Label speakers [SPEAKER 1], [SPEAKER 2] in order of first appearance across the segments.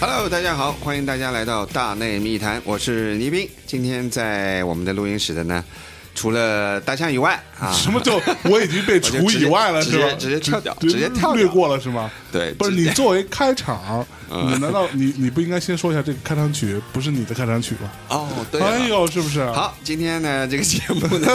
[SPEAKER 1] Hello，大家好，欢迎大家来到大内密谈，我是倪斌。今天在我们的录音室的呢，除了大象以外啊，
[SPEAKER 2] 什么就我已经被
[SPEAKER 1] 就
[SPEAKER 2] 除
[SPEAKER 1] 直接
[SPEAKER 2] 以外了，
[SPEAKER 1] 直
[SPEAKER 2] 是吧
[SPEAKER 1] 接？直接跳掉直接跳掉
[SPEAKER 2] 略过了是吗？
[SPEAKER 1] 对
[SPEAKER 2] 不是
[SPEAKER 1] 直接嗯
[SPEAKER 2] 你作为开场，你难道你你不应该先说一下这个开场曲不是你的开场曲吗？
[SPEAKER 1] 哦，对了
[SPEAKER 2] 哎呦，是不是？
[SPEAKER 1] 好，今天呢这个节目呢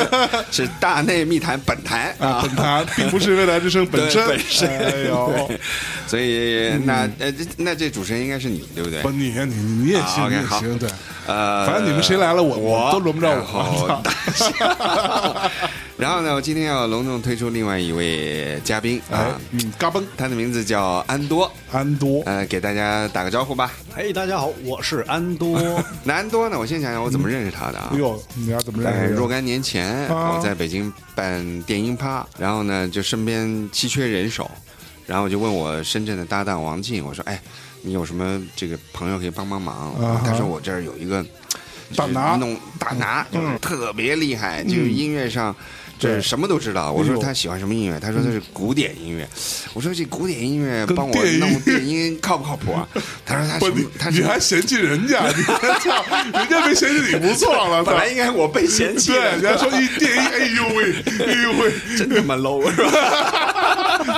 [SPEAKER 1] 是大内密谈本台
[SPEAKER 2] 啊，
[SPEAKER 1] 啊，
[SPEAKER 2] 本台并不是未来之声本身，
[SPEAKER 1] 对本身
[SPEAKER 2] 哎呦， 嗯
[SPEAKER 1] 所以那呃这那这主持人应该是你对不对
[SPEAKER 2] 不，？你你你你也
[SPEAKER 1] 啊
[SPEAKER 2] 行，
[SPEAKER 1] ，OK，
[SPEAKER 2] 你也
[SPEAKER 1] 好
[SPEAKER 2] 行，对，
[SPEAKER 1] 呃，
[SPEAKER 2] 反正你们谁来了我
[SPEAKER 1] 我
[SPEAKER 2] 我都轮不着我
[SPEAKER 1] 然后 然后呢，我今天要隆重推出另外一位嘉宾
[SPEAKER 2] 哎
[SPEAKER 1] 啊，，
[SPEAKER 2] 嗯，嘎嘣，
[SPEAKER 1] 他的名字叫安多，
[SPEAKER 2] 安多，
[SPEAKER 1] 呃，给大家打个招呼吧。
[SPEAKER 3] 嘿，哎大家好，我是安多。
[SPEAKER 1] 那安多呢，我先讲讲我怎么认识他的啊
[SPEAKER 2] 哎。呦，你要怎么
[SPEAKER 1] 大概
[SPEAKER 2] 认识
[SPEAKER 1] 若
[SPEAKER 2] 的？
[SPEAKER 1] 干年前，
[SPEAKER 2] 啊
[SPEAKER 1] 我在北京办电音趴，然后呢，就身边稀缺人手，然后我就问我深圳的搭档王静，我说：“哎，你有什么这个朋友可以帮帮忙？”
[SPEAKER 2] 啊哈
[SPEAKER 1] 他说：“我这儿有一个
[SPEAKER 2] 大拿嗯
[SPEAKER 1] 弄大拿，就是特别厉害，就是音乐上。”就是
[SPEAKER 2] 对
[SPEAKER 1] 什么都知道。我
[SPEAKER 2] 哎
[SPEAKER 1] 说
[SPEAKER 2] 呦
[SPEAKER 1] 他喜欢什么音乐？他说他是古典音乐。我说这古典音乐
[SPEAKER 2] 跟
[SPEAKER 1] 帮我
[SPEAKER 2] 电音
[SPEAKER 1] 弄电音靠不靠谱啊？他说他
[SPEAKER 2] 不，
[SPEAKER 1] 什
[SPEAKER 2] 你
[SPEAKER 1] 么？他
[SPEAKER 2] 你
[SPEAKER 1] 什么
[SPEAKER 2] 还嫌弃人家？你操，人家没嫌弃你不错 了，操
[SPEAKER 1] 本来应该我被嫌弃
[SPEAKER 2] 对，
[SPEAKER 1] 的，
[SPEAKER 2] 人家说一电音，哎呦喂，哎呦喂，
[SPEAKER 1] 真他妈 low 是 吧？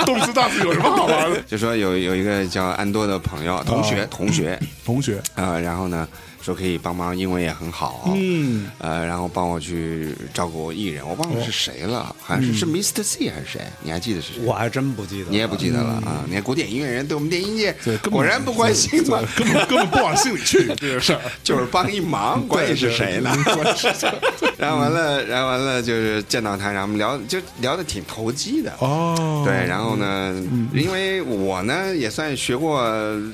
[SPEAKER 2] 动次大次有什么好玩的？
[SPEAKER 1] 就说有有一个叫安多的朋友，同学、 同学
[SPEAKER 2] 同学，
[SPEAKER 1] 啊、呃然后呢说可以帮忙，英文也很好，
[SPEAKER 2] 嗯，
[SPEAKER 1] 呃，然后帮我去照顾艺人，我忘了是谁了，好像是是 Mr. C 还是谁？你还记得是谁？
[SPEAKER 3] 我还真不记得，
[SPEAKER 1] 你也不记得了啊！你看古典音乐人对我们电音界
[SPEAKER 2] 对根本
[SPEAKER 1] 果然不关心嘛，
[SPEAKER 2] 根本根本不往心里去这个事儿。
[SPEAKER 1] 就是帮一忙，管你是谁呢？ 然后完了，然后完了就是见到他，然后我们聊就聊的挺投机的
[SPEAKER 2] 哦，嗯
[SPEAKER 1] 对，然后呢，因为我呢也算学过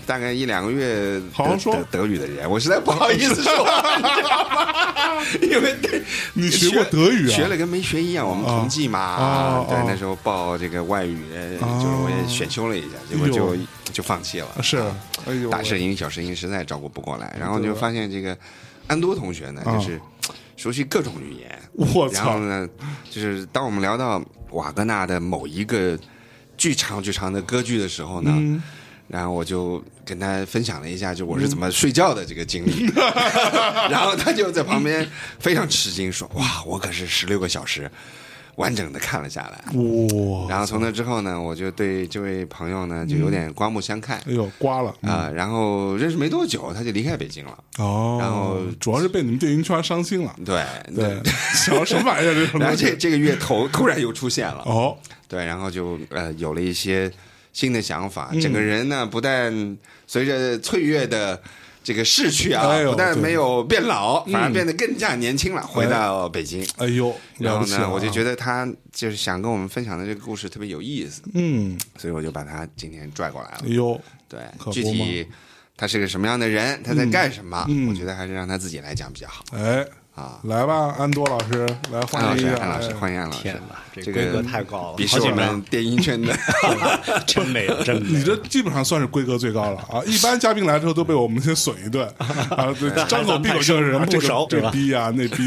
[SPEAKER 1] 大概一两个月德
[SPEAKER 2] 好好说
[SPEAKER 1] 德德语的人，我实在不好意思说， 你知道吗？因为对
[SPEAKER 2] 你学过德语啊
[SPEAKER 1] 学了跟没学一样，我们同济嘛
[SPEAKER 2] 哦哦，
[SPEAKER 1] 对
[SPEAKER 2] 哦，
[SPEAKER 1] 那时候报这个外语，就是我也选修了一下，结果
[SPEAKER 2] 哎
[SPEAKER 1] 就就放弃了，
[SPEAKER 2] 是，哎呦喂，
[SPEAKER 1] 大声音小声音实在照顾不过来，然后就发现这个安多同学呢，
[SPEAKER 2] 啊
[SPEAKER 1] 就是熟悉各种语言，
[SPEAKER 2] 我
[SPEAKER 1] 然
[SPEAKER 2] 操
[SPEAKER 1] 后，呢，就是当我们聊到瓦格纳的某一个巨长巨长的歌剧的时候呢，然后我就跟他分享了一下，就我是怎么睡觉的这个经 历，然后他就在旁边非常吃惊说：“哇，我可是十六个小时完整的看了下来。”
[SPEAKER 2] 哇，
[SPEAKER 1] 然后从那之后呢，我就对这位朋友呢就有点刮目相看啊、
[SPEAKER 2] 哎呦，刮了啊！
[SPEAKER 1] 然后认识没多久，他就离开北京了。
[SPEAKER 2] 哦，
[SPEAKER 1] 然后
[SPEAKER 2] 主要是被你们电音圈伤心了。
[SPEAKER 1] 对
[SPEAKER 2] 对，想什么玩意儿这种
[SPEAKER 1] 然后
[SPEAKER 2] 东
[SPEAKER 1] 这
[SPEAKER 2] 西？
[SPEAKER 1] 这个月头突然又出现 了，
[SPEAKER 2] 哦，
[SPEAKER 1] 对，然后就呃有了一些新的想法，
[SPEAKER 2] 嗯
[SPEAKER 1] 整个人呢不但随着岁月的这个逝去啊，
[SPEAKER 2] 哎呦嗯
[SPEAKER 1] 不但没有变老，反而变得更加年轻了。回到北京，
[SPEAKER 2] 哎呦，
[SPEAKER 1] 然
[SPEAKER 2] 了
[SPEAKER 1] 后
[SPEAKER 2] 不起
[SPEAKER 1] 呢，
[SPEAKER 2] 了
[SPEAKER 1] 我就觉
[SPEAKER 2] 得，
[SPEAKER 1] 得他就是想跟我们分享的这个故事特别有意思，
[SPEAKER 2] 嗯，
[SPEAKER 1] 所以我就把他今天拽过来了
[SPEAKER 2] 哎。呦，
[SPEAKER 1] 对
[SPEAKER 2] 可，不嗯
[SPEAKER 1] 具体他是个什么样的人，他在干什么，我觉得还是让他自己来讲比较好
[SPEAKER 2] 哎，
[SPEAKER 1] 啊。
[SPEAKER 2] 来吧，安多老师，来
[SPEAKER 1] 安
[SPEAKER 2] 欢
[SPEAKER 1] 老
[SPEAKER 2] 迎一
[SPEAKER 1] 师，
[SPEAKER 2] 下，
[SPEAKER 1] 安老师，
[SPEAKER 2] 哎
[SPEAKER 1] 欢迎啊安老师
[SPEAKER 3] 天哪！这
[SPEAKER 1] 这
[SPEAKER 3] 规
[SPEAKER 1] 个
[SPEAKER 3] 格太高了
[SPEAKER 1] 鄙视
[SPEAKER 3] 好
[SPEAKER 1] 我
[SPEAKER 3] 紧
[SPEAKER 1] 们
[SPEAKER 3] 张
[SPEAKER 1] 电音圈 的。
[SPEAKER 3] 真没 有，真没
[SPEAKER 2] 你
[SPEAKER 3] 有。
[SPEAKER 2] 这基本上算是规格最高了啊！一般嘉宾来之后都被我们先损一顿啊，对，张口闭口就是
[SPEAKER 3] 咱们
[SPEAKER 2] 这
[SPEAKER 3] 不熟
[SPEAKER 2] 个这
[SPEAKER 3] 对吧
[SPEAKER 2] 逼啊，那逼，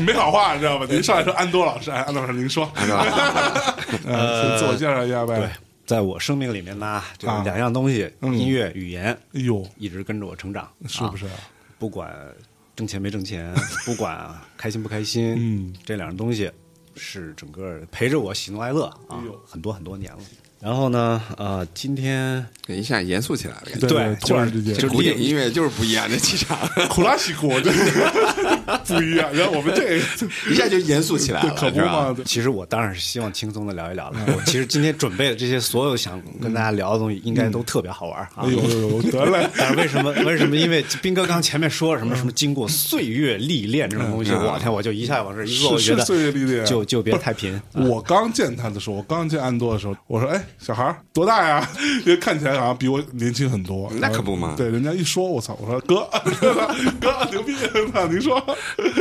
[SPEAKER 2] 没好话，你知道吧？您上来说安多老师，哎，安多老师您说，呃，先自我介绍一下
[SPEAKER 3] 对
[SPEAKER 2] 呗。，
[SPEAKER 3] 在我生命里面呢，就
[SPEAKER 2] 啊
[SPEAKER 3] 两样东西，音乐、语言，
[SPEAKER 2] 哎呦，
[SPEAKER 3] 一直跟着我成长，
[SPEAKER 2] 是不是
[SPEAKER 3] 啊？不管挣钱没挣钱，不管开心不开心，
[SPEAKER 2] 嗯，
[SPEAKER 3] 这两样东西是整个陪着我喜怒哀乐啊
[SPEAKER 2] 哎呦，
[SPEAKER 3] 很多很多年了。然后呢，呃，今天
[SPEAKER 1] 一下严肃起来了，感觉。
[SPEAKER 2] 对，突然之间
[SPEAKER 3] 就是就是
[SPEAKER 1] 古典音乐就是不一样，这气 场
[SPEAKER 2] 苦拉西苦，这 不一样。然后我们这
[SPEAKER 1] 一下就严肃起来
[SPEAKER 2] 对
[SPEAKER 1] 了，
[SPEAKER 2] 可不
[SPEAKER 1] 是吧
[SPEAKER 2] 嘛？？对
[SPEAKER 3] 其实我当然是希望轻松的聊一聊
[SPEAKER 2] 嗯
[SPEAKER 3] 了。我其实今天准备的这些所有想跟大家聊的东西，应该都特别好玩啊
[SPEAKER 2] 哎。呦呦呦，得嘞，
[SPEAKER 3] 但是为什么？为什么？因为斌哥刚前面说什么什么经过岁月历练这种东西，我天，我就一下往这一坐，我
[SPEAKER 2] 是嗯
[SPEAKER 3] 觉
[SPEAKER 2] 是
[SPEAKER 3] 得
[SPEAKER 2] 岁月历练，
[SPEAKER 3] 就就别 太贫。
[SPEAKER 2] 我刚见他的时候，我刚见安多的时候，我说：“哎，小孩儿多大呀？” 因为看起来好像比我年轻很多。
[SPEAKER 1] 那可不嘛
[SPEAKER 2] 对，人家一说，我操！我说：“哥，哥，牛逼！”操，您说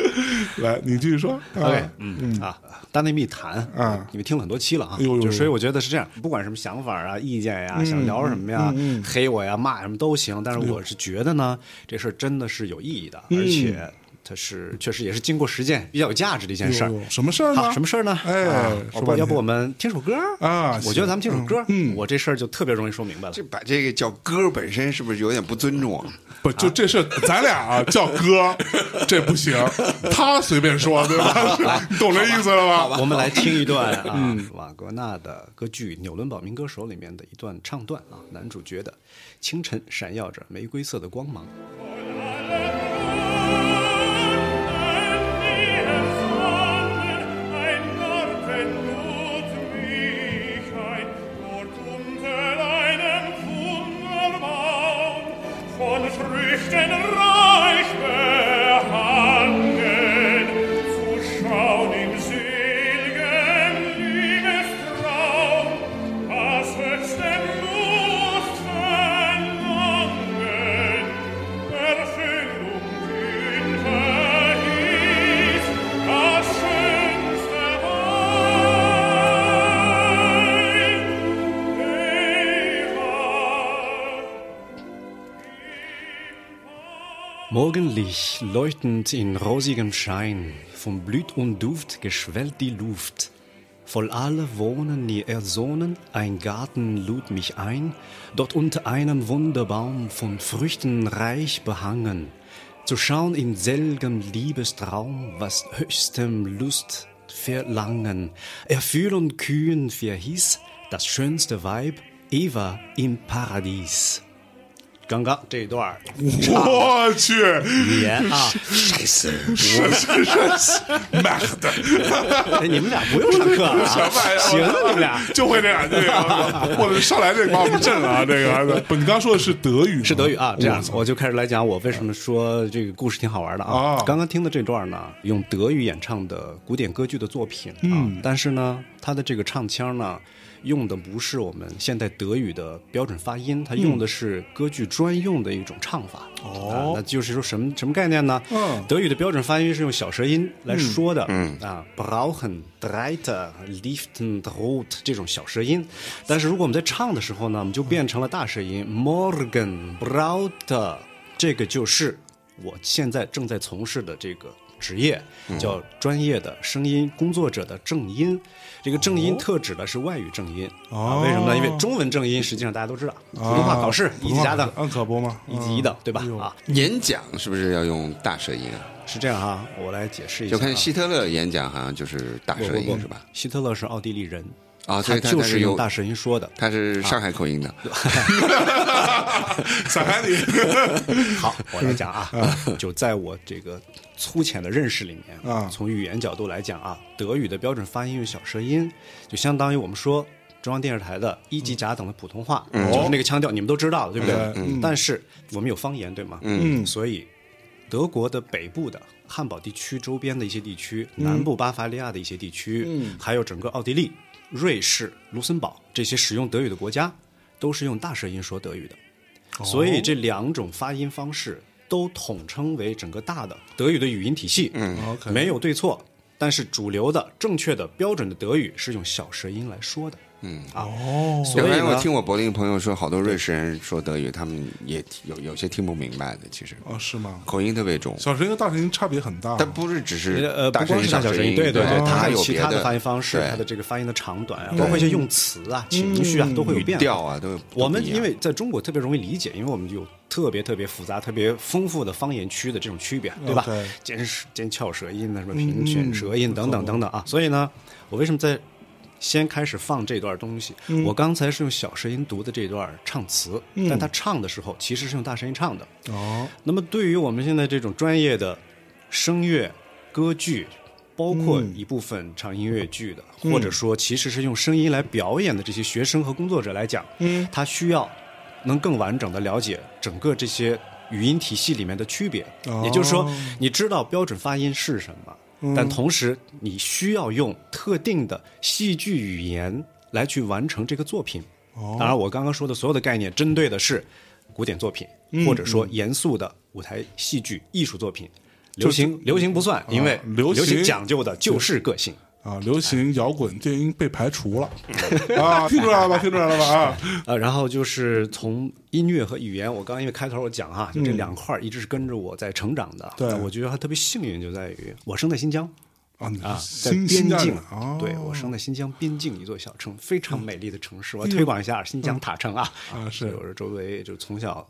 [SPEAKER 2] 来，你继续说。
[SPEAKER 3] OK，
[SPEAKER 2] 啊
[SPEAKER 3] 嗯啊，大内密谈
[SPEAKER 2] 啊
[SPEAKER 3] 你们听了很多期了啊，
[SPEAKER 2] 哎呦呦呦嗯
[SPEAKER 3] 就所以我觉得是这样，不管什么想法啊、意见呀、想聊什么呀、黑我呀、骂什么都行，
[SPEAKER 2] 哎
[SPEAKER 3] 但是我是觉得呢，这事儿真的是有意义的，
[SPEAKER 2] 嗯
[SPEAKER 3] 而且它是确实也是经过实践比较有价值的一件事儿
[SPEAKER 2] 有。有哎什么事儿呢
[SPEAKER 3] 好什么事儿呢？
[SPEAKER 2] 哎
[SPEAKER 3] 啊
[SPEAKER 2] 说
[SPEAKER 3] 要不
[SPEAKER 2] 半
[SPEAKER 3] 要不
[SPEAKER 2] 天
[SPEAKER 3] 我们听首歌
[SPEAKER 2] 啊
[SPEAKER 3] 我觉得咱们听首歌，
[SPEAKER 2] 嗯嗯
[SPEAKER 3] 我这事儿就特别容易说明白了。
[SPEAKER 1] 这把这个叫歌本身是不是有点不尊重啊？
[SPEAKER 2] 不，就这事，咱俩啊叫 哥，这不行，他随便说，对吧？你懂这意思了吧？
[SPEAKER 3] 我们来听一段啊，瓦格纳的歌剧《纽伦堡民歌手》里面的一段唱段啊，男主角的清晨闪耀着玫瑰色的光芒。
[SPEAKER 4] Früchten reich behangen, zu schauen im selgen Liebestraum, das höchste Luft verlangen, Erfüllung Güter hieß, das schönste Wein, Ewald.
[SPEAKER 3] Morgenlicht leuchtend in rosigem Schein, von Blüt und Duft geschwellt die Luft. Voll aller Wohnen, die Ersonnen, ein Garten lud mich ein, dort unter einem Wunderbaum von Früchten reich behangen, zu schauen im selgem Liebestraum, was höchstem Lust verlangen, erfühlen kühn verhieß, das schönste Weib, Eva im Paradies. 刚刚这一段儿
[SPEAKER 2] 我去，
[SPEAKER 3] 言啊，哎，你们俩不用上课了、
[SPEAKER 2] 什么
[SPEAKER 3] 啊，
[SPEAKER 2] 玩意儿？
[SPEAKER 3] 行啊，你们俩
[SPEAKER 2] 就会这样，这个，我的上来这个把我们震了啊！这个，不，你刚说的是德语吗，
[SPEAKER 3] 是德语啊。这样
[SPEAKER 2] 我，操
[SPEAKER 3] 我就开始来讲我为什么说这个故事挺好玩的啊
[SPEAKER 2] 啊。
[SPEAKER 3] 刚刚听的这段呢，用德语演唱的古典歌剧的作品啊，
[SPEAKER 2] 嗯
[SPEAKER 3] 但是呢，它的这个唱腔呢。用的不是我们现代德语的标准发音，它用的是歌剧专用的一种唱法。
[SPEAKER 2] 哦
[SPEAKER 3] 啊那就是说什么什么概念呢？
[SPEAKER 2] 嗯
[SPEAKER 3] 德语的标准发音是用小舌音来说的。嗯啊，brauchen, dreiter, liften, rot 这种小舌音。但是如果我们在唱的时候呢，我们就变成了大舌音。Morgen, brauter，这个就是我现在正在从事的这个。职业
[SPEAKER 1] 嗯
[SPEAKER 3] 叫专业的声音工作者的正音，这个正
[SPEAKER 1] 哦
[SPEAKER 3] 音特指的是外语正音啊？
[SPEAKER 2] 哦
[SPEAKER 3] 为什么呢？因为中文正音实际上大家都知道，
[SPEAKER 1] 啊
[SPEAKER 3] 普
[SPEAKER 2] 啊
[SPEAKER 3] 通话考试一级甲等，
[SPEAKER 1] 哦
[SPEAKER 2] 嗯，可不嘛，
[SPEAKER 3] 一级一等，
[SPEAKER 1] 哎
[SPEAKER 3] 对吧？啊，
[SPEAKER 1] 演讲是不是要用大舌音啊？
[SPEAKER 3] 是这样哈，我来解释一下
[SPEAKER 1] 就
[SPEAKER 3] 啊。
[SPEAKER 1] 看希特勒演讲好像就是大
[SPEAKER 3] 不
[SPEAKER 1] 舌
[SPEAKER 3] 不
[SPEAKER 1] 音
[SPEAKER 3] 不
[SPEAKER 1] 是吧？？
[SPEAKER 3] 希特勒是奥地利人
[SPEAKER 1] 啊
[SPEAKER 3] 他
[SPEAKER 1] 对他
[SPEAKER 3] 就
[SPEAKER 1] 他是
[SPEAKER 3] 是用
[SPEAKER 1] 有
[SPEAKER 3] 大舌音说的。
[SPEAKER 1] 他是上海口音的，
[SPEAKER 2] 撒开你，
[SPEAKER 3] 好，我来讲啊，就在我这个粗浅的认识里面
[SPEAKER 2] 啊
[SPEAKER 3] 从语言角度来讲啊，德语的标准发音用小舌音，就相当于我们说中央电视台的一级甲等的普通话，就是那个腔调，你们都知道了，对不对？但是我们有方言，对吗？嗯，所以德国的北部的汉堡地区周边的一些地区，南部巴伐利亚的一些地区，嗯还有整个奥地利、瑞士、卢森堡这些使用德语的国家，都是用大舌音说德语的。所以这两种发音方式都统称为整个大的德语的语音体系。嗯
[SPEAKER 2] OK
[SPEAKER 3] 没有对错，但是主流的、正确的、标准的德语是用小舌音来说的。嗯啊，哦，所
[SPEAKER 1] 要不
[SPEAKER 3] 以
[SPEAKER 1] 然我
[SPEAKER 3] 呢，
[SPEAKER 1] 听我柏林朋友说，好多瑞士人说德语，他们也有有些听不明白的，其实
[SPEAKER 2] 哦，是吗？
[SPEAKER 1] 口音特别重。
[SPEAKER 2] 小声跟大声音差别很大，
[SPEAKER 1] 但不是只是
[SPEAKER 3] 啊呃，
[SPEAKER 1] 大
[SPEAKER 3] 不
[SPEAKER 1] 声
[SPEAKER 3] 光
[SPEAKER 1] 音
[SPEAKER 3] 是大
[SPEAKER 1] 小
[SPEAKER 3] 小
[SPEAKER 1] 声
[SPEAKER 3] 声音，对对对，
[SPEAKER 1] 它
[SPEAKER 3] 它还
[SPEAKER 1] 还
[SPEAKER 3] 有
[SPEAKER 1] 有
[SPEAKER 3] 其
[SPEAKER 1] 别
[SPEAKER 3] 他的发音方式，
[SPEAKER 1] 对嗯
[SPEAKER 3] 它的这个发音的长短啊，包括一些用词啊、情绪啊，都会有变化
[SPEAKER 1] 调啊都有
[SPEAKER 3] 我们
[SPEAKER 1] 都不一样
[SPEAKER 3] 因为在中国特别容易理解，因为我们有特别特别复杂、特别丰富的方言区的这种区别，对吧
[SPEAKER 1] 哦
[SPEAKER 2] OK？
[SPEAKER 3] 尖尖翘舌音
[SPEAKER 1] 嗯
[SPEAKER 3] 啊，什么平卷舌音等等等等啊。所以呢，我为什么在先开始放这段东西？
[SPEAKER 1] 嗯
[SPEAKER 3] 我刚才是用小舌音读的这段唱词，但他唱的时候其实是用大声音唱的。
[SPEAKER 2] 哦，
[SPEAKER 3] 那么对于我们现在这种专业的声乐、歌剧，包括一部分唱音乐剧的，或者说其实是用声音来表演的这些学生和工作者来讲，嗯，他需要能更完整的了解整个这些语音体系里面的区别。
[SPEAKER 2] 哦
[SPEAKER 3] 也就是说，嗯你知道标准发音是什么，
[SPEAKER 2] 嗯
[SPEAKER 3] 但同时你需要用特定的戏剧语言来去完成这个作品。
[SPEAKER 2] 哦
[SPEAKER 3] 当然，我刚刚说的所有的概念，针对
[SPEAKER 2] 嗯
[SPEAKER 3] 的是古典作品，或者说严肃的舞台戏剧艺术作品。流行流行不算，因为
[SPEAKER 2] 啊流行
[SPEAKER 3] 行讲究的就是个性。
[SPEAKER 2] 啊，流行摇滚电音被排除了
[SPEAKER 3] 嗯
[SPEAKER 2] 啊，听出来了吧？听出来了吧？ 啊，
[SPEAKER 3] 呃，然后就是从音乐和语言，我刚刚因为开头我讲哈，就这两块儿一直是跟着我在成长的。
[SPEAKER 2] 嗯对
[SPEAKER 3] 那我觉得还特别幸运，就在于我生在新疆
[SPEAKER 2] 啊，你
[SPEAKER 3] 啊，在
[SPEAKER 2] 新
[SPEAKER 3] 边
[SPEAKER 2] 新疆
[SPEAKER 3] 境
[SPEAKER 2] 人。哦，嗯
[SPEAKER 3] 对我生在新疆边境一座小城，非常美丽的城市。我推广一下新疆塔城啊，
[SPEAKER 2] 啊是
[SPEAKER 3] 我是周围就从小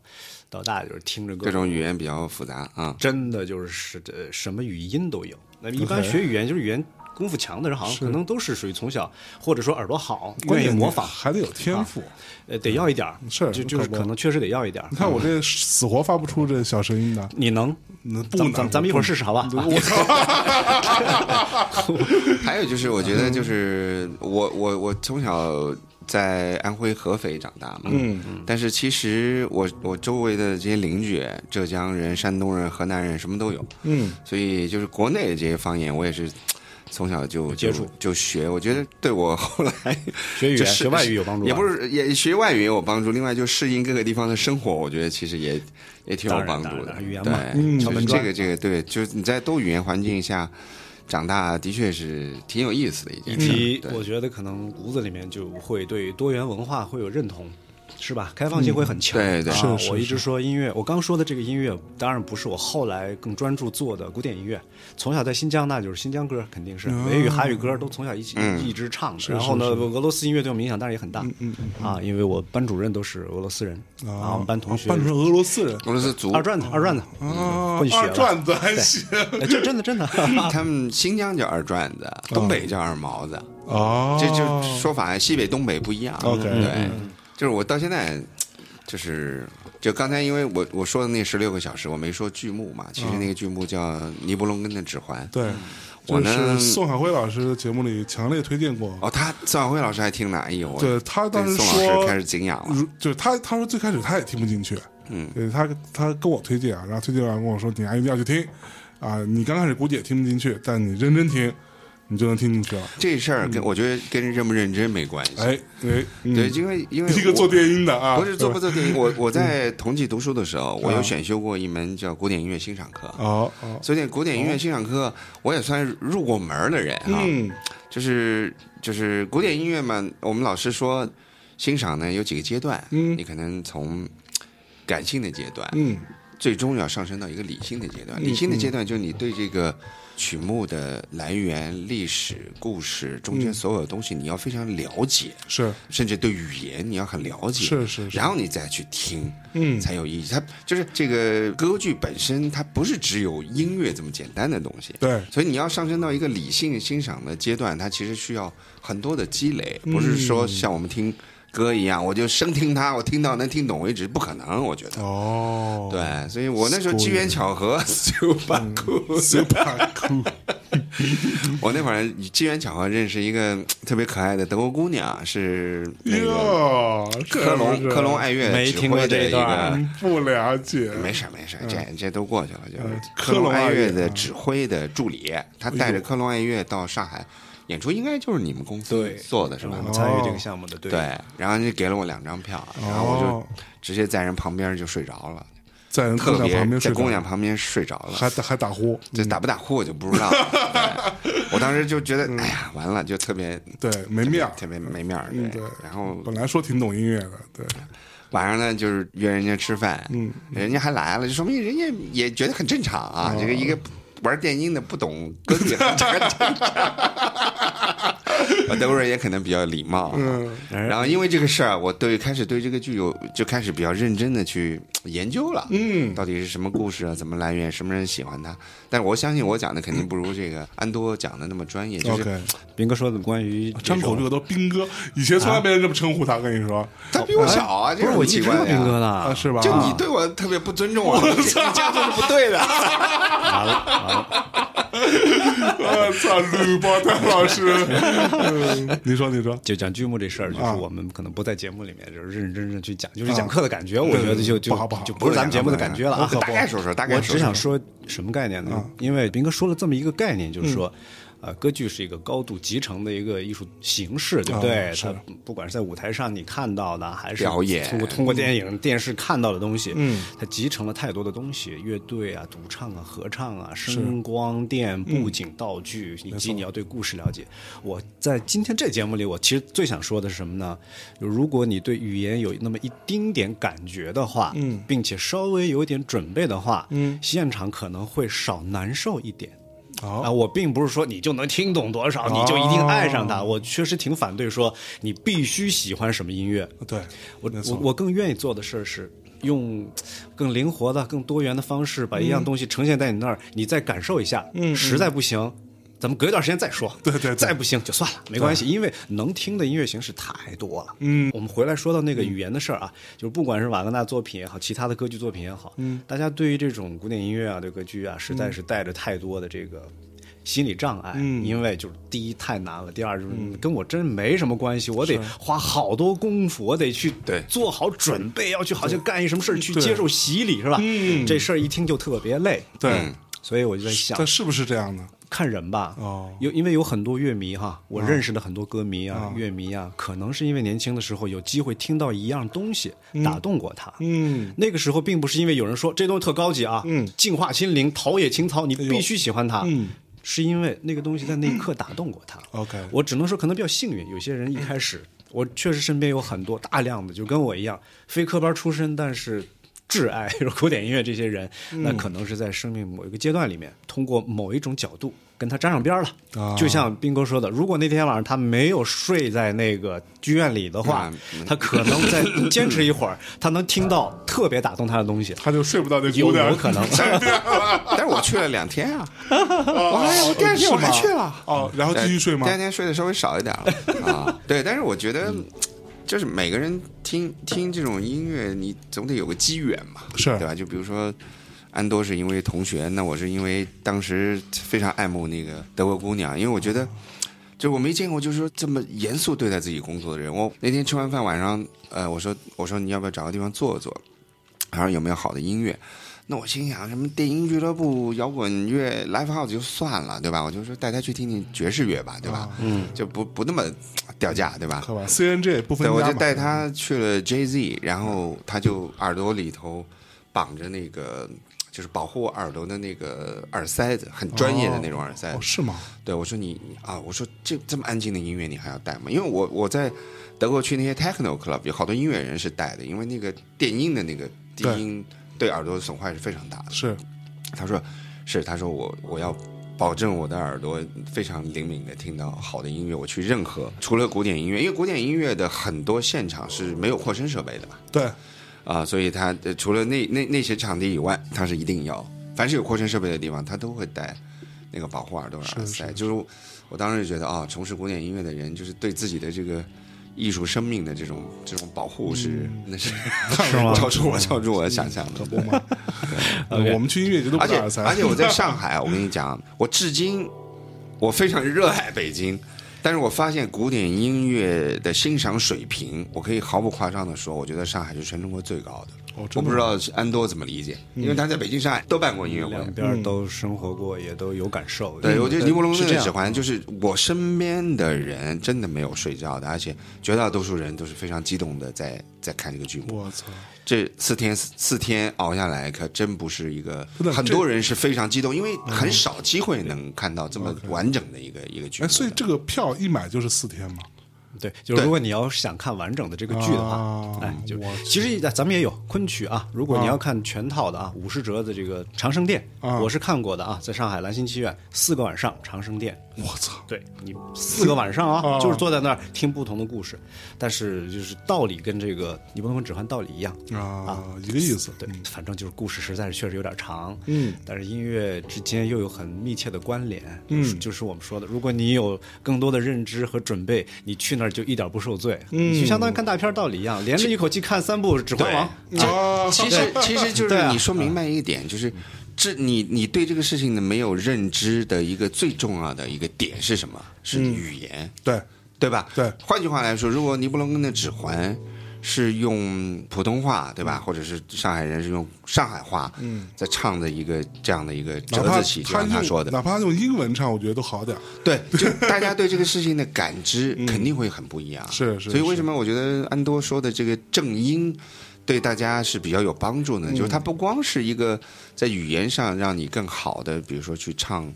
[SPEAKER 3] 到大就是听着
[SPEAKER 1] 各
[SPEAKER 3] 各
[SPEAKER 1] 种语言比较复杂啊。
[SPEAKER 3] 真的就是是呃什么语音都有。那么一般学语言就是语言功夫强的人，好像可能都是属于从小或者说耳朵好，
[SPEAKER 2] 关
[SPEAKER 3] 愿意
[SPEAKER 2] 键
[SPEAKER 3] 模
[SPEAKER 2] 你
[SPEAKER 3] 仿，啊
[SPEAKER 2] 还得有天赋。
[SPEAKER 3] 呃，得要一点儿，
[SPEAKER 2] 是
[SPEAKER 3] 就就是
[SPEAKER 2] 可不
[SPEAKER 3] 可能确实得要一点儿。
[SPEAKER 2] 你看我这死活发不出这小声音的，
[SPEAKER 3] 你能？
[SPEAKER 2] 那不
[SPEAKER 3] 咱
[SPEAKER 2] 能
[SPEAKER 3] 咱咱们一会儿试试好吧？我操！
[SPEAKER 1] 还有就是，我觉得就是我我我从小在安徽合肥长大嘛，嗯，但是其实我我周围的这些邻居，浙江人、山东人、河南人什么都有，
[SPEAKER 2] 嗯，
[SPEAKER 1] 所以就是国内的这些方言，我也是从小就
[SPEAKER 3] 接触
[SPEAKER 1] 就就学，我觉得对我后来
[SPEAKER 3] 学语
[SPEAKER 1] 就
[SPEAKER 3] 言、
[SPEAKER 1] 是
[SPEAKER 3] 学外语有帮助吧，
[SPEAKER 1] 也不是也学外语也有帮助，另外就适应各个地方的生活，我觉得其实也也挺有
[SPEAKER 3] 当然
[SPEAKER 1] 帮
[SPEAKER 3] 当
[SPEAKER 1] 助
[SPEAKER 3] 然
[SPEAKER 1] 的
[SPEAKER 3] 当。然语言
[SPEAKER 1] 对
[SPEAKER 3] 嘛，嗯
[SPEAKER 1] 就
[SPEAKER 3] 敲
[SPEAKER 1] 是
[SPEAKER 3] 门
[SPEAKER 1] 这
[SPEAKER 3] 砖
[SPEAKER 1] 个这个对，就是你在多语言环境下长大，的确是挺有意思的一
[SPEAKER 3] 以
[SPEAKER 2] 嗯
[SPEAKER 1] 件事。
[SPEAKER 3] 及
[SPEAKER 1] 对
[SPEAKER 3] 我觉得可能骨子里面就会对多元文化会有认同，是吧？开放性会很强。
[SPEAKER 1] 对对
[SPEAKER 3] 啊
[SPEAKER 2] 是是
[SPEAKER 3] 我一直说音乐，我刚说的这个音乐，当然不是我后来更专注做的古典音乐。从小在新疆，那就是新疆歌，肯定是维语、韩语歌都从小一起一直唱的。然后呢，俄罗斯音乐对我们影响当然也很大啊，因为我班主任都是俄罗斯人啊，我们班同学
[SPEAKER 2] 啊班主任俄罗斯人
[SPEAKER 1] 俄罗斯族
[SPEAKER 3] 二转子，二转子，
[SPEAKER 2] 啊
[SPEAKER 3] 混血了
[SPEAKER 2] 二转子还行
[SPEAKER 3] 哎这真的真的。
[SPEAKER 1] 他们新疆叫二转子，东北叫二毛子，
[SPEAKER 2] 哦
[SPEAKER 1] 这就说法西北东北不一样。
[SPEAKER 2] OK 嗯
[SPEAKER 1] 对，就是我到现在，就是就刚才因为我我说的那十六个小时，我没说剧目嘛，其实那个剧目叫《尼伯龙根的指环》。
[SPEAKER 2] 嗯对，
[SPEAKER 1] 我
[SPEAKER 2] 就
[SPEAKER 1] 呢
[SPEAKER 2] 是宋海辉老师的节目里强烈推荐过。
[SPEAKER 1] 哦，他宋晓辉老师还听呢，哎呦，我
[SPEAKER 2] 对他当时
[SPEAKER 1] 对宋老
[SPEAKER 2] 说嗯
[SPEAKER 1] 师开始敬仰了。
[SPEAKER 2] 如就是他，他说最开始他也听不进去，嗯，对他他跟我推荐啊，然后推荐完跟我说你啊一定要去听，啊，你刚开始估计也听不进去，但你认真听，你就能听进去了。
[SPEAKER 1] 这事儿跟我觉得跟认不认真没关系，
[SPEAKER 2] 嗯哎哎，嗯
[SPEAKER 1] 对，因为 因为
[SPEAKER 2] 一个
[SPEAKER 1] 我
[SPEAKER 2] 做电音的啊，嗯
[SPEAKER 1] 不是做不
[SPEAKER 2] 对
[SPEAKER 1] 做电影，我我在同济读书的时候，我有选修过一门叫古典音乐欣赏课，
[SPEAKER 2] 哦哦，
[SPEAKER 1] 所以那古典音乐欣赏课我也算是入过门儿的人啊，
[SPEAKER 2] 嗯
[SPEAKER 1] 就是就是古典音乐嘛，我们老师说欣赏呢有几个阶段，
[SPEAKER 2] 嗯
[SPEAKER 1] 你可能从感性的阶段，
[SPEAKER 2] 嗯
[SPEAKER 1] 最终要上升到一个理性的阶段。理性的阶段就是你对这个曲目的来源、历史、故事中
[SPEAKER 2] 嗯
[SPEAKER 1] 间所有东西，你要非常了解，
[SPEAKER 2] 是
[SPEAKER 1] 甚至对语言你要很了解，
[SPEAKER 2] 是是是
[SPEAKER 1] 然后你再去听，
[SPEAKER 2] 嗯
[SPEAKER 1] 才有意义。它就是这个歌剧本身，它不是只有音乐这么简单的东西，
[SPEAKER 2] 对
[SPEAKER 1] 所以你要上升到一个理性欣赏的阶段，它其实需要很多的积累，
[SPEAKER 2] 嗯
[SPEAKER 1] 不是说像我们听歌一样，我就生听它，我听到能听懂为止，不可能，我觉得。
[SPEAKER 2] 哦，
[SPEAKER 1] 对，所以我那时候机缘巧合就 把酷，
[SPEAKER 2] ，super cool，
[SPEAKER 1] 我那会儿机缘巧合认识一个特别可爱的德国姑娘，是那个
[SPEAKER 2] 哟，
[SPEAKER 1] 科隆科隆爱乐
[SPEAKER 3] 没
[SPEAKER 1] 指
[SPEAKER 3] 听过
[SPEAKER 1] 挥
[SPEAKER 3] 这
[SPEAKER 1] 的
[SPEAKER 3] 一
[SPEAKER 1] 一
[SPEAKER 3] 段
[SPEAKER 1] 个。
[SPEAKER 2] 不了解，
[SPEAKER 1] 没事儿没事儿，这这都过去了。就是
[SPEAKER 2] 嗯
[SPEAKER 1] 科
[SPEAKER 2] 科隆
[SPEAKER 1] 隆爱
[SPEAKER 2] 爱乐
[SPEAKER 1] 乐的
[SPEAKER 2] 啊
[SPEAKER 1] 指挥的助理，他带着科隆爱乐到上海演出，应该就是你们公司
[SPEAKER 3] 对哦
[SPEAKER 1] 做的是吧
[SPEAKER 3] 我？们参与这个项目的，对
[SPEAKER 1] 对，然后就给了我两张票，然后我
[SPEAKER 2] 哦
[SPEAKER 1] 就，直接在人旁边就睡着了，
[SPEAKER 2] 在人姑娘
[SPEAKER 1] 特别
[SPEAKER 2] 旁边
[SPEAKER 1] 在
[SPEAKER 2] 睡着
[SPEAKER 1] 姑娘旁边睡着了，
[SPEAKER 2] 还打还打呼，嗯
[SPEAKER 1] 这打不打呼我就不 知道。对我当时就觉得，哎呀，完了，就特别
[SPEAKER 2] 对，嗯没面儿
[SPEAKER 1] 特。别没面儿。
[SPEAKER 2] 嗯，
[SPEAKER 1] 对
[SPEAKER 2] 对，。
[SPEAKER 1] 然后
[SPEAKER 2] 本来说挺懂音乐的，对，
[SPEAKER 1] 晚上呢，就是约人家吃饭，嗯，人家还来了，就说明人家也觉得很正常啊。
[SPEAKER 2] 哦
[SPEAKER 1] 这个一个玩电音的不懂歌曲，很 正常。啊德国人也可能比较礼貌，嗯。
[SPEAKER 3] 哎
[SPEAKER 1] 然后因为这个事儿，啊我对开始对这个剧有就开始比较认真的去研究了，嗯，到底是什么故事啊，怎么来源，什么人喜欢它。但是我相信我讲的肯定不如这个安多讲的那么专业，就是
[SPEAKER 2] OK
[SPEAKER 3] 斌哥说的关于这
[SPEAKER 2] 哦张口
[SPEAKER 3] 种
[SPEAKER 2] 这个都兵哥，以前
[SPEAKER 1] 啊
[SPEAKER 2] 从来没人这么称呼他。跟你说
[SPEAKER 1] 他比我小啊，这
[SPEAKER 3] 不是我
[SPEAKER 1] 很
[SPEAKER 3] 一
[SPEAKER 1] 奇
[SPEAKER 3] 直
[SPEAKER 1] 怪
[SPEAKER 3] 叫
[SPEAKER 1] 的呀
[SPEAKER 3] 斌哥
[SPEAKER 2] 啊，
[SPEAKER 3] 的，
[SPEAKER 2] 哦是吧？
[SPEAKER 1] 就你对我特别不尊重啊，你这样就是不对的。
[SPEAKER 3] 完了完了，
[SPEAKER 2] 我操，呃吕伯特老师， 嗯你说，你说，
[SPEAKER 3] 就讲剧目这事儿，就是
[SPEAKER 2] 啊
[SPEAKER 3] 我们可能不在节目里面就是认认真真去讲，就是讲课的感觉，我
[SPEAKER 2] 对
[SPEAKER 3] 觉得就就
[SPEAKER 2] 不好不好
[SPEAKER 3] 就不是咱啊们节目的感觉了啊。
[SPEAKER 1] 大概说说，大概
[SPEAKER 3] 我
[SPEAKER 1] 说说
[SPEAKER 3] 只想说什么概念呢？因为斌哥说了这么一个概念，就是说，呃，歌剧是一个高度集成的一个艺术形式，对不对？它不啊管是在舞台上你看到的，还是
[SPEAKER 1] 表演
[SPEAKER 3] 通过通过电影、电视看到的东西，嗯，它集成了太多的东西，乐队啊、独唱啊、合唱啊、声光电、布景、道具，以及你要对故事了解。我在今天这节目里，我其实最想说的是什么呢？如果你对语言有那么一丁点感觉的话，嗯，并且稍微有点准备的话，嗯，现场可能会少难受一点。
[SPEAKER 2] 哦
[SPEAKER 3] 啊，我并不是说你就能听懂多少，你就一定爱上它。我确实挺反对说你必须喜欢什么音乐。
[SPEAKER 2] 对，
[SPEAKER 3] 我
[SPEAKER 2] 没错
[SPEAKER 3] 我我更愿意做的事儿是用更灵活的、更多元的方式把一
[SPEAKER 2] 嗯
[SPEAKER 3] 样东西呈现在你那儿，你再感受一下。嗯，实在不行。咱们隔一段时间再说，
[SPEAKER 2] 对对对
[SPEAKER 3] 再不行就算了，没关系，因为能听的音乐形式太多了。
[SPEAKER 2] 嗯，
[SPEAKER 3] 我们回来说到那个语言的事儿啊，就是不管是瓦格纳作品也好，其他的歌剧作品也好，嗯，大家对于这种古典音乐啊、对歌剧啊，实在是带着太多的这个心理障碍，嗯，因为就是第一太难了，第二就是跟我真没什么关系，我得花好多功夫，我得去
[SPEAKER 1] 对
[SPEAKER 3] 做好准备，要去好像干一什么事儿去接受洗礼是吧？嗯，这事儿一听就特别累，嗯
[SPEAKER 2] 对，
[SPEAKER 3] 所以我就在想
[SPEAKER 2] 他，是不是这样的？
[SPEAKER 3] 看人吧。
[SPEAKER 2] 哦
[SPEAKER 3] 有因为有很多乐迷哈，我认识的很多歌迷啊、乐迷啊，可能是因为年轻的时候有机会听到一样东西打动过他。
[SPEAKER 2] 嗯，
[SPEAKER 3] 那个时候并不是因为有人说这东西特高级啊，
[SPEAKER 2] 嗯
[SPEAKER 3] 净化心灵、陶冶情操，你必须喜欢它。
[SPEAKER 2] 嗯
[SPEAKER 3] 是因为那个东西在那一刻打动过他。
[SPEAKER 2] OK
[SPEAKER 3] 我只能说可能比较幸运，有些人一开始，我确实身边有很多大量的就跟我一样非科班出身，但是挚爱古典音乐这些人，
[SPEAKER 2] 嗯
[SPEAKER 3] 那可能是在生命某一个阶段里面，通过某一种角度跟他沾上边儿了。
[SPEAKER 2] 啊
[SPEAKER 3] 就像斌哥说的，如果那天晚上他没有睡在那个剧院里的
[SPEAKER 2] 嗯
[SPEAKER 3] 话，他可能再坚持一会儿，他能听到特别打动他的东西。
[SPEAKER 2] 他就睡不到这
[SPEAKER 3] 有
[SPEAKER 2] 姑娘，
[SPEAKER 3] 有可能
[SPEAKER 1] 但是我去了两天啊，哎，我第二天我还去了，
[SPEAKER 2] 哦，然后继续睡吗嗯
[SPEAKER 1] 第？二天睡的稍微少一点了啊。对，但是我觉得，就是每个人听听这种音乐，你总得有个机缘嘛，
[SPEAKER 2] 是
[SPEAKER 1] 对吧？就比如说。安多是因为同学，那我是因为当时非常爱慕那个德国姑娘，因为我觉得，就我没见过就是说这么严肃对待自己工作的人。我那天吃完饭晚上，呃，我说我说你要不要找个地方坐坐，然后有没有好的音乐？那我心想，什么电音俱乐部、摇滚乐、live house 就算了，对吧？我就说带他去听听爵士乐吧，对吧？嗯，就不不那么掉价，对吧？
[SPEAKER 2] 可吧，CNG 不分
[SPEAKER 1] 对，
[SPEAKER 2] 家
[SPEAKER 1] 我就
[SPEAKER 2] 嘛
[SPEAKER 1] 带他去了 Jay Z，然后他就耳朵里头绑着那个，就是保护我耳朵的那个耳塞子，很专业的那种耳塞子。
[SPEAKER 2] 哦，是吗？
[SPEAKER 1] 对我说你你啊，我说这这么安静的音乐你还要带吗？因为我我在德国去那些 techno club 有好多音乐人是带的，因为那个电音的那个低
[SPEAKER 2] 对
[SPEAKER 1] 音对耳朵的损害是非常大的。
[SPEAKER 2] 是，
[SPEAKER 1] 他说是，他说我我要保证我的耳朵非常灵敏的听到好的音乐，我去任何除了古典音乐，因为古典音乐的很多现场是没有扩声设备的嘛，
[SPEAKER 2] 对，
[SPEAKER 1] 啊，所以他呃除了那那那些场地以外，他是一定要，凡是有扩声设备的地方，他都会带那个保护耳朵的耳塞。就是我我当时就觉得啊、从事古典音乐的人，就是对自己的这个艺术生命的这种这种保护是、那嗯 是嗯
[SPEAKER 3] 吗
[SPEAKER 1] 超出我超出我的想象的。
[SPEAKER 2] 呃我们去音乐节都不
[SPEAKER 1] 而且
[SPEAKER 2] 戴耳塞，
[SPEAKER 1] 而且我在上海，啊我跟你讲，我至今我非常热爱北京，但是我发现古典音乐的欣赏水平，我可以毫不夸张的说，我觉得上海是全中国最高的。
[SPEAKER 2] 哦真的吗
[SPEAKER 1] 我不知道安多怎么理解，因为他在北京、上海都办过音乐会。
[SPEAKER 3] 两边儿都生活过，也都有感受。
[SPEAKER 1] 嗯
[SPEAKER 3] 嗯
[SPEAKER 1] 对，我觉得尼伯龙
[SPEAKER 3] 是
[SPEAKER 1] 真
[SPEAKER 3] 这
[SPEAKER 1] 的
[SPEAKER 3] 样
[SPEAKER 1] 喜。欢，就是我身边的人真的没有睡觉的，而且绝大多数人都是非常激动的在在看这个剧目。
[SPEAKER 2] 我操，
[SPEAKER 1] 这四天四天熬下来，可真不是一个
[SPEAKER 2] 真的
[SPEAKER 1] 很
[SPEAKER 2] 这
[SPEAKER 1] 多人是非常激动，因为很少机会能看到这么完整的一个一个剧目
[SPEAKER 2] 哎，
[SPEAKER 1] 的。
[SPEAKER 2] 所以这个票一买就是四天嘛，
[SPEAKER 3] 对，就是
[SPEAKER 1] 对
[SPEAKER 3] 如果你要想看完整的这个剧的话
[SPEAKER 2] 啊，
[SPEAKER 3] 哎，就
[SPEAKER 2] 我
[SPEAKER 3] 其实咱们也有昆曲啊。如果你要看全套的啊，武士哲的这个《长生殿》，
[SPEAKER 2] 啊
[SPEAKER 3] 我是看过的啊，在上海兰心剧院四个晚上，《长生殿》
[SPEAKER 2] 我操，
[SPEAKER 3] 对你四个晚上
[SPEAKER 2] 啊
[SPEAKER 3] 啊，就是坐在那儿听不同的故事，但是就是道理跟这个《你不能跟指环》道理一样
[SPEAKER 2] 啊，一个意思，
[SPEAKER 3] 对，反正就是故事实在是确实有点长，嗯，但是音乐之间又有很密切的关联，嗯，就是我们说的，如果你有更多的认知和准备，你去那儿就一点不受罪，嗯，就相当于看大片儿道理一样，连着一口气看三部《指环王》，
[SPEAKER 2] 啊，
[SPEAKER 1] 其实其实就
[SPEAKER 3] 对
[SPEAKER 1] 是
[SPEAKER 3] 啊
[SPEAKER 1] 你说明白一点，就是这你你对这个事情的没有认知的一个最重要的一个点是什么？是语言，
[SPEAKER 2] 对，
[SPEAKER 1] 对吧？
[SPEAKER 2] 对
[SPEAKER 1] 换句话来说，如果尼布龙根的指环是用普通话对吧，或者是上海人是用上海话，嗯，在唱的一个这样的一个
[SPEAKER 2] 哪
[SPEAKER 1] 折
[SPEAKER 2] 怕
[SPEAKER 1] 子戏，就像他
[SPEAKER 2] 用
[SPEAKER 1] 说的，
[SPEAKER 2] 哪怕用英文唱，我觉得都好点 儿。
[SPEAKER 1] 对，就大家对这个事情的感知
[SPEAKER 3] 嗯
[SPEAKER 1] 肯定会很不一样。啊
[SPEAKER 2] 是是
[SPEAKER 1] 所以为什么我觉得安多说的这个正音对大家是比较有帮助
[SPEAKER 3] 嗯
[SPEAKER 1] 呢？就是它不光是一个在语言上让你更好的，比如说去唱。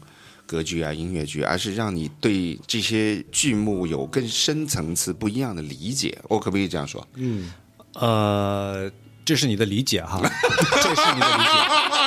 [SPEAKER 1] 歌剧啊，音乐剧，而是让你对这些剧目有更深层次、不一样的理解。我可不可以这样说？
[SPEAKER 3] 嗯呃，这是你的理解哈，这是你的理解。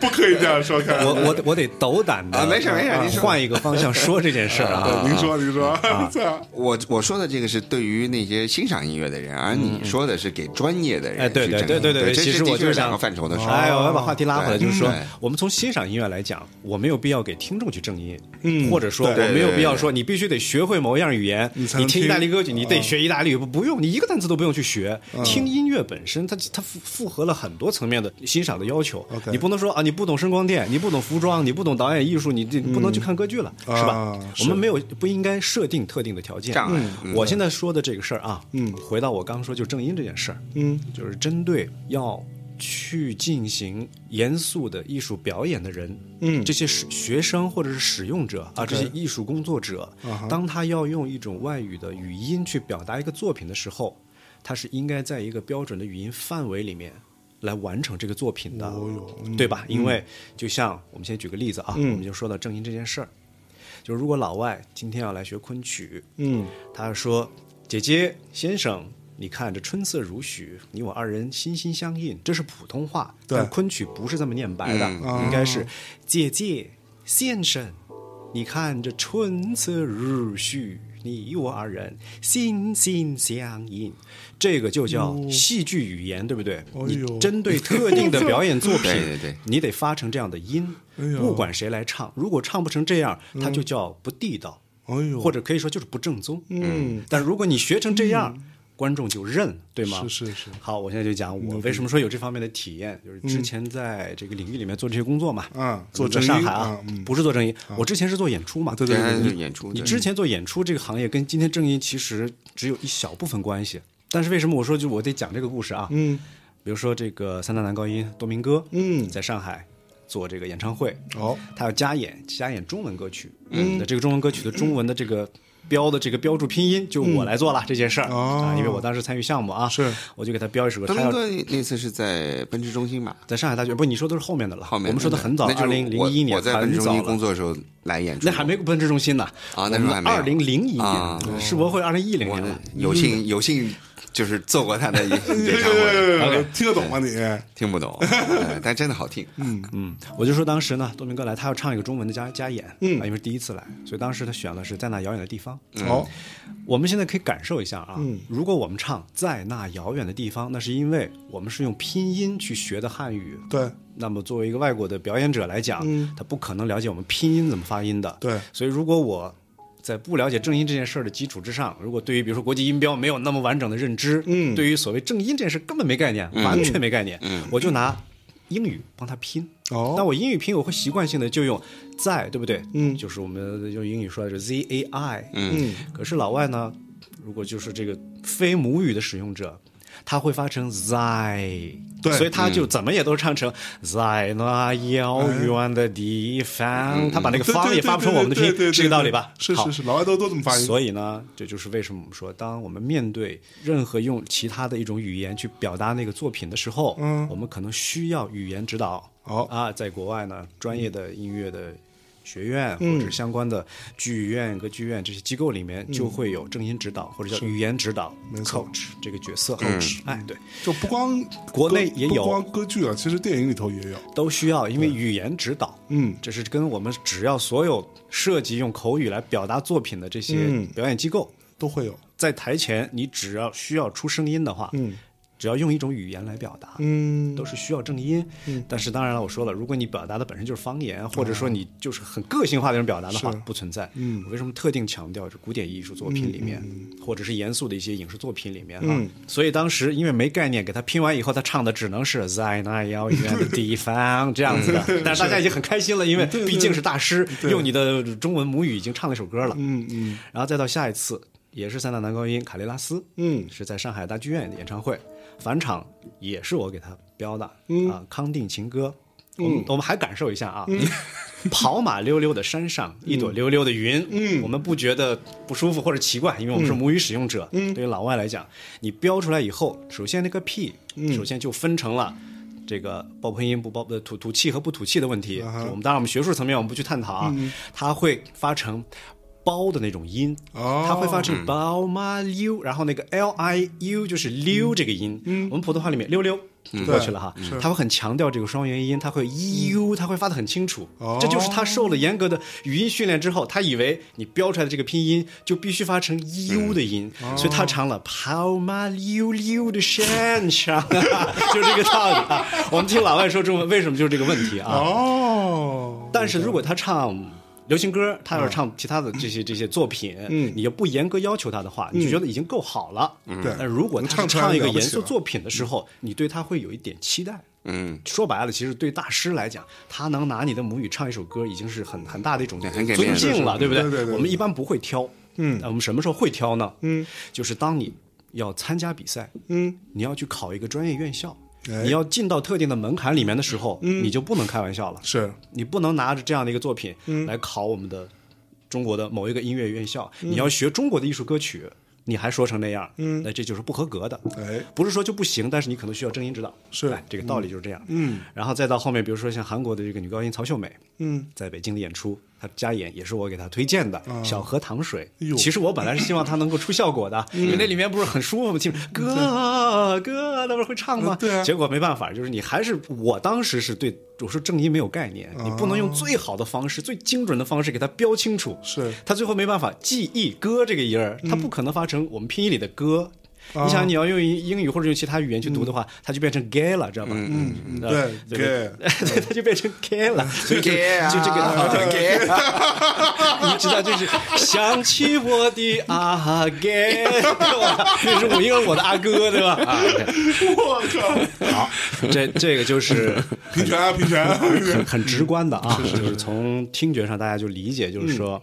[SPEAKER 2] 不可以这样说，看来
[SPEAKER 3] 我我我得斗胆的
[SPEAKER 1] 啊没事没事您说
[SPEAKER 3] 换一个方向说这件事儿啊。
[SPEAKER 2] 您说您说，操
[SPEAKER 1] 我我说的这个是对于那些欣赏音乐的人，而你说的是给专业的人
[SPEAKER 3] 嗯哎，对
[SPEAKER 1] 去
[SPEAKER 3] 对
[SPEAKER 1] 整
[SPEAKER 3] 对对
[SPEAKER 1] 对，这
[SPEAKER 3] 其
[SPEAKER 1] 是
[SPEAKER 3] 实
[SPEAKER 1] 的
[SPEAKER 3] 我
[SPEAKER 1] 确
[SPEAKER 3] 就是
[SPEAKER 1] 两
[SPEAKER 3] 想
[SPEAKER 1] 个范畴的事儿。
[SPEAKER 3] 哎，我要把话题拉回来，就是说
[SPEAKER 1] 对嗯，
[SPEAKER 3] 我们从欣赏音乐来讲，我没有必要给听众去正音，嗯，或者说
[SPEAKER 1] 对
[SPEAKER 3] 我没有必要
[SPEAKER 1] 对对
[SPEAKER 3] 说你必须得学会某样语言，
[SPEAKER 2] 你
[SPEAKER 3] 你
[SPEAKER 2] 才能
[SPEAKER 3] 听意大利
[SPEAKER 2] 听
[SPEAKER 3] 歌曲，你
[SPEAKER 1] 嗯
[SPEAKER 3] 得学意大利语，不不用，你一个单词都不用去学，听音乐本身，它它符符合了很多层面的欣赏的要求
[SPEAKER 2] OK，
[SPEAKER 3] 你不能说啊，你不懂声光电，你不懂服装，你不懂导演艺术，你这不能
[SPEAKER 1] 嗯
[SPEAKER 3] 去看歌剧了，
[SPEAKER 2] 啊
[SPEAKER 3] 是吧？
[SPEAKER 2] 是
[SPEAKER 3] 我们没有不应该设定特定的条件
[SPEAKER 1] 障碍嗯。
[SPEAKER 3] 我现在说的这个事儿啊，嗯，回到我刚说就正音这件事儿，
[SPEAKER 2] 嗯，
[SPEAKER 3] 就是针对要去进行严肃的艺术表演的人，
[SPEAKER 2] 嗯
[SPEAKER 3] 这些使学生或者是使用者啊，这些艺术工作者
[SPEAKER 2] 啊哈，
[SPEAKER 3] 当他要用一种外语的语音去表达一个作品的时候，他是应该在一个标准的语音范围里面来完成这个作品的，
[SPEAKER 2] 哦哟嗯
[SPEAKER 3] 对吧？因为就像我们先举个例子啊，我们就说到正音这件事儿，就是如果老外今天要来学昆曲，
[SPEAKER 2] 嗯，
[SPEAKER 3] 他说：“姐姐，先生，你看这春色如许，你我二人心心相印。”这是普通话，
[SPEAKER 2] 对
[SPEAKER 3] 但昆曲不是这么念白的，
[SPEAKER 2] 啊
[SPEAKER 3] 嗯应该是“姐姐，先生，你看这春色如许。”你我二人心心相印，这个就叫戏剧语言，对不对？
[SPEAKER 2] 哦哎呦
[SPEAKER 3] 你针对特定的表 演作品，
[SPEAKER 1] 对对对
[SPEAKER 3] 你得发成这样的音，
[SPEAKER 2] 哎呦
[SPEAKER 3] 不管谁来唱，如果唱不成这样，它就叫不地道。
[SPEAKER 2] 哎呦，
[SPEAKER 3] 或者可以说就是不正宗。
[SPEAKER 2] 嗯，
[SPEAKER 3] 但如果你学成这样，观众就认，对吗？
[SPEAKER 2] 是是是
[SPEAKER 3] 好，我现在就讲我为什么说有这方面的体验，就是之前在这个领域里面做这些工作嘛。
[SPEAKER 2] 嗯
[SPEAKER 3] 我
[SPEAKER 2] 做
[SPEAKER 3] 们
[SPEAKER 2] 正
[SPEAKER 3] 在
[SPEAKER 2] 音
[SPEAKER 3] 上海啊
[SPEAKER 2] 啊嗯，
[SPEAKER 3] 不是做正音，我之前是做演出嘛。
[SPEAKER 2] 对对
[SPEAKER 1] 对
[SPEAKER 2] 对
[SPEAKER 1] 他
[SPEAKER 2] 对
[SPEAKER 1] 就
[SPEAKER 2] 对，
[SPEAKER 1] 演出，
[SPEAKER 3] 你
[SPEAKER 1] 对
[SPEAKER 3] 之前做演出这个行业跟今天正音其实只有一小部分关系，但是为什么我说就我得讲这个故事啊？
[SPEAKER 2] 嗯，
[SPEAKER 3] 比如说这个三大男高音多明哥，
[SPEAKER 2] 嗯
[SPEAKER 3] 在上海做这个演唱会，
[SPEAKER 2] 好，
[SPEAKER 3] 他要加演加演中文歌曲，嗯，那这个中文歌曲的中文的这个标的这个标注拼音就我来做了这件事儿、
[SPEAKER 2] 哦
[SPEAKER 3] 啊，因为我当时参与项目啊，
[SPEAKER 2] 是，
[SPEAKER 3] 我就给他标一首歌，
[SPEAKER 1] 东
[SPEAKER 3] 他
[SPEAKER 1] 明
[SPEAKER 3] 要
[SPEAKER 1] 哥那次是在奔驰中心吧？
[SPEAKER 3] 在上海大学，不，你说都是后面的了，
[SPEAKER 1] 后面
[SPEAKER 3] 我们说的很早，
[SPEAKER 1] 那就
[SPEAKER 3] 二
[SPEAKER 1] 是
[SPEAKER 3] 零
[SPEAKER 1] 我
[SPEAKER 3] 零一年，
[SPEAKER 1] 我在
[SPEAKER 3] 很
[SPEAKER 1] 奔驰中
[SPEAKER 3] 早
[SPEAKER 1] 心
[SPEAKER 3] 了
[SPEAKER 1] 工作的时候来演出，
[SPEAKER 3] 那还没奔驰中心呢
[SPEAKER 1] 啊那时候还没有
[SPEAKER 3] 二零零一
[SPEAKER 1] 啊
[SPEAKER 3] 年，世博会二零一零
[SPEAKER 1] 我
[SPEAKER 3] 年了，
[SPEAKER 1] 嗯有 幸有幸就是做过他的演演唱会，
[SPEAKER 2] 哎听得懂吗你？
[SPEAKER 1] 听不 懂，呃但真的好听。
[SPEAKER 3] 嗯，我就说当时呢，多明哥来，他要唱一个中文的加加演，嗯啊，因为是第一次来，所以当时他选的是在那遥远的地方，
[SPEAKER 1] 嗯
[SPEAKER 2] 好，
[SPEAKER 3] 我们现在可以感受一下啊，
[SPEAKER 2] 嗯
[SPEAKER 3] 如果我们唱在那遥远的地方，那是因为我们是用拼音去学的汉语。
[SPEAKER 2] 对，嗯
[SPEAKER 3] 那么作为一个外国的表演者来讲，他不可能了解我们拼音怎么发音的。
[SPEAKER 2] 对
[SPEAKER 3] 所以如果我在不了解正音这件事儿的基础之上，如果对于比如说国际音标没有那么完整的认知，嗯，对于所谓正音这件事根本没概念，
[SPEAKER 2] 嗯
[SPEAKER 3] 完全没概念，我就拿英语帮他拼。
[SPEAKER 2] 哦
[SPEAKER 3] 那我英语拼我会习惯性的就用在，对不对？嗯，就是我们用英语说的是 z a i。嗯，可是老外呢，如果就是这个非母语的使用者，他会发成在。
[SPEAKER 2] 对嗯
[SPEAKER 3] 所以他就怎么也都唱成在那遥远的地方，他把那个
[SPEAKER 2] 嗯对
[SPEAKER 3] 方
[SPEAKER 2] 对
[SPEAKER 3] 也
[SPEAKER 2] 对
[SPEAKER 3] 发不成我们的
[SPEAKER 2] 对对对
[SPEAKER 3] 拼，是这个道理吧？
[SPEAKER 2] 是
[SPEAKER 3] 好
[SPEAKER 2] 是是，老外都都这么发音。
[SPEAKER 3] 所以呢，这就是为什么我们说，当我们面对任何用其他的一种语言去表达那个作品的时候，嗯，我们可能需要语言指导。
[SPEAKER 2] 好
[SPEAKER 3] 啊，在国外呢，专业的音乐的学院、
[SPEAKER 2] 嗯
[SPEAKER 3] 或者是相关的剧院、歌剧院这些机构里面，就会有正音指导、或者叫语言指导
[SPEAKER 2] 没错嗯
[SPEAKER 3] coach 这个角色。coach，、哎，对，
[SPEAKER 2] 就不光
[SPEAKER 3] 国内
[SPEAKER 2] 歌
[SPEAKER 3] 也有
[SPEAKER 2] 不光歌剧啊，其实电影里头也有。
[SPEAKER 3] 都需要，因为语言指导，
[SPEAKER 2] 嗯
[SPEAKER 3] 这是跟我们只要所有涉及用口语来表达作品的这些
[SPEAKER 2] 嗯
[SPEAKER 3] 表演机构。
[SPEAKER 2] 都会有。
[SPEAKER 3] 在台前，你只要需要出声音的话，嗯，只要用一种语言来表达，
[SPEAKER 2] 嗯，
[SPEAKER 3] 都是需要正音。但是当然了，我说了，如果你表达的本身就是方
[SPEAKER 2] 啊
[SPEAKER 3] 言，或者说你就是很个性化的那种表达的话，不存在。嗯，我为什么特定强调是古典艺术作品里面，
[SPEAKER 2] 嗯
[SPEAKER 3] 或者是严肃的一些影视作品里面啊？所以当时因为没概念，给他拼完以后，他唱的只能是在那遥远的地 方这样子
[SPEAKER 2] 嗯
[SPEAKER 3] 的。但是大家已经很开心了，因为毕竟是大师，用你的中文母语已经唱了一首歌了。
[SPEAKER 2] 嗯嗯，
[SPEAKER 3] 然后再到下一次，也是三大男高音卡雷拉斯，
[SPEAKER 2] 嗯
[SPEAKER 3] 是在上海大剧院的演唱会，返场也是我给他标的，啊，《康定情歌》，我们、我们还感受一下啊，跑马溜溜的山上，一朵溜溜的云，嗯，我们不觉得不舒服或者奇怪，因为我们是母语使用者，嗯，对于老外来讲，你标出来以后，首先那个 P，、首先就分成了。这个爆喷音不爆呃吐吐气和不吐气的问题，
[SPEAKER 2] 哈
[SPEAKER 3] 我们当然我们学术层面我们不去探讨啊，它会发成包的那种音，
[SPEAKER 2] 哦
[SPEAKER 3] 它会发成包嘛溜，然后那个 L I U 就是溜这个音，我们普通话里面溜溜。过去了哈，它会很强调这个双元音，它会 e u，它会发的很清楚
[SPEAKER 2] 哦，
[SPEAKER 3] 这就是他受了严格的语音训练之后，他以为你标出来的这个拼音就必须发成 e u 的音，所以他唱了跑马溜溜的山上， 就这个道理啊。我们听老外说中文，为什么就是这个问题啊？
[SPEAKER 2] 哦，
[SPEAKER 3] 但是如果他唱流行歌，他要是唱其他的这些这些作品，嗯，你又不严格要求他的话，你就觉得已经够好了。嗯
[SPEAKER 2] 对
[SPEAKER 3] 但如果他是
[SPEAKER 2] 唱出来
[SPEAKER 3] 唱一个
[SPEAKER 2] 了不
[SPEAKER 3] 严
[SPEAKER 2] 起
[SPEAKER 3] 肃
[SPEAKER 2] 了
[SPEAKER 3] 作品的时候，你对他会有一点期待。嗯，说白了，其实对大师来讲，他能拿你的母语唱一首歌，已经是很很大的一种
[SPEAKER 1] 对很给
[SPEAKER 3] 尊
[SPEAKER 1] 面子
[SPEAKER 3] 敬了，对不
[SPEAKER 2] 对对对
[SPEAKER 3] 我们一般不会挑，嗯，我们什么时候会挑呢？嗯，就是当你要参加比赛，嗯，你要去考一个专业院校，
[SPEAKER 2] 哎
[SPEAKER 3] 你要进到特定的门槛里面的时候，你就不能开玩笑了，
[SPEAKER 2] 是
[SPEAKER 3] 你不能拿着这样的一个作品来考我们的中国的某一个音乐院校，你要学中国的艺术歌曲，你还说成那样，嗯，那这就是不合格的。
[SPEAKER 2] 哎
[SPEAKER 3] 不是说就不行，但是你可能需要正音指导。
[SPEAKER 2] 是
[SPEAKER 3] 哎这个道理就是这样。嗯，然后再到后面，比如说像韩国的这个女高音曹秀美，嗯，在北京的演出，她加演也是我给她推荐的《小河淌水
[SPEAKER 2] 啊哎呦》。嗯
[SPEAKER 3] 其实我本来是希望她能够出效果的，因为那里面不是很舒服吗？听着哥哥，那不是会唱吗
[SPEAKER 2] 嗯？对啊
[SPEAKER 3] 结果没办法，就是你还是我当时是对我说正音没有概念，你
[SPEAKER 2] 啊
[SPEAKER 3] 不能用最好的方式、最精准的方式给它标清楚。
[SPEAKER 2] 是嗯
[SPEAKER 3] 他最后没办法记忆“歌”这个音儿，他不可能发成我们拼音里的“歌”。
[SPEAKER 2] 啊
[SPEAKER 3] 你想，你要用英语或者用其他语言去读的话，它就变成 gay 了，知道吧？嗯，
[SPEAKER 2] 对
[SPEAKER 3] 对，对，它就变成 gay 了，所以就就这
[SPEAKER 1] 啊
[SPEAKER 3] 个，
[SPEAKER 1] 给
[SPEAKER 3] 你知道，就是想起我的阿 gay，对吧这是我因为我的阿哥，对吧？ 啊，
[SPEAKER 2] 我靠，好，
[SPEAKER 3] 这这个就是
[SPEAKER 2] 平权啊，平权 啊，平权
[SPEAKER 3] 很很直观的 啊，就是从听觉上大家就理解，就是
[SPEAKER 1] 嗯
[SPEAKER 3] 说、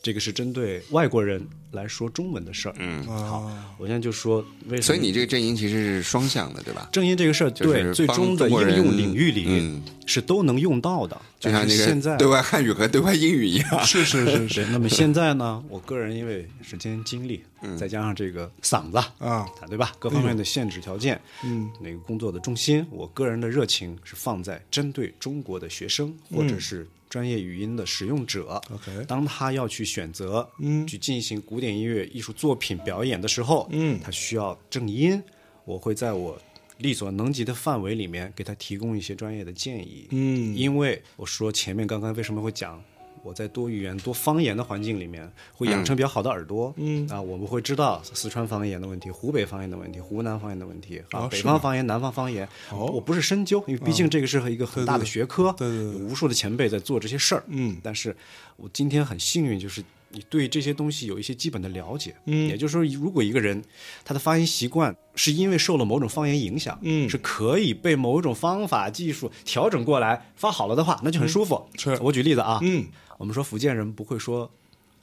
[SPEAKER 3] 这个是针对外国人来说中文的事儿。嗯，
[SPEAKER 2] 啊
[SPEAKER 3] 好，我现在就说为什么？
[SPEAKER 1] 所以你这个阵营其实是双向的，对吧？
[SPEAKER 3] 正因这个事儿，
[SPEAKER 1] 就是
[SPEAKER 3] 对最
[SPEAKER 1] 帮
[SPEAKER 3] 终的
[SPEAKER 1] 中国
[SPEAKER 3] 应
[SPEAKER 1] 人
[SPEAKER 3] 用领域里
[SPEAKER 1] 嗯
[SPEAKER 3] 是都能用到的，
[SPEAKER 1] 就
[SPEAKER 3] 但
[SPEAKER 1] 像
[SPEAKER 3] 是
[SPEAKER 1] 那
[SPEAKER 3] 现
[SPEAKER 1] 个
[SPEAKER 3] 在
[SPEAKER 1] 对外汉语和对外英语一 样，
[SPEAKER 2] 是是是是
[SPEAKER 3] 对，那么现在呢，我个人因为时间精力，再加上这个嗓子
[SPEAKER 2] 嗯啊，哎
[SPEAKER 3] 对吧？各方面的限制条件，嗯，那个工作的重心，我个人的热情是放在针对中国的学生或者是专业语音的使用者。
[SPEAKER 2] 嗯 OK
[SPEAKER 3] 当他要去选择，嗯，去进行古典音乐艺术作品表演的时候，嗯，他需要正音，我会在我。力所能及的范围里面，给他提供一些专业的建议。嗯，因为我说前面刚刚为什么会讲我在多语言、多方言的环境里面，会养成比较好的耳朵。嗯啊，我们会知道四川方言的问题、湖北方言的问题、湖南方言的问题啊，
[SPEAKER 2] 哦
[SPEAKER 3] 北
[SPEAKER 2] 是吗哦
[SPEAKER 3] 方方言、南方方言。我不是深究，因为毕竟这个是一个很大的学科，
[SPEAKER 2] 对对对对
[SPEAKER 3] 有无数的前辈在做这些事儿。
[SPEAKER 2] 嗯
[SPEAKER 3] 但是我今天很幸运，就是你对这些东西有一些基本的了解。嗯，也就是说，如果一个人他的发音习惯是因为受了某种方言影响，
[SPEAKER 2] 嗯
[SPEAKER 3] 是可以被某种方法技术调整过来发好了的话，那就很舒服。
[SPEAKER 2] 嗯是
[SPEAKER 3] 我举例子啊，
[SPEAKER 2] 嗯，
[SPEAKER 3] 我们说福建人不会说。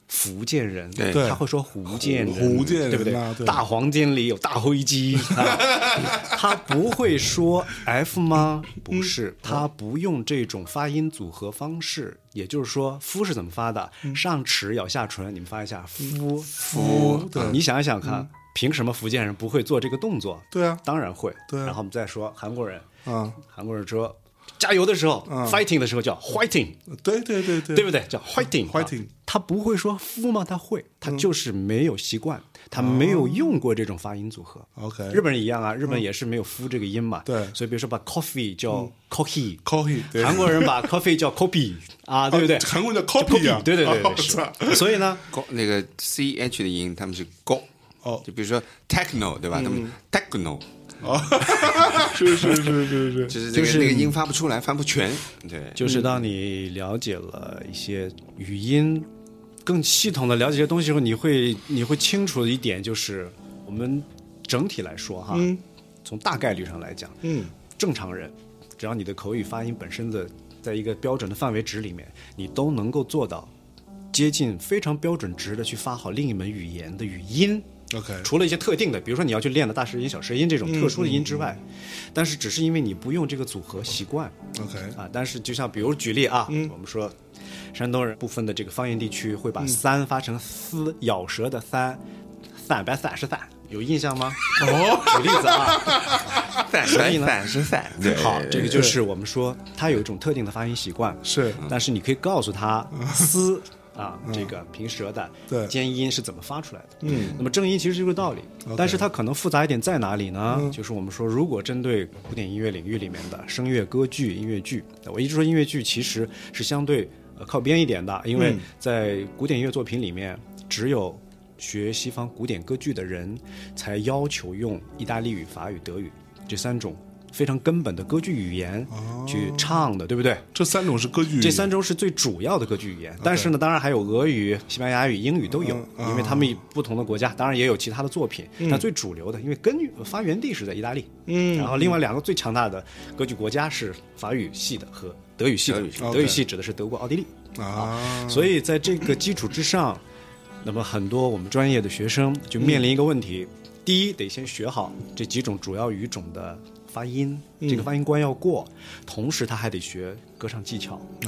[SPEAKER 3] 福建人，
[SPEAKER 1] 对
[SPEAKER 3] 他会说福建人，
[SPEAKER 2] 福建人啊
[SPEAKER 3] 对不对？
[SPEAKER 2] 对
[SPEAKER 3] 大黄金里有大灰 鸡，啊他不会说 F 吗？
[SPEAKER 2] 嗯
[SPEAKER 3] 不是，他不用这种发音组合方式，也就是说，夫是怎么发的？
[SPEAKER 2] 嗯
[SPEAKER 3] 上齿咬下唇，你们发一下夫夫。你想一想看，凭什么福建人不会做这个动作？
[SPEAKER 2] 嗯对啊
[SPEAKER 3] 当然会。
[SPEAKER 2] 对啊
[SPEAKER 3] 然后我们再说韩国人，
[SPEAKER 2] 啊，
[SPEAKER 3] 韩国人说加油的时候
[SPEAKER 2] 嗯
[SPEAKER 3] ，fighting 的时候叫 fighting。
[SPEAKER 2] 对对对对，嗯
[SPEAKER 3] 对不对？叫 fighting 啊
[SPEAKER 2] fighting 嗯
[SPEAKER 3] 他不会说夫吗？他会，他就是没有习惯，他没有用过这种发音组合。
[SPEAKER 2] 哦 OK 嗯
[SPEAKER 3] 日本人一样啊，日本也是没有夫这个音嘛。
[SPEAKER 2] 对
[SPEAKER 3] 所以比如说把 coffee 叫 coffee，
[SPEAKER 2] ？coffee，对
[SPEAKER 3] 韩国人把 coffee 叫 copy 啊，对不对？
[SPEAKER 2] 韩国人叫
[SPEAKER 3] 就
[SPEAKER 2] copy 啊
[SPEAKER 3] 对对对
[SPEAKER 2] 哦是吧
[SPEAKER 3] 对是。所以呢，
[SPEAKER 1] 高那个 C H 的音他们是高，
[SPEAKER 2] 哦
[SPEAKER 1] 就比如说 techno 对吧？他
[SPEAKER 3] 嗯
[SPEAKER 1] 们 techno
[SPEAKER 2] 是是是是是，
[SPEAKER 1] 就是这个
[SPEAKER 3] 就是
[SPEAKER 1] 那个音发不出来，发不全，对，
[SPEAKER 3] 就是当你了解了一些语音，更系统的了解这些东西后，你会你会清楚的一点就是，我们整体来说哈，从大概率上来讲，
[SPEAKER 2] 嗯，
[SPEAKER 3] 正常人，只要你的口语发音本身的在一个标准的范围值里面，你都能够做到接近非常标准值的去发好另一门语言的语音。
[SPEAKER 2] OK 嗯
[SPEAKER 3] 除了一些特定的，比如说你要去练的大舌音、小舌音这种特殊的音之外，但是只是因为你不用这个组合习惯
[SPEAKER 2] OK 嗯
[SPEAKER 3] 啊。但是就像比如举例啊，我们说山东人部分的这个方言地区会把“三”发成“丝”，咬舌的“三”，散白散是散，有印象吗？哦，举例子啊，
[SPEAKER 1] 散
[SPEAKER 3] 所以呢
[SPEAKER 1] 散是散，对
[SPEAKER 3] 好，这个就是我们说他有一种特定的发音习惯，
[SPEAKER 2] 是
[SPEAKER 3] 但是你可以告诉 他丝啊，这个平舌的
[SPEAKER 2] 对
[SPEAKER 3] 尖音是怎么发出来的。嗯，那么正音其实是这个道理
[SPEAKER 2] OK，
[SPEAKER 3] 但是它可能复杂一点在哪里呢？就是我们说，如果针对古典音乐领域里面的声乐、歌剧、音乐剧，我一直说音乐剧其实是相对呃靠边一点的，因为在古典音乐作品里面只有。学西方古典歌剧的人才要求用意大利语、法语、德语这三种非常根本的歌剧语言去唱的，对不对？
[SPEAKER 2] 这三种是歌剧，
[SPEAKER 3] 这三种是最主要的歌剧语言，但是呢，当然还有俄语、西班牙语、英语都有，因为他们不同的国家，当然也有其他的作品。但最主流的，因为根源发源地是在意大利，嗯，然后另外两个最强大的歌剧国家是法语系的和德语系的，嗯德语系指的是德国、奥地利。
[SPEAKER 2] 啊，
[SPEAKER 3] 所以在这个基础之上，那么很多我们专业的学生就面临一个问题：第一，得先学好这几种主要语种的发音，这个发音关要过；同时，他还得学歌唱技巧。
[SPEAKER 2] 啊，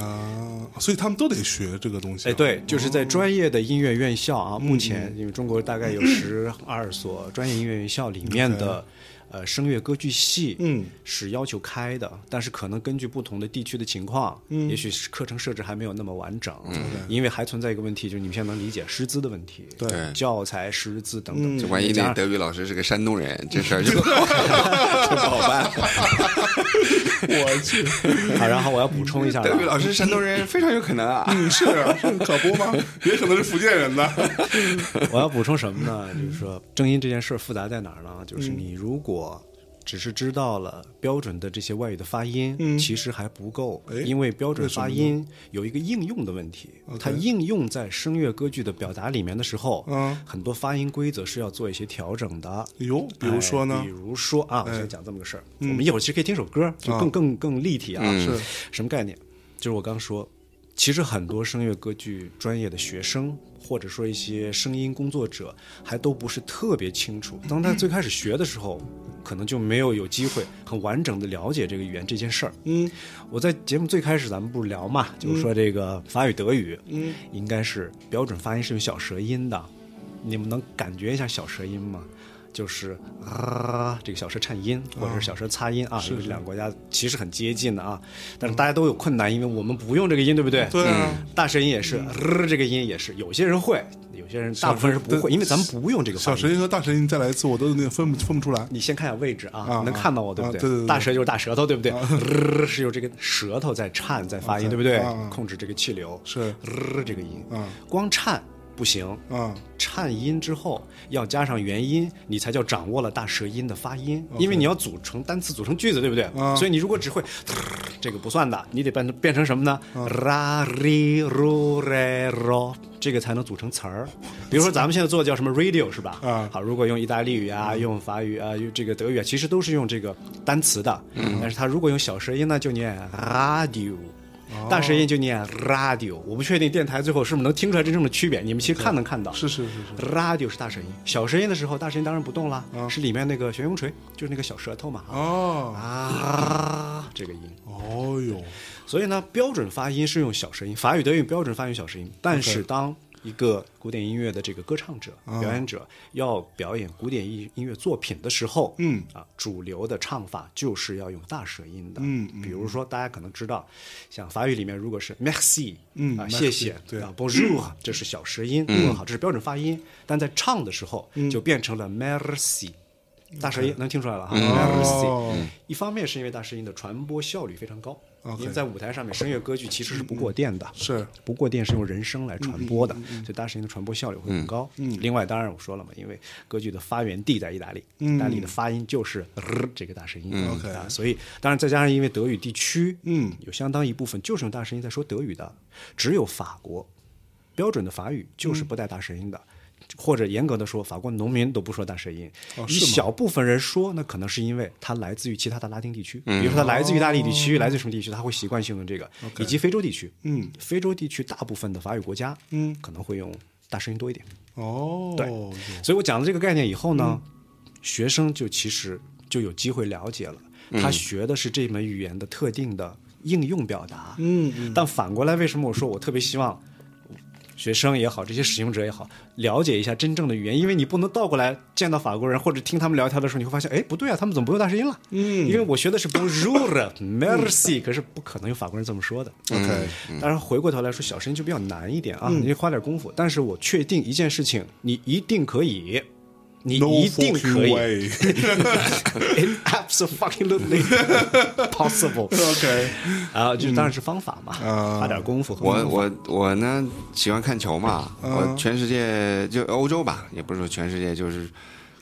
[SPEAKER 2] 所以他们都得学这个东西、啊
[SPEAKER 3] 哎，，对，就是在专业的音乐院校啊，目前因为中国大概有十二所专业音乐院校里面的。呃，声乐歌剧系，
[SPEAKER 2] 嗯，
[SPEAKER 3] 是要求开的，但是可能根据不同的地区的情况，嗯，也许是课程设置还没有那么完整，嗯，因为还存在一个问题，就是你们现在能理解师资的问题，
[SPEAKER 1] 对嗯
[SPEAKER 3] 教材、师资等等，
[SPEAKER 1] 万一 那德语老师是个山东人，这事儿就 就不好办。
[SPEAKER 2] 我去，
[SPEAKER 3] 啊，然后我要补充一下了，
[SPEAKER 1] 德语老师是山东人非常有可能啊。
[SPEAKER 2] 嗯，是啊，是可不吗？ 也可能是福建人 的，
[SPEAKER 3] 我要补充什么呢？就是说，正音这件事儿复杂在哪儿
[SPEAKER 2] 嗯
[SPEAKER 3] 呢？就是你如果只是知道了标准的这些外语的发音，其实还不够
[SPEAKER 2] 嗯哎，
[SPEAKER 3] 因为标准发音有一个应用的问题。它应用在声乐歌剧的表达里面的时候，
[SPEAKER 2] 嗯
[SPEAKER 3] 很多发音规则是要做一些调整的。
[SPEAKER 2] 哟，比如说呢嗯
[SPEAKER 3] 哎比，如说啊，我先讲这么个事儿。我们一会儿其实可以听首歌，就
[SPEAKER 2] 啊嗯
[SPEAKER 3] 更更更立体啊。
[SPEAKER 2] 是
[SPEAKER 3] 什么概念？就是我刚说，其实很多声乐歌剧专业的学生，或者说一些声音工作者，还都不是特别清楚。当他最开始学的时候，可能就没有有机会很完整的了解这个语言这件事儿。嗯，我在节目最开始咱们不是聊嘛，就是说这个法语、德语，嗯，应该是标准发音是有小舌音的。你们能感觉一下小舌音吗？就是啊，这个小舌颤音或者是小舌擦音啊，因为这两个国家其实很接近的啊，但是大家都有困难，因为我们不用这个音，对不对？
[SPEAKER 2] 对啊
[SPEAKER 3] 大舌音也是，呃这个音也是，有些人会，有些人大部分人是不会，因为咱们不用这个发
[SPEAKER 2] 小舌
[SPEAKER 3] 音
[SPEAKER 2] 音和大舌音再来一次，我都那个分不分不出来。
[SPEAKER 3] 你先看一下位置啊，
[SPEAKER 2] 啊
[SPEAKER 3] 能看到我对不
[SPEAKER 2] 啊对对对啊
[SPEAKER 3] 大舌就是大舌头，对不对？呃是由这个舌头在颤在发音，对不对
[SPEAKER 2] 啊啊？
[SPEAKER 3] 控制这个气流
[SPEAKER 2] 是
[SPEAKER 3] 呃这个音
[SPEAKER 2] 啊，
[SPEAKER 3] 光颤不行
[SPEAKER 2] 啊，
[SPEAKER 3] 颤音之后要加上元音，你才叫掌握了大舌音的发音，因为你要组成单词，组成句子，对不对？
[SPEAKER 2] 啊
[SPEAKER 3] 所以你如果只会 这个不算的，你得变成变成什么呢？
[SPEAKER 2] 啊
[SPEAKER 3] 啦哩噜嘞咯，这个才能组成词儿。比如说咱们现在做的叫什么 radio 是吧？
[SPEAKER 2] 啊嗯
[SPEAKER 3] 好，如果用意大利语啊，用法语啊，用这个德语啊，其实都是用这个单词的。
[SPEAKER 2] 嗯
[SPEAKER 3] 但是它如果用小舌音呢，就念 radio。大
[SPEAKER 2] 哦
[SPEAKER 3] 舌音就念 radio，我不确定电台最后是不是能听出来真正的区别。你们其实看能看到，
[SPEAKER 2] 是是是是，
[SPEAKER 3] radio 是大舌音，小舌音的时候，大舌音当然不动啦，是里面那个悬雍垂，就是那个小舌头嘛，啊
[SPEAKER 2] 哦，
[SPEAKER 3] 啊，这个音。
[SPEAKER 2] 哦哟，
[SPEAKER 3] 所以呢，标准发音是用小舌音，法语、德语标准发音小舌音。但是当一个古典音乐的这个歌唱者、表演者要表演古典音音乐作品的时候，嗯啊，主流的唱法就是要用大舌音的。嗯，比如说大家可能知道，像法语里面如果是 merci，嗯啊，
[SPEAKER 2] merci，
[SPEAKER 3] 谢谢，
[SPEAKER 2] 对
[SPEAKER 3] 啊，bonjour，这是小舌音，问好，这是标准发音。但在唱的时候就变成了 merci。大舌音能听出来了哈
[SPEAKER 2] 哦
[SPEAKER 3] ，merci。一方面是因为大舌音的传播效率非常高，因为在舞台上面声乐歌剧其实是不过电的，
[SPEAKER 2] 嗯是嗯
[SPEAKER 3] 不过电是用人声来传播的，所以大声音的传播效率会很高。另外，当然我说了嘛，因为歌剧的发源地在意大利，意大利的发音就是、呃这个大声音、
[SPEAKER 2] 嗯 OK
[SPEAKER 3] 啊，所以当然再加上因为德语地区，嗯，有相当一部分就是用嗯大声音在说德语的，只有法国标准的法语就是不带大声音的。或者严格的说，法国农民都不说大舌音，一
[SPEAKER 2] 是吗
[SPEAKER 3] 小部分人说，那可能是因为它来自于其他的拉丁地区，比如说它来自于意大利地区，来自于什么地区，他会习惯性用这个，以及非洲地区，哦嗯，非洲地区大部分的法语国家，嗯，可能会用大舌音多一点，
[SPEAKER 2] 哦，
[SPEAKER 3] 对所以我讲了这个概念以后呢，学生就其实就有机会了解了，他学的是这门语言的特定的应用表达。嗯，但反过来，为什么我说我特别希望学生也好，这些使用者也好，了解一下真正的语言，因为你不能倒过来见到法国人或者听他们聊天的时候，你会发现，哎，不对啊，他们怎么不用大声音了？嗯，因为我学的是 bonjour、merci，可是
[SPEAKER 1] 嗯
[SPEAKER 3] 不可能有法国人这么说的。
[SPEAKER 2] ，OK，
[SPEAKER 1] 嗯
[SPEAKER 3] 当然，回过头来说，小声音就比较难一点啊，你得花点功夫。但是我确定一件事情，你一定可以，你
[SPEAKER 2] No
[SPEAKER 3] 一定可
[SPEAKER 2] fucking
[SPEAKER 3] 以
[SPEAKER 2] way
[SPEAKER 3] ，It absolutely possible。
[SPEAKER 2] OK
[SPEAKER 3] 啊，就当然是方法嘛，花点功夫和
[SPEAKER 1] 嗯我
[SPEAKER 3] 方法
[SPEAKER 1] 我我呢喜欢看球嘛，
[SPEAKER 3] 嗯
[SPEAKER 1] 我全世界就欧洲吧，也不是说全世界，就是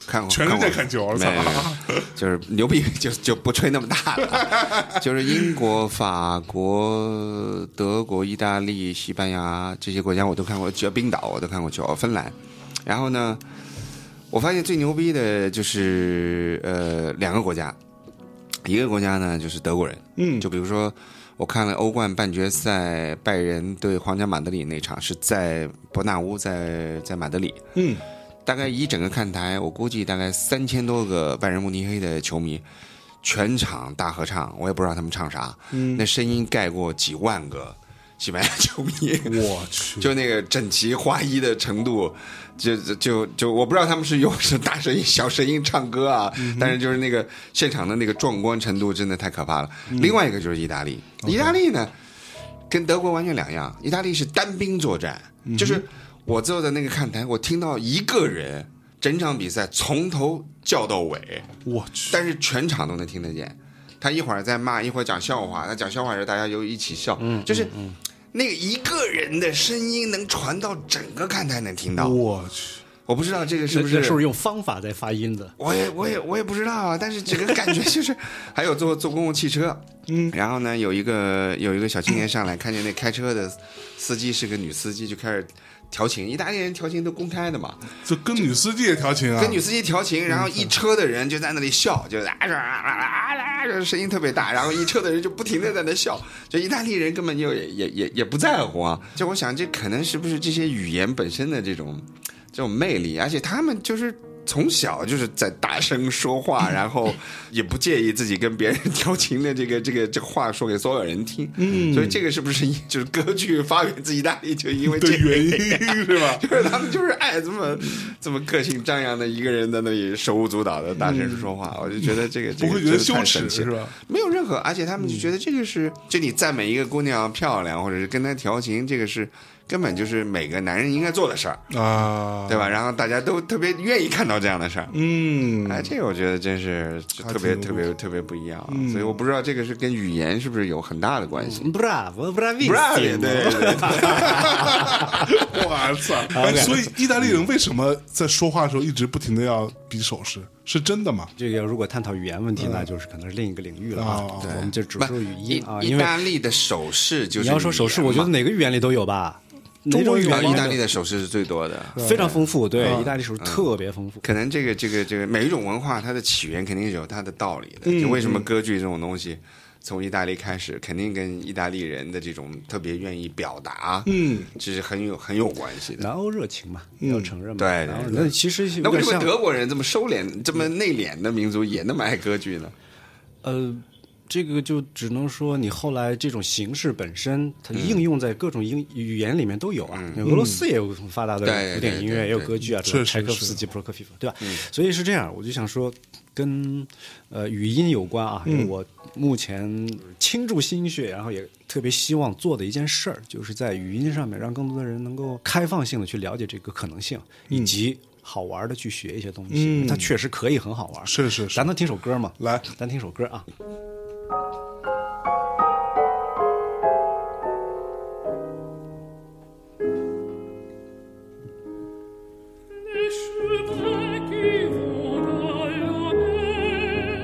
[SPEAKER 1] 看
[SPEAKER 2] 全世界
[SPEAKER 1] 我
[SPEAKER 2] 看球我操
[SPEAKER 1] 没没没 就是牛逼，就就不吹那么大 了，就是英国、法国、德国、意大利、西班牙这些国家我都看过，只要冰岛我都看过球，芬兰，然后呢，我发现最牛逼的就是呃两个国家，一个国家呢就是德国人，嗯，就比如说我看了欧冠半决赛拜仁对皇家马德里那场是在伯纳乌，在在马德里，
[SPEAKER 2] 嗯，
[SPEAKER 1] 大概一整个看台，我估计大概三千多个拜仁慕尼黑的球迷。全场大合唱，我也不知道他们唱啥，嗯、那声音盖过几万个西班牙球迷。
[SPEAKER 2] 我去，
[SPEAKER 1] 就那个整齐划一的程度，就就就就我不知道他们是用是大声音、小声音唱歌啊，但是就是那个现场的那个壮观程度真的太可怕了。另外一个就是意大利，意大利呢跟德国完全两样，意大利是单兵作战，就是我坐在那个看台，我听到一个人整场比赛从头叫到尾，
[SPEAKER 2] 我去，
[SPEAKER 1] 但是全场都能听得见。他一会儿在骂，一会儿讲笑话。他讲笑话的时，候，大家又一起笑，
[SPEAKER 3] 嗯
[SPEAKER 1] 就是那个一个人的声音能传到整个看台，能听到。
[SPEAKER 2] 我去，
[SPEAKER 1] 我不知道这个是不
[SPEAKER 3] 那
[SPEAKER 1] 是，
[SPEAKER 3] 是不是用方法在发音的？
[SPEAKER 1] 我也我也我也不知道啊。但是整个感觉 就是，还有坐坐公共汽车，嗯，然后呢，有一个有一个小青年上来，看见那开车的司机是个女司机，就开始调情。意大利人调情都公开的嘛，
[SPEAKER 2] 这跟女司机也调情啊？嗯
[SPEAKER 1] 跟女司机调情，然后一车的人就在那里笑，就啊啊啊啊啊，啊声音特别大，然后一车的人就不停的在那笑，就意大利人根本就也也也也不在乎啊。就我想，这可能是不是这些语言本身的这种这种魅力，啊而且他们就是。从小就是在大声 说话，然后也不介意自己跟别人调情的这个这个这个话说给所有人听，嗯，所以这个是不是就是歌剧发源自意大利，就因为这
[SPEAKER 2] 的
[SPEAKER 1] 个
[SPEAKER 2] 原因是吧？
[SPEAKER 1] 就是他们就是爱这么
[SPEAKER 2] 嗯
[SPEAKER 1] 这么个性张扬的一个人在那里手舞足蹈的大声说话，我就觉得这个这
[SPEAKER 2] 嗯不
[SPEAKER 1] 个
[SPEAKER 2] 会觉得
[SPEAKER 1] 真的
[SPEAKER 2] 羞
[SPEAKER 1] 太
[SPEAKER 2] 耻
[SPEAKER 1] 神奇
[SPEAKER 2] 是
[SPEAKER 1] 了
[SPEAKER 2] 吧？嗯
[SPEAKER 1] 没有任何，而且他们就觉得这个是，就你赞美一个姑娘漂亮，或者是跟她调情，这个是根本就是每个男人应该做的事儿，
[SPEAKER 2] 啊，
[SPEAKER 1] 对吧？然后大家都特别愿意看到这样的事儿。
[SPEAKER 2] 嗯，
[SPEAKER 1] 哎，这个我觉得真是就
[SPEAKER 2] 还
[SPEAKER 1] 特别
[SPEAKER 2] 挺嗯
[SPEAKER 1] 特
[SPEAKER 2] 有
[SPEAKER 1] 别特别不一样啊，所以我不知道这个是跟语言是不是有很大的关系。
[SPEAKER 2] 嗯
[SPEAKER 3] Bravo, bravissimo！
[SPEAKER 1] 不
[SPEAKER 2] 啊
[SPEAKER 1] 让你对对 对
[SPEAKER 2] 我操！
[SPEAKER 3] 啊
[SPEAKER 2] 哎，所以意大利人为什么在说话的时候一直不停的要比手势？是真的吗？
[SPEAKER 3] 这个如果探讨语言问题，那就是可能是另一个领域了啊
[SPEAKER 2] 哦。
[SPEAKER 3] 我们就只
[SPEAKER 1] 嗯不
[SPEAKER 3] 说语音啊，
[SPEAKER 1] 意
[SPEAKER 3] 因
[SPEAKER 1] 意
[SPEAKER 3] 为
[SPEAKER 1] 大利的手势就是
[SPEAKER 3] 你要说手势，
[SPEAKER 1] 语言
[SPEAKER 3] 我觉
[SPEAKER 1] 嘛
[SPEAKER 3] 得哪个语言里都有吧。哪
[SPEAKER 2] 中
[SPEAKER 3] 种
[SPEAKER 2] 国
[SPEAKER 3] 语
[SPEAKER 2] 语
[SPEAKER 1] 啊，
[SPEAKER 3] 言
[SPEAKER 2] 言
[SPEAKER 1] 意
[SPEAKER 3] 里
[SPEAKER 1] 大
[SPEAKER 3] 都
[SPEAKER 1] 利的手势是最多的，嗯
[SPEAKER 3] 非常丰富，对，意大利手术特别丰富。
[SPEAKER 1] 可能这个这个这个每一种文化它的起源肯定是有它的道理的。就为什么歌剧这种东西从意大利开始，肯定跟意大利人的这种特别愿意表达，嗯，这是很有很有关系的。
[SPEAKER 3] 南欧热情嘛，要承认嘛。
[SPEAKER 1] 对对
[SPEAKER 3] 南欧
[SPEAKER 1] 对
[SPEAKER 3] 那其实
[SPEAKER 1] 那
[SPEAKER 3] 有
[SPEAKER 1] 为
[SPEAKER 3] 点
[SPEAKER 1] 什么
[SPEAKER 3] 像
[SPEAKER 1] 德国人这么收敛、这么内敛的民族也那么爱歌剧呢？
[SPEAKER 3] 呃，这个就只能说你后来这种形式本身，它
[SPEAKER 1] 嗯
[SPEAKER 3] 应用在各种英语言里面都有啊。俄罗斯也有很发达
[SPEAKER 1] 对
[SPEAKER 3] 的古典
[SPEAKER 1] 对
[SPEAKER 3] 音
[SPEAKER 1] 对嗯
[SPEAKER 3] 乐，也有歌剧啊，这
[SPEAKER 2] 嗯确实
[SPEAKER 3] 柴可夫斯基、普罗科菲夫，对吧？所以是这样，我就想说，跟呃语音有关啊，
[SPEAKER 1] 嗯
[SPEAKER 3] 因为我目前倾注心血，然后也特别希望做的一件事儿，就是在语音上面让更多的人能够开放性的去了解这个可能性，以
[SPEAKER 1] 嗯
[SPEAKER 3] 及好玩的去学一些东西，因为它确实可以很好玩。
[SPEAKER 2] 是是是
[SPEAKER 3] 咱能听首歌吗？
[SPEAKER 2] 来
[SPEAKER 3] 咱听首歌啊。
[SPEAKER 4] Les chevrais qui vont à la mer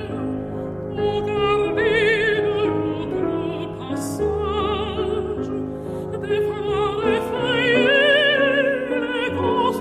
[SPEAKER 4] ont gardé de l'autre passage des phares effrayés, les grands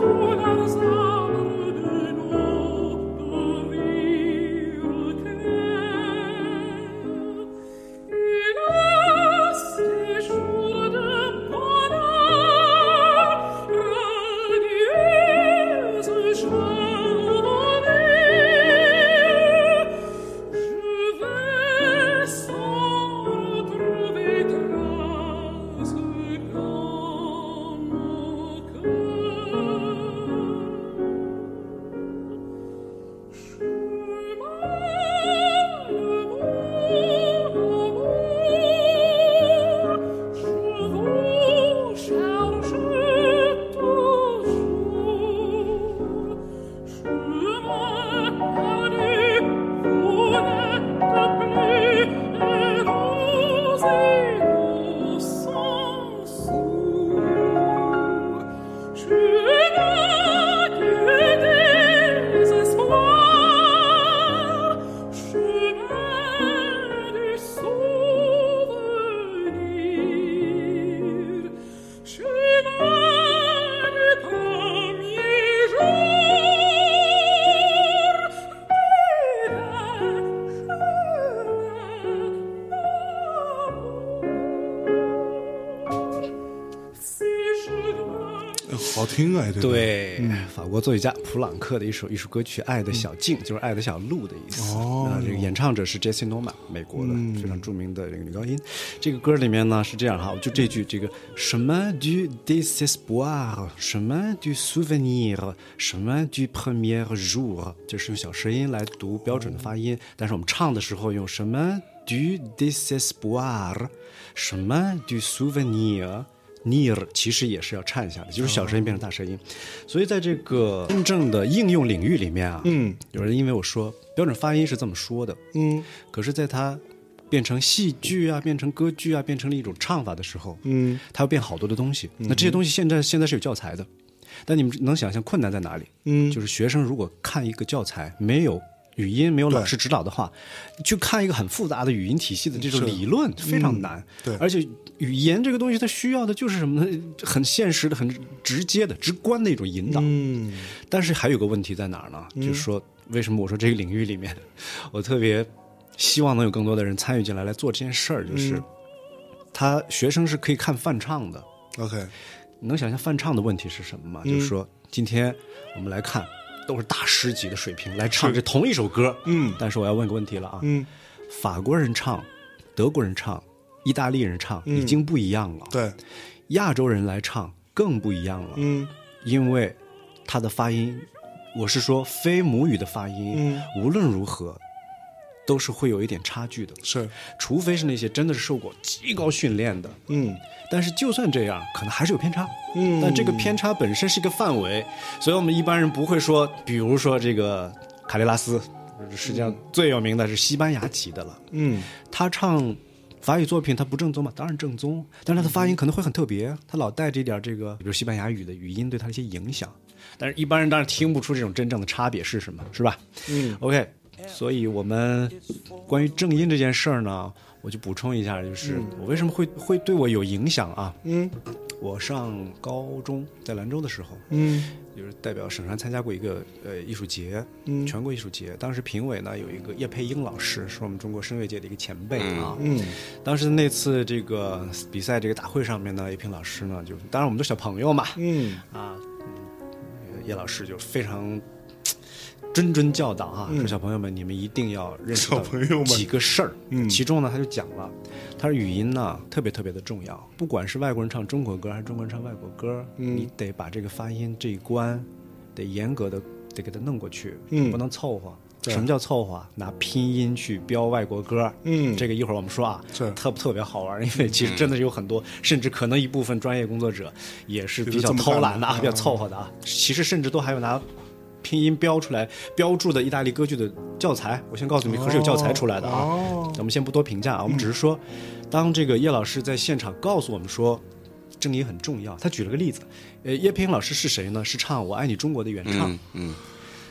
[SPEAKER 2] 听哎，这个
[SPEAKER 3] 对，嗯法国作曲家普朗克的一首艺术歌曲《爱的小径》，就是“爱的小路”的意思。
[SPEAKER 2] 哦
[SPEAKER 3] 那这个演唱者是 Jessie Norman，美国的非常著名的这个女高音。这个歌里面呢是这样哈，就这句这个 “chemin du désespoir，chemin du souvenir，chemin du premier jour”，就是用小舌音来读标准的发音，但是我们唱的时候用 “chemin du désespoir，chemin du souvenir”。near 其实也是要颤一下的，就是小声音变成大声音。所以在这个真正的应用领域里面啊，嗯，有人因为我说标准发音是这么说的，嗯，可是在它变成戏剧啊，变成歌剧啊，变成了一种唱法的时候，嗯，它要变好多的东西。那这些东西现在现在是有教材的，但你们能想象困难在哪里？嗯，就是学生如果看一个教材没有。语音没有老师指导的话，去看一个很复杂的语音体系的这种理论非常难，
[SPEAKER 2] 嗯对
[SPEAKER 3] 而且语言这个东西它需要的就是什么呢？很现实的、很直接的、直观的一种引导。
[SPEAKER 2] 嗯，
[SPEAKER 3] 但是还有个问题在哪儿呢？就是说，为什么我说这个领域里面，我特别希望能有更多的人参与进来来做这件事儿，就是、
[SPEAKER 2] 嗯
[SPEAKER 3] 他学生是可以看泛唱的。
[SPEAKER 2] OK，
[SPEAKER 3] 你能想象泛唱的问题是什么吗？
[SPEAKER 2] 嗯
[SPEAKER 3] 就是说，今天我们来看，都是大师级的水平来唱这同一首歌，
[SPEAKER 2] 嗯
[SPEAKER 3] 但是我要问个问题了啊，
[SPEAKER 2] 嗯，
[SPEAKER 3] 法国人唱、德国人唱、意大利人唱已经不一样了，
[SPEAKER 2] 嗯对，
[SPEAKER 3] 亚洲人来唱更不一样了，
[SPEAKER 2] 嗯
[SPEAKER 3] 因为他的发音，我是说非母语的发音，
[SPEAKER 2] 嗯
[SPEAKER 3] 无论如何都是会有一点差距的，
[SPEAKER 2] 是，
[SPEAKER 3] 除非是那些真的是受过极高训练的，
[SPEAKER 2] 嗯
[SPEAKER 3] 但是就算这样，可能还是有偏差。
[SPEAKER 2] 嗯
[SPEAKER 3] 但这个偏差本身是一个范围，所以我们一般人不会说，比如说这个卡雷拉斯，世界上最有名的是西班牙籍的了。
[SPEAKER 2] 嗯
[SPEAKER 3] 他唱法语作品，他不正宗嘛？当然正宗，但是他的发音可能会很特别，他老带着一点这个，比如西班牙语的语音对他的一些影响。但是一般人当然听不出这种真正的差别是什么，是吧？嗯，OK。所以我们关于正音这件事儿呢，我就补充一下，就是、我为什么会会对我有影响啊？
[SPEAKER 2] 嗯
[SPEAKER 3] 我上高中在兰州的时候，
[SPEAKER 2] 嗯
[SPEAKER 3] 就是代表沈川参加过一个呃艺术节，
[SPEAKER 2] 嗯
[SPEAKER 3] 全国艺术节。当时评委呢有一个叶佩英老师，是我们中国声乐界的一个前辈啊。
[SPEAKER 2] 嗯
[SPEAKER 3] 当时那次这个比赛这个大会上面呢，叶平老师呢就，当然我们都小朋友嘛，
[SPEAKER 2] 嗯
[SPEAKER 3] 啊，嗯叶老师就非常。谆谆教导啊，
[SPEAKER 2] 嗯
[SPEAKER 3] 说小朋友们，你们一定要认识到
[SPEAKER 2] 小朋友们
[SPEAKER 3] 嗯几个事儿。
[SPEAKER 2] 嗯
[SPEAKER 3] 其中呢，他就讲了，他说语音呢特别特别的重要，不管是外国人唱中国歌还是中国人唱外国歌，
[SPEAKER 2] 嗯
[SPEAKER 3] 你得把这个发音这一关得严格的得给它弄过去，
[SPEAKER 2] 嗯
[SPEAKER 3] 不能凑合。什么叫凑合？拿拼音去标外国歌，
[SPEAKER 2] 嗯
[SPEAKER 3] 这个一会儿我们说啊，
[SPEAKER 2] 是
[SPEAKER 3] 特特别好玩，因为其实真的有很多，甚至可能一部分专业工作者也是比较偷懒的啊，
[SPEAKER 2] 就是这么干的嗯
[SPEAKER 3] 比较凑合的啊。其实甚至都还有拿拼音标出来标注的意大利歌剧的教材，我先告诉你们，可是有教材出来的啊。
[SPEAKER 2] 哦
[SPEAKER 3] 我们先不多评价啊，我们只是说，当这个叶老师在现场告诉我们说，正音很重要，他举了个例子，呃，叶佩英老师是谁呢？是唱《我爱你中国》的原唱，
[SPEAKER 1] 嗯嗯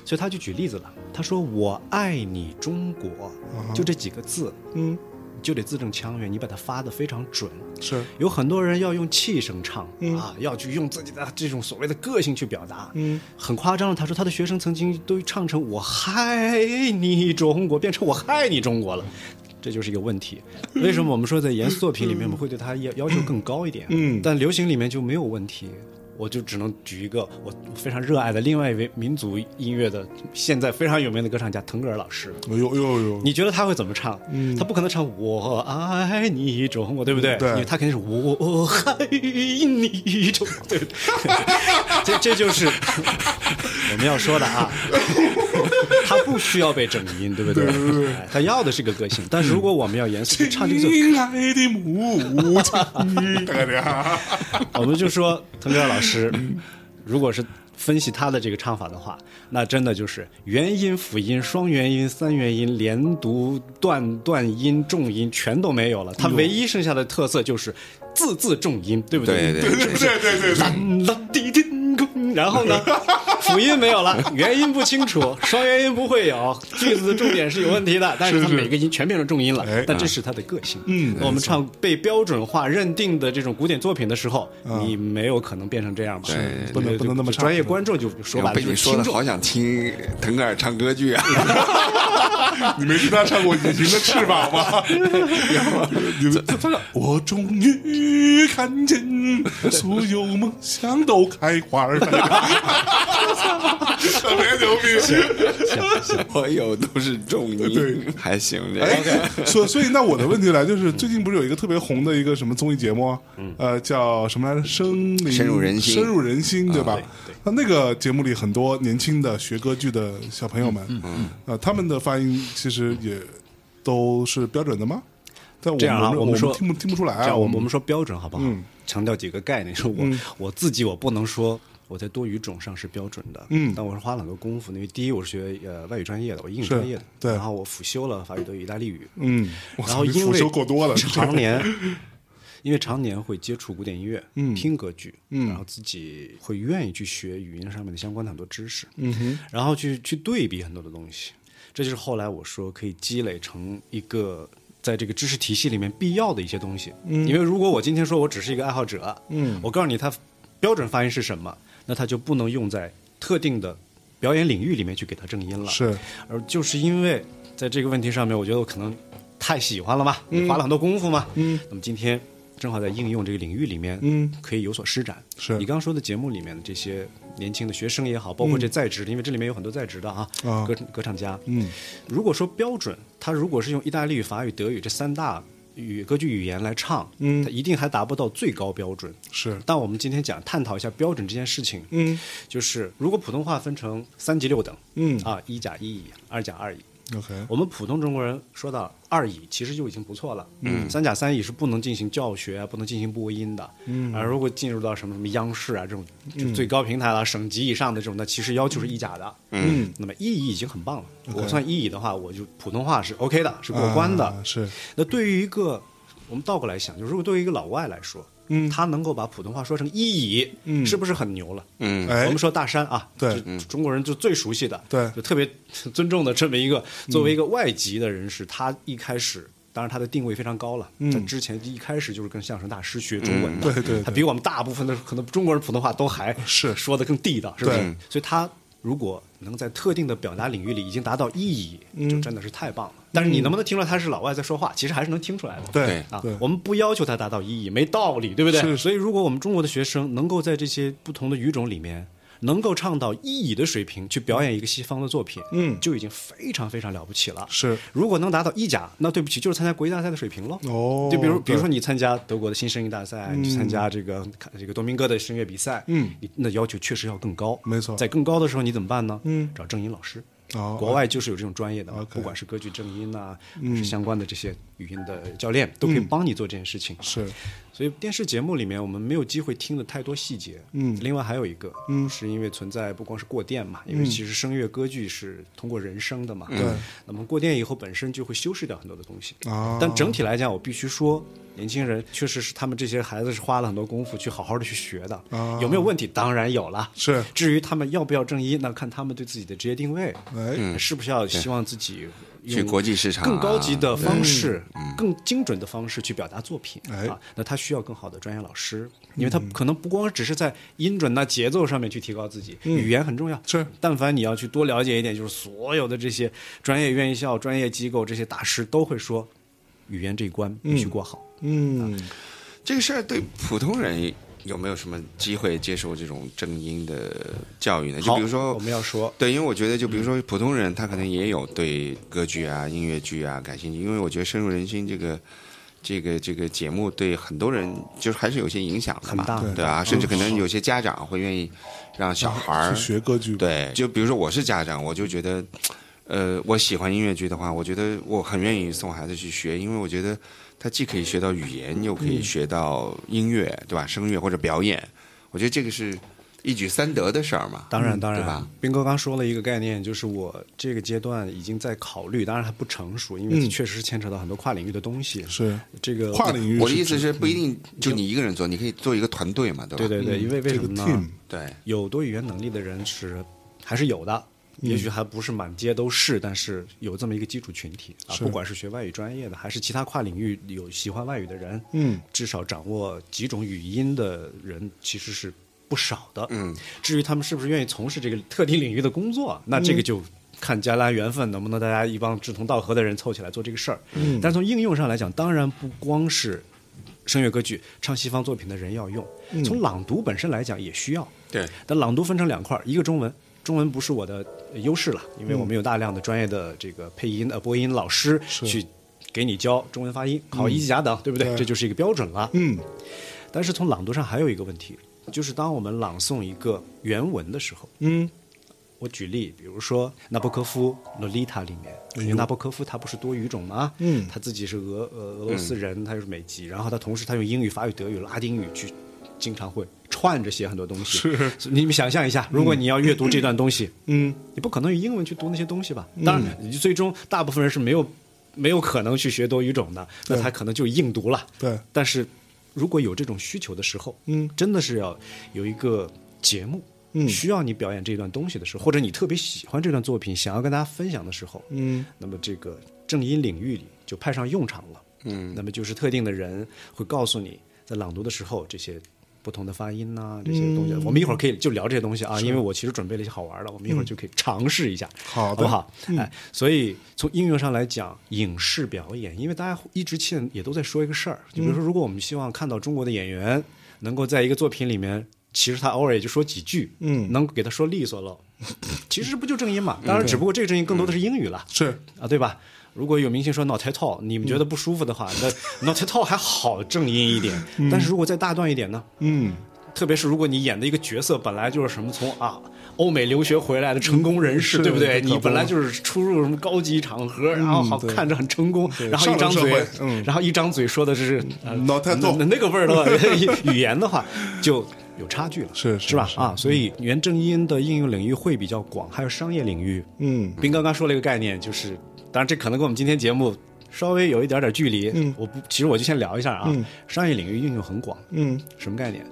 [SPEAKER 3] 所以他就举例子了，他说“我爱你中国”，就这几个字，
[SPEAKER 2] 嗯
[SPEAKER 3] 你就得字正腔圆，你把它发的非常准。
[SPEAKER 2] 是，
[SPEAKER 3] 有很多人要用气声唱、啊，要去用自己的这种所谓的个性去表达，嗯，很夸张的。他说他的学生曾经都唱成“我嗨你中国”，变成“我嗨你中国”了。 这就是一个问题，为什么我们说在严肃作品里面我们会对他要要求更高一点？
[SPEAKER 2] 嗯
[SPEAKER 3] 但流行里面就没有问题。我就只能举一个我非常热爱的另外一位民族音乐的现在非常有名的歌唱家腾格尔老师，
[SPEAKER 2] 哎呦呦呦，
[SPEAKER 3] 你觉得他会怎么唱？他不可能唱“我爱你中国”，对嗯不对？
[SPEAKER 2] 对
[SPEAKER 3] 因为他肯定是“我爱你中国”，对不对？ 这这就是 我们要说的啊。 他不需要被整音，对不对？哎他要的是个个性。但是如果我们要严肃地唱 这个作品，
[SPEAKER 2] 亲爱的母亲， 大概这样，啊
[SPEAKER 3] 我们就说腾格尔老师，如果是分析他的这个唱法的话，那真的就是元音、辅音、双元音、三元音、连读、断断音、重音全都没有了。他唯一剩下的特色就是字字重音，对不
[SPEAKER 1] 对对对
[SPEAKER 2] 对对对对，
[SPEAKER 3] 啦啦滴叮咚然后 呢，辅音没有 了，元音不清楚，双元音不会有，句子的重点是有问题的，但是它啊
[SPEAKER 2] 是
[SPEAKER 3] 每个音全变成重音了
[SPEAKER 2] 哎，
[SPEAKER 3] 但这是它的个性。
[SPEAKER 2] 嗯
[SPEAKER 3] 我们唱被标准化认定的这种古典作品的时候，你没有可能变成这样吧？
[SPEAKER 1] 对
[SPEAKER 2] 不能不能那么唱
[SPEAKER 3] 专业观众就就说白了
[SPEAKER 1] 被
[SPEAKER 3] 就
[SPEAKER 1] 你
[SPEAKER 3] 是
[SPEAKER 1] 说
[SPEAKER 3] 听
[SPEAKER 1] 的
[SPEAKER 3] 众。
[SPEAKER 1] 好想听腾格尔唱歌剧啊！
[SPEAKER 2] 你没听他唱过《隐形的翅膀》吗？ 你们他唱我终于看见所有梦想都开花儿了，特别牛逼。
[SPEAKER 1] 所有都是重音，还行这
[SPEAKER 2] 哎
[SPEAKER 1] 个。，
[SPEAKER 2] 所所以那我的问题来就是，最近不是有一个特别红的一个什么综艺节目啊，
[SPEAKER 3] 嗯
[SPEAKER 2] 呃，叫什么来着？生灵
[SPEAKER 1] 深入人心
[SPEAKER 2] 深入人
[SPEAKER 3] 啊
[SPEAKER 2] 心，对吧？那那个节目里很多年轻的学歌剧的小朋友们，
[SPEAKER 3] 嗯
[SPEAKER 2] 呃，他们的发音其实也都是标准的吗？但我
[SPEAKER 3] 这样啊，
[SPEAKER 2] 我
[SPEAKER 3] 们说
[SPEAKER 2] 听不听不出来
[SPEAKER 3] 这
[SPEAKER 2] 啊，
[SPEAKER 3] 样我
[SPEAKER 2] 们嗯
[SPEAKER 3] 们我们说标准好不好？强调几个概念，说我、我自己我不能说。我在多语种上是标准的，
[SPEAKER 2] 嗯
[SPEAKER 3] 但我是花了很多功夫的，因为第一我是学呃外语专业的，我英语
[SPEAKER 2] 是
[SPEAKER 3] 专业的，
[SPEAKER 2] 对
[SPEAKER 3] 然后我辅修了法语、德语、意大利语，
[SPEAKER 2] 嗯，我
[SPEAKER 3] 然
[SPEAKER 2] 操
[SPEAKER 3] 后
[SPEAKER 2] 你
[SPEAKER 3] 因
[SPEAKER 2] 辅
[SPEAKER 3] 为
[SPEAKER 2] 修够多了，
[SPEAKER 3] 常年，因为常年会接触古典音乐，
[SPEAKER 2] 嗯
[SPEAKER 3] 听歌剧，
[SPEAKER 2] 嗯
[SPEAKER 3] 然后自己会愿意去学语音上面的相关的很多知识，嗯哼，然后去去对比很多的东西，这就是后来我说可以积累成一个。在这个知识体系里面必要的一些东西，嗯、因为如果我今天说我只是一个爱好者，嗯，我告诉你它标准发音是什么，那它就不能用在特定的表演领域里面去给它正音了。
[SPEAKER 2] 是
[SPEAKER 3] 而就是因为在这个问题上面，我觉得我可能太喜欢了嘛，也花了很多功夫嘛。嗯，那么今天正好在应用这个领域里面，
[SPEAKER 2] 嗯，
[SPEAKER 3] 可以有所施展。
[SPEAKER 2] 是
[SPEAKER 3] 你刚刚说的节目里面的这些年轻的学生也好，包括这在职的，因为这里面有很多在职的啊，
[SPEAKER 2] 嗯啊
[SPEAKER 3] 歌歌唱家。
[SPEAKER 2] 嗯，
[SPEAKER 3] 如果说标准，他如果是用意大利语、法语、德语这三大语歌剧语言来唱，
[SPEAKER 2] 嗯
[SPEAKER 3] 他一定还达不到最高标准。
[SPEAKER 2] 是
[SPEAKER 3] 但我们今天讲探讨一下标准这件事情，
[SPEAKER 2] 嗯，
[SPEAKER 3] 就是如果普通话分成三级六等，
[SPEAKER 2] 嗯
[SPEAKER 3] 啊，一甲一乙，二甲二乙，
[SPEAKER 2] OK，
[SPEAKER 3] 我们普通中国人说到二乙，其实就已经不错了。嗯，三甲三乙是不能进行教学、啊不能进行播音的。嗯，而如果进入到什么什么央视啊这种就最高平台了、省级以上的这种的，其实要求是一甲的。嗯，那么一乙已经很棒了。我算一乙的话，我就普通话是 OK 的，是过关的。
[SPEAKER 2] 啊是
[SPEAKER 3] 那对于一个我们倒过来想，就如果对于一个老外来说，嗯，他能够把普通话说成一乙，嗯，是不是很牛了？
[SPEAKER 1] 嗯
[SPEAKER 2] 哎
[SPEAKER 3] 我们说大山啊，
[SPEAKER 2] 对
[SPEAKER 3] 就中国人就最熟悉的，
[SPEAKER 2] 对嗯
[SPEAKER 3] 就特别尊重的这么一个，作为一个外籍的人士，他一开始。当然，他的定位非常高了。嗯，之前一开始就是跟相声大师学中文
[SPEAKER 2] 嗯
[SPEAKER 3] 的，
[SPEAKER 2] 对对对
[SPEAKER 3] 他比我们大部分的可能中国人普通话都还
[SPEAKER 2] 是
[SPEAKER 3] 说的更地道，是不是
[SPEAKER 2] 对？
[SPEAKER 3] 所以他如果能在特定的表达领域里已经达到意义，
[SPEAKER 2] 嗯
[SPEAKER 3] 就真的是太棒了。但是你能不能听出来他是老外在说话？其实还是能听出来的。
[SPEAKER 2] 对
[SPEAKER 3] 啊
[SPEAKER 2] 对，
[SPEAKER 3] 我们不要求他达到意义，没道理，对不对？
[SPEAKER 2] 是
[SPEAKER 3] 所以，如果我们中国的学生能够在这些不同的语种里面。能够唱到意义的水平去表演一个西方的作品，
[SPEAKER 2] 嗯
[SPEAKER 3] 就已经非常非常了不起了。
[SPEAKER 2] 是
[SPEAKER 3] 如果能达到意甲，那对不起，就是参加国际大赛的水平喽。
[SPEAKER 2] 哦
[SPEAKER 3] 就比如
[SPEAKER 2] 对
[SPEAKER 3] 比如说你参加德国的新声乐大赛，你去参加这个这个多明哥的声乐比赛，
[SPEAKER 2] 嗯
[SPEAKER 3] 你那要求确实要更高。
[SPEAKER 2] 没错
[SPEAKER 3] 在更高的时候你怎么办呢？
[SPEAKER 2] 嗯
[SPEAKER 3] 找正音老师。
[SPEAKER 2] 哦
[SPEAKER 3] 国外就是有这种专业的嘛，
[SPEAKER 2] OK
[SPEAKER 3] 不管是歌剧正音呐、还是相关的这些语音的教练，都可以帮你做这件事情。
[SPEAKER 2] 是
[SPEAKER 3] 所以电视节目里面我们没有机会听的太多细节。嗯，另外还有一个，嗯，是因为存在不光是过电嘛，因为其实声乐歌剧是通过人声的嘛。对、那么过电以后本身就会修饰掉很多的东西。
[SPEAKER 2] 啊
[SPEAKER 3] 但整体来讲，我必须说，年轻人确实是他们这些孩子是花了很多功夫去好好的去学的。
[SPEAKER 2] 啊
[SPEAKER 3] 有没有问题？当然有了。
[SPEAKER 2] 是
[SPEAKER 3] 至于他们要不要正一，那看他们对自己的职业定位，
[SPEAKER 1] 嗯
[SPEAKER 2] 哎
[SPEAKER 3] 是不是要希望自己用
[SPEAKER 1] 去国际市场啊嗯
[SPEAKER 3] 更高级的方式、更精准的方式去表达作品、
[SPEAKER 2] 哎嗯
[SPEAKER 3] 啊？那他需要更好的专业老师，因为他可能不光只是在音准呐、节奏上面去提高自己，语言很重要。
[SPEAKER 2] 嗯是
[SPEAKER 3] 但凡你要去多了解一点，就是所有的这些专业院校、专业机构这些大师都会说，语言这一关必须过好。
[SPEAKER 2] 嗯
[SPEAKER 1] 这个事儿对普通人有没有什么机会接受这种正音的教育呢？就
[SPEAKER 3] 好
[SPEAKER 1] 比如说
[SPEAKER 3] 我们要说
[SPEAKER 1] 对，因为我觉得，就比如说普通人，他可能也有对歌剧啊、音乐剧啊感兴趣，因为我觉得深入人心这个。这个这个节目对很多人就是还是有些影响的嘛，
[SPEAKER 3] 很大
[SPEAKER 1] 对啊，甚至可能有些家长会愿意让小孩儿
[SPEAKER 2] 去学歌
[SPEAKER 3] 嗯
[SPEAKER 2] 剧
[SPEAKER 1] 对，就比如说我是家长，我就觉得，呃，我喜欢音乐剧的话，我觉得我很愿意送孩子去学，因为我觉得他既可以
[SPEAKER 3] 嗯
[SPEAKER 1] 学到语言，又可以学到音乐，对吧？声乐或者表演，我觉得这个是一举三得的事儿嘛。
[SPEAKER 3] 当然，
[SPEAKER 2] 嗯
[SPEAKER 3] 当然，
[SPEAKER 1] 对吧？
[SPEAKER 3] 斌哥刚说了一个概念，就是我这个阶段已经在考虑，当然还不成熟，因为
[SPEAKER 2] 嗯
[SPEAKER 3] 确实是牵扯到很多跨领域的东西。
[SPEAKER 2] 是
[SPEAKER 3] 这个
[SPEAKER 2] 跨领域
[SPEAKER 1] 我的意思是，不一定就你一个人做，你可以做一个团队嘛，对吧？
[SPEAKER 3] 嗯对对对，因为为
[SPEAKER 2] 嗯这
[SPEAKER 3] 什
[SPEAKER 2] 个
[SPEAKER 3] 么呢？
[SPEAKER 2] team
[SPEAKER 1] 对
[SPEAKER 3] 有多语言能力的人是还是有的，
[SPEAKER 2] 嗯
[SPEAKER 3] 也许还不是满街都是，但是有这么一个基础群体啊，
[SPEAKER 2] 是
[SPEAKER 3] 不管是学外语专业的，还是其他跨领域有喜欢外语的人，
[SPEAKER 2] 嗯，
[SPEAKER 3] 至少掌握几种语音的人其实是不少的，嗯。至于他们是不是愿意从事这个特定领域的工作，那
[SPEAKER 2] 嗯
[SPEAKER 3] 这个就。看将来缘分能不能大家一帮志同道合的人凑起来做这个事儿，嗯、但是从应用上来讲，当然不光是声乐歌剧唱西方作品的人要用，
[SPEAKER 2] 嗯
[SPEAKER 3] 从朗读本身来讲也需要，
[SPEAKER 1] 对，
[SPEAKER 3] 但朗读分成两块儿，一个中文，中文不是我的呃优势了，因为我们有大量的专业的这个配音呃播音老师去给你教中文发音，考一级甲等，对不对？
[SPEAKER 2] 对
[SPEAKER 3] 这就是一个标准了。
[SPEAKER 2] 嗯，
[SPEAKER 3] 但是从朗读上还有一个问题，就是当我们朗诵一个原文的时候，
[SPEAKER 2] 嗯，
[SPEAKER 3] 我举例，比如说纳博科夫《洛丽塔》里面，因为纳博科夫他不是多语种吗？
[SPEAKER 2] 哎嗯
[SPEAKER 3] 他自己是俄呃俄罗斯人，他又是美籍，然后他同时他用英语、法语、德语、拉丁语去经常会串着写很多东西。是，你们想象一下，如果你要阅读这段东西，
[SPEAKER 2] 嗯，
[SPEAKER 3] 你不可能用英文去读那些东西吧？当然，你最终大部分人是没有没有可能去学多语种的，那
[SPEAKER 2] 对
[SPEAKER 3] 他可能就硬读了。
[SPEAKER 2] 对
[SPEAKER 3] 但是如果有这种需求的时候，
[SPEAKER 2] 嗯
[SPEAKER 3] 真的是要有一个节目，
[SPEAKER 2] 嗯
[SPEAKER 3] 需要你表演这段东西的时候，或者你特别喜欢这段作品，想要跟大家分享的时候，
[SPEAKER 2] 嗯，
[SPEAKER 3] 那么这个正音领域里就派上用场了，嗯，那么就是特定的人会告诉你，在朗读的时候这些。不同的发音呐、这些
[SPEAKER 2] 嗯
[SPEAKER 3] 东西，我们一会儿可以就聊这些东西啊，因为我其实准备了一些好玩的，我们一会儿就可以尝试一下，
[SPEAKER 2] 嗯好
[SPEAKER 3] 不
[SPEAKER 2] 的
[SPEAKER 3] 好？哎，所以从应用上来讲，影视表演，因为大家一直现在也都在说一个事儿，就比如说，如果我们希望看到中国的演员能够在一个作品里面，其实他偶尔也就说几句，嗯，能给他说利索了，其实不就正音嘛？
[SPEAKER 2] 嗯
[SPEAKER 3] 当然，只不过这个正音更多的是英语了，
[SPEAKER 2] 是
[SPEAKER 3] 啊，对吧？如果有明星说 not at all，你们觉得不舒服的话， 那 not at all 还好正音一点，但是如果再大段一点呢？
[SPEAKER 2] 嗯，
[SPEAKER 3] 特别是如果你演的一个角色本来就是什么从啊欧美留学回来的成功人士，
[SPEAKER 2] 嗯是
[SPEAKER 3] 对不
[SPEAKER 2] 这
[SPEAKER 3] 对？
[SPEAKER 2] 可
[SPEAKER 3] 你
[SPEAKER 2] 不嗯
[SPEAKER 3] 本来就是出入什么高级场合，然后好
[SPEAKER 2] 对
[SPEAKER 3] 看着很成功，
[SPEAKER 2] 对
[SPEAKER 3] 然后一张
[SPEAKER 2] 上流
[SPEAKER 3] 嘴
[SPEAKER 2] 社会，嗯
[SPEAKER 3] 然后一张嘴说的是呃
[SPEAKER 2] Not at
[SPEAKER 3] 那
[SPEAKER 2] all
[SPEAKER 3] 那个味儿 的话， 语言的话就有差距了，
[SPEAKER 2] 是是嗯
[SPEAKER 3] 是吧？啊，所以原正音的应用领域会比较广，还有商业领域，
[SPEAKER 2] 嗯
[SPEAKER 3] 斌刚刚说了一个概念，就是，当然这可能跟我们今天节目稍微有一点点距离。嗯，我不，其实我就先聊一下啊，
[SPEAKER 2] 嗯
[SPEAKER 3] 商业领域应用很广，
[SPEAKER 2] 嗯，
[SPEAKER 3] 什么概念？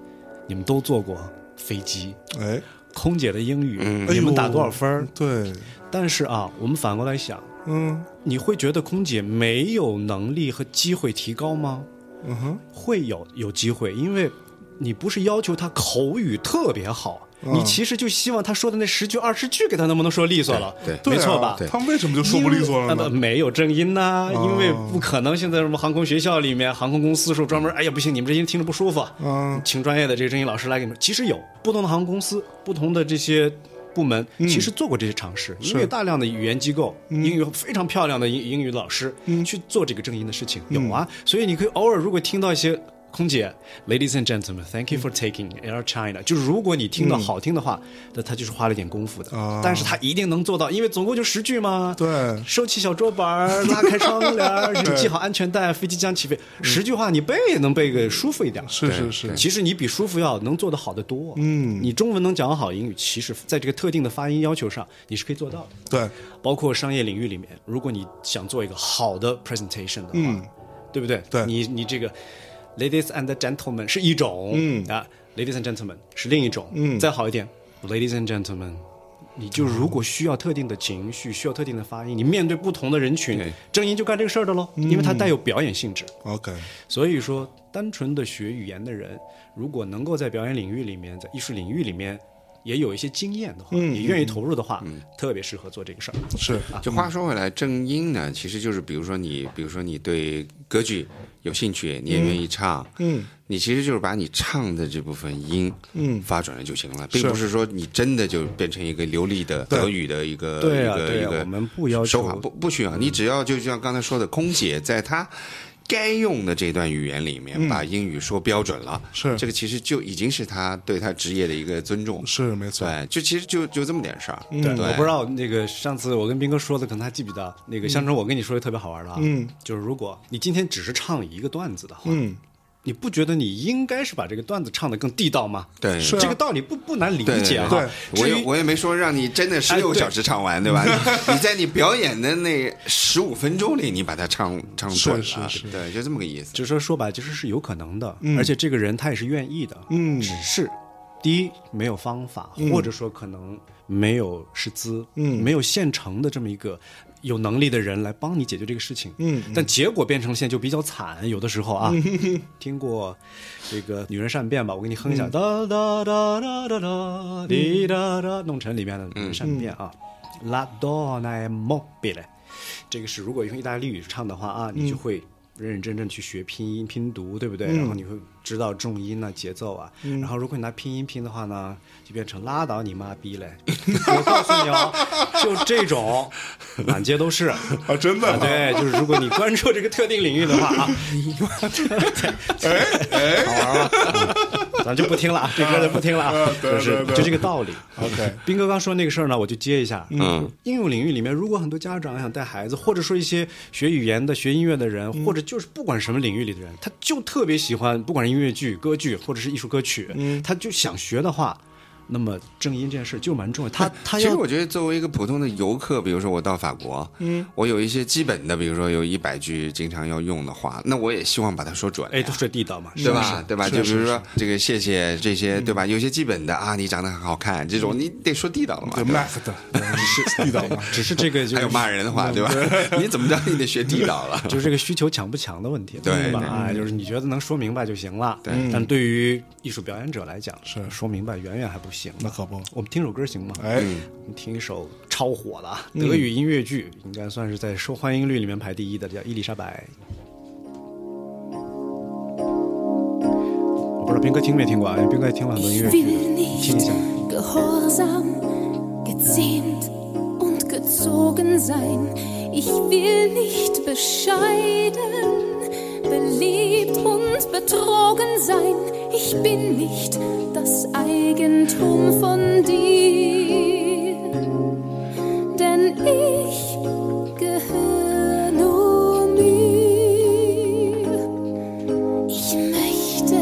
[SPEAKER 3] 你们都坐过飞机，
[SPEAKER 2] 哎，
[SPEAKER 3] 空姐的英语，
[SPEAKER 2] 哎
[SPEAKER 3] 你
[SPEAKER 2] 呦
[SPEAKER 3] 们打多少分儿？
[SPEAKER 2] 对，
[SPEAKER 3] 但是啊，我们反过来想，
[SPEAKER 2] 嗯
[SPEAKER 3] 你会觉得空姐没有能力和机会提高吗？
[SPEAKER 2] 嗯哼，
[SPEAKER 3] 会有有机会，因为你不是要求他口语特别好，
[SPEAKER 2] 嗯
[SPEAKER 3] 你其实就希望他说的那十句二十句给他能不能说利索了，
[SPEAKER 1] 对
[SPEAKER 2] 对啊
[SPEAKER 3] 没错吧？
[SPEAKER 2] 他们为什么就说不利索了
[SPEAKER 3] 因为呃
[SPEAKER 2] 呢
[SPEAKER 3] 不？没有正音呐、
[SPEAKER 2] 哦
[SPEAKER 3] 因为不可能现在什么航空学校里面，航空公司说专门，哎呀不行，你们这音听着不舒服，啊
[SPEAKER 1] 啊
[SPEAKER 2] 嗯
[SPEAKER 3] 请专业的这个正音老师来给你们。其实有不同的航空公司，不同的这些。部门
[SPEAKER 2] 嗯
[SPEAKER 3] 其实做过这些尝试，因为有大量的语言机构、英语非常漂亮的英英语老师、
[SPEAKER 2] 嗯
[SPEAKER 3] 去做这个正音的事情，有啊。所以你可以偶尔如果听到一些空姐，Ladies and gentlemen, thank you for taking Air China，就是如果你听到好听的话，那他就是花了点功夫的
[SPEAKER 2] 嗯啊，
[SPEAKER 3] 但是他一定能做到，因为总共就十句嘛。
[SPEAKER 2] 对
[SPEAKER 3] 收起小桌板儿，拉开窗 帘儿，系好安全带，飞机将起飞。十句话你背能背个舒服一点儿。
[SPEAKER 2] 嗯是是
[SPEAKER 1] 对
[SPEAKER 2] 是
[SPEAKER 1] 对，
[SPEAKER 3] 其实你比舒服要能做得好得多。
[SPEAKER 2] 嗯
[SPEAKER 3] 你中文能讲好英语，其实在这个特定的发音要求上，你是可以做到的。
[SPEAKER 2] 对，
[SPEAKER 3] 包括商业领域里面，如果你想做一个好的 presentation 的话，
[SPEAKER 2] 嗯
[SPEAKER 3] 对不对？
[SPEAKER 2] 对
[SPEAKER 3] 你你这个 ladies and gentlemen 是一种，
[SPEAKER 2] 嗯
[SPEAKER 3] 啊，ladies and gentlemen 是另一种，
[SPEAKER 2] 嗯
[SPEAKER 3] 再好一点，ladies and gentlemen。你就如果需要特定的情绪，需要特定的发音，你面对不同的人群
[SPEAKER 1] 对，
[SPEAKER 3] 正音就干这个事儿的喽，
[SPEAKER 2] 嗯
[SPEAKER 3] 因为它带有表演性质。
[SPEAKER 2] ，OK，
[SPEAKER 3] 所以说，单纯的学语言的人，如果能够在表演领域里面，在艺术领域里面也有一些经验的话，也愿意投入的话，特别适合做这个事儿。啊
[SPEAKER 2] 是
[SPEAKER 1] 就话说回来，正音呢，其实就是比如说你，比如说你对歌剧有兴趣，你也愿意唱，
[SPEAKER 2] 嗯，
[SPEAKER 1] 你其实就是把你唱的这部分音，嗯，发转了就行了，并不是说你真的就变成一个流利的德语的一个
[SPEAKER 3] 对
[SPEAKER 1] 一
[SPEAKER 3] 啊
[SPEAKER 1] 个
[SPEAKER 3] 对
[SPEAKER 1] 一
[SPEAKER 3] 啊
[SPEAKER 1] 个
[SPEAKER 3] 我们不要求
[SPEAKER 1] 手法，不不需要，你只要就像刚才说的，空姐在她。该用的这段语言里
[SPEAKER 3] 嗯
[SPEAKER 1] 面，把英语说标准了，
[SPEAKER 2] 是
[SPEAKER 1] 这个其实就已经是她对她职业的一个尊重，
[SPEAKER 2] 是没错，
[SPEAKER 1] 对，就其实就就这么点事儿，对，
[SPEAKER 3] 嗯我不知道那个上次我跟斌哥说的，可能他记不得。那个香橙，我跟你说一个特别好玩的啊，嗯，就是如果你今天只是唱一个段子的话，嗯，你不觉得你应该是把这个段子唱得更地道吗？
[SPEAKER 1] 对
[SPEAKER 2] 是啊
[SPEAKER 3] 这个道理不不难理
[SPEAKER 1] 对
[SPEAKER 3] 解
[SPEAKER 1] 对
[SPEAKER 3] 哈
[SPEAKER 2] 对。
[SPEAKER 1] 我
[SPEAKER 3] 至
[SPEAKER 1] 也
[SPEAKER 3] 于
[SPEAKER 1] 我也没说让你真的十
[SPEAKER 3] 哎
[SPEAKER 1] 六
[SPEAKER 3] 对
[SPEAKER 1] 个小时唱完，对吧？你 你在你表演的那十五分钟里，你把它唱唱
[SPEAKER 2] 是
[SPEAKER 1] 准
[SPEAKER 2] 是
[SPEAKER 1] 了
[SPEAKER 2] 是
[SPEAKER 1] 对，就这么个意思。
[SPEAKER 3] 就是说说白了，其实是有可能的，而且这个人他也是愿意的，
[SPEAKER 2] 嗯
[SPEAKER 3] 只是第一没有方法，或者说可能没有师资，
[SPEAKER 2] 嗯
[SPEAKER 3] 没有现成的这么一个有能力的人来帮你解决这个事情，
[SPEAKER 2] 嗯
[SPEAKER 3] 但结果变成现在就比较惨，有的时候啊， 听过这个《女人善变》吧，我给你哼一
[SPEAKER 2] 嗯
[SPEAKER 3] 下，哒哒哒哒哒哒滴哒哒，弄成里面的《女人善变》
[SPEAKER 2] 嗯
[SPEAKER 3] 啊，La donna è mobile，这个是如果用意大利语唱的话啊，你就会认认真真去学拼音拼读，对不
[SPEAKER 2] 嗯
[SPEAKER 3] 对？然后你会知道重音啊、节奏啊。然后如果你拿拼音拼的话呢，就变成拉倒你妈逼嘞！我告诉你哦，就这种满街都是。
[SPEAKER 2] 啊， 真的
[SPEAKER 3] 啊，
[SPEAKER 2] 啊，
[SPEAKER 3] 对，就是如果你关注这个特定领域的话啊， 哎哎，好玩吗？嗯咱就不听了啊，这歌就不听了啊
[SPEAKER 2] 啊，对
[SPEAKER 3] 就是
[SPEAKER 2] 对对
[SPEAKER 3] 就这个道理。
[SPEAKER 2] OK
[SPEAKER 3] 斌哥刚说那个事儿呢，我就接一下。
[SPEAKER 1] 嗯，
[SPEAKER 3] 应用领域里面，如果很多家长想带孩子，或者说一些学语言的、学音乐的人，
[SPEAKER 1] 嗯
[SPEAKER 3] 或者就是不管什么领域里的人，他就特别喜欢，不管是音乐剧、歌剧，或者是艺术歌曲，
[SPEAKER 1] 嗯
[SPEAKER 3] 他就想学的话，那么正音这件事就 蛮重要。他他
[SPEAKER 1] 其实
[SPEAKER 3] 要
[SPEAKER 1] 我觉得，作为一个普通的游客，比如说我到法国，嗯，我有一些基本的，比如说有一百句经常要用的话，那我也希望把它说准。
[SPEAKER 3] 哎，都是地道嘛，
[SPEAKER 1] 对吧？对吧？就比如说这个谢谢这
[SPEAKER 3] 嗯
[SPEAKER 1] 些，对吧？有些基本的啊，你长得很好看，这种你得说地道了嘛。
[SPEAKER 2] 对
[SPEAKER 1] 对吧
[SPEAKER 2] Mac 的， 是地道嘛，
[SPEAKER 3] 只是这个就
[SPEAKER 1] 还有
[SPEAKER 3] 是
[SPEAKER 1] 骂人的话，对吧？ 你怎么着，你得学地道了。
[SPEAKER 3] 就是这个需求强不强的问题，
[SPEAKER 1] 对
[SPEAKER 3] 吧？
[SPEAKER 1] 对
[SPEAKER 3] 啊，就是你觉得能说明白就行了。对，但对于艺术表演者来讲，
[SPEAKER 2] 是
[SPEAKER 3] 说明白远远还不行。
[SPEAKER 2] 那可不，
[SPEAKER 3] 我们听首歌行吗？
[SPEAKER 2] 哎，
[SPEAKER 1] 嗯
[SPEAKER 3] 我们听一首超火的啊德语音乐剧，应该算是在受欢迎率里面排第一的，叫《伊丽莎白》。我不知道斌哥听没听过啊？因为斌哥也听了很多音乐
[SPEAKER 4] Ich
[SPEAKER 3] 剧，
[SPEAKER 4] will
[SPEAKER 3] 你听一
[SPEAKER 4] nicht
[SPEAKER 3] 下。
[SPEAKER 4] gehorsam, gezähmt und gezogen sein. Ich will nicht bescheiden, beliebt und betrogen sein. Ich bin nicht das Eigentum von dir, denn ich gehöre nur mir. Ich möchte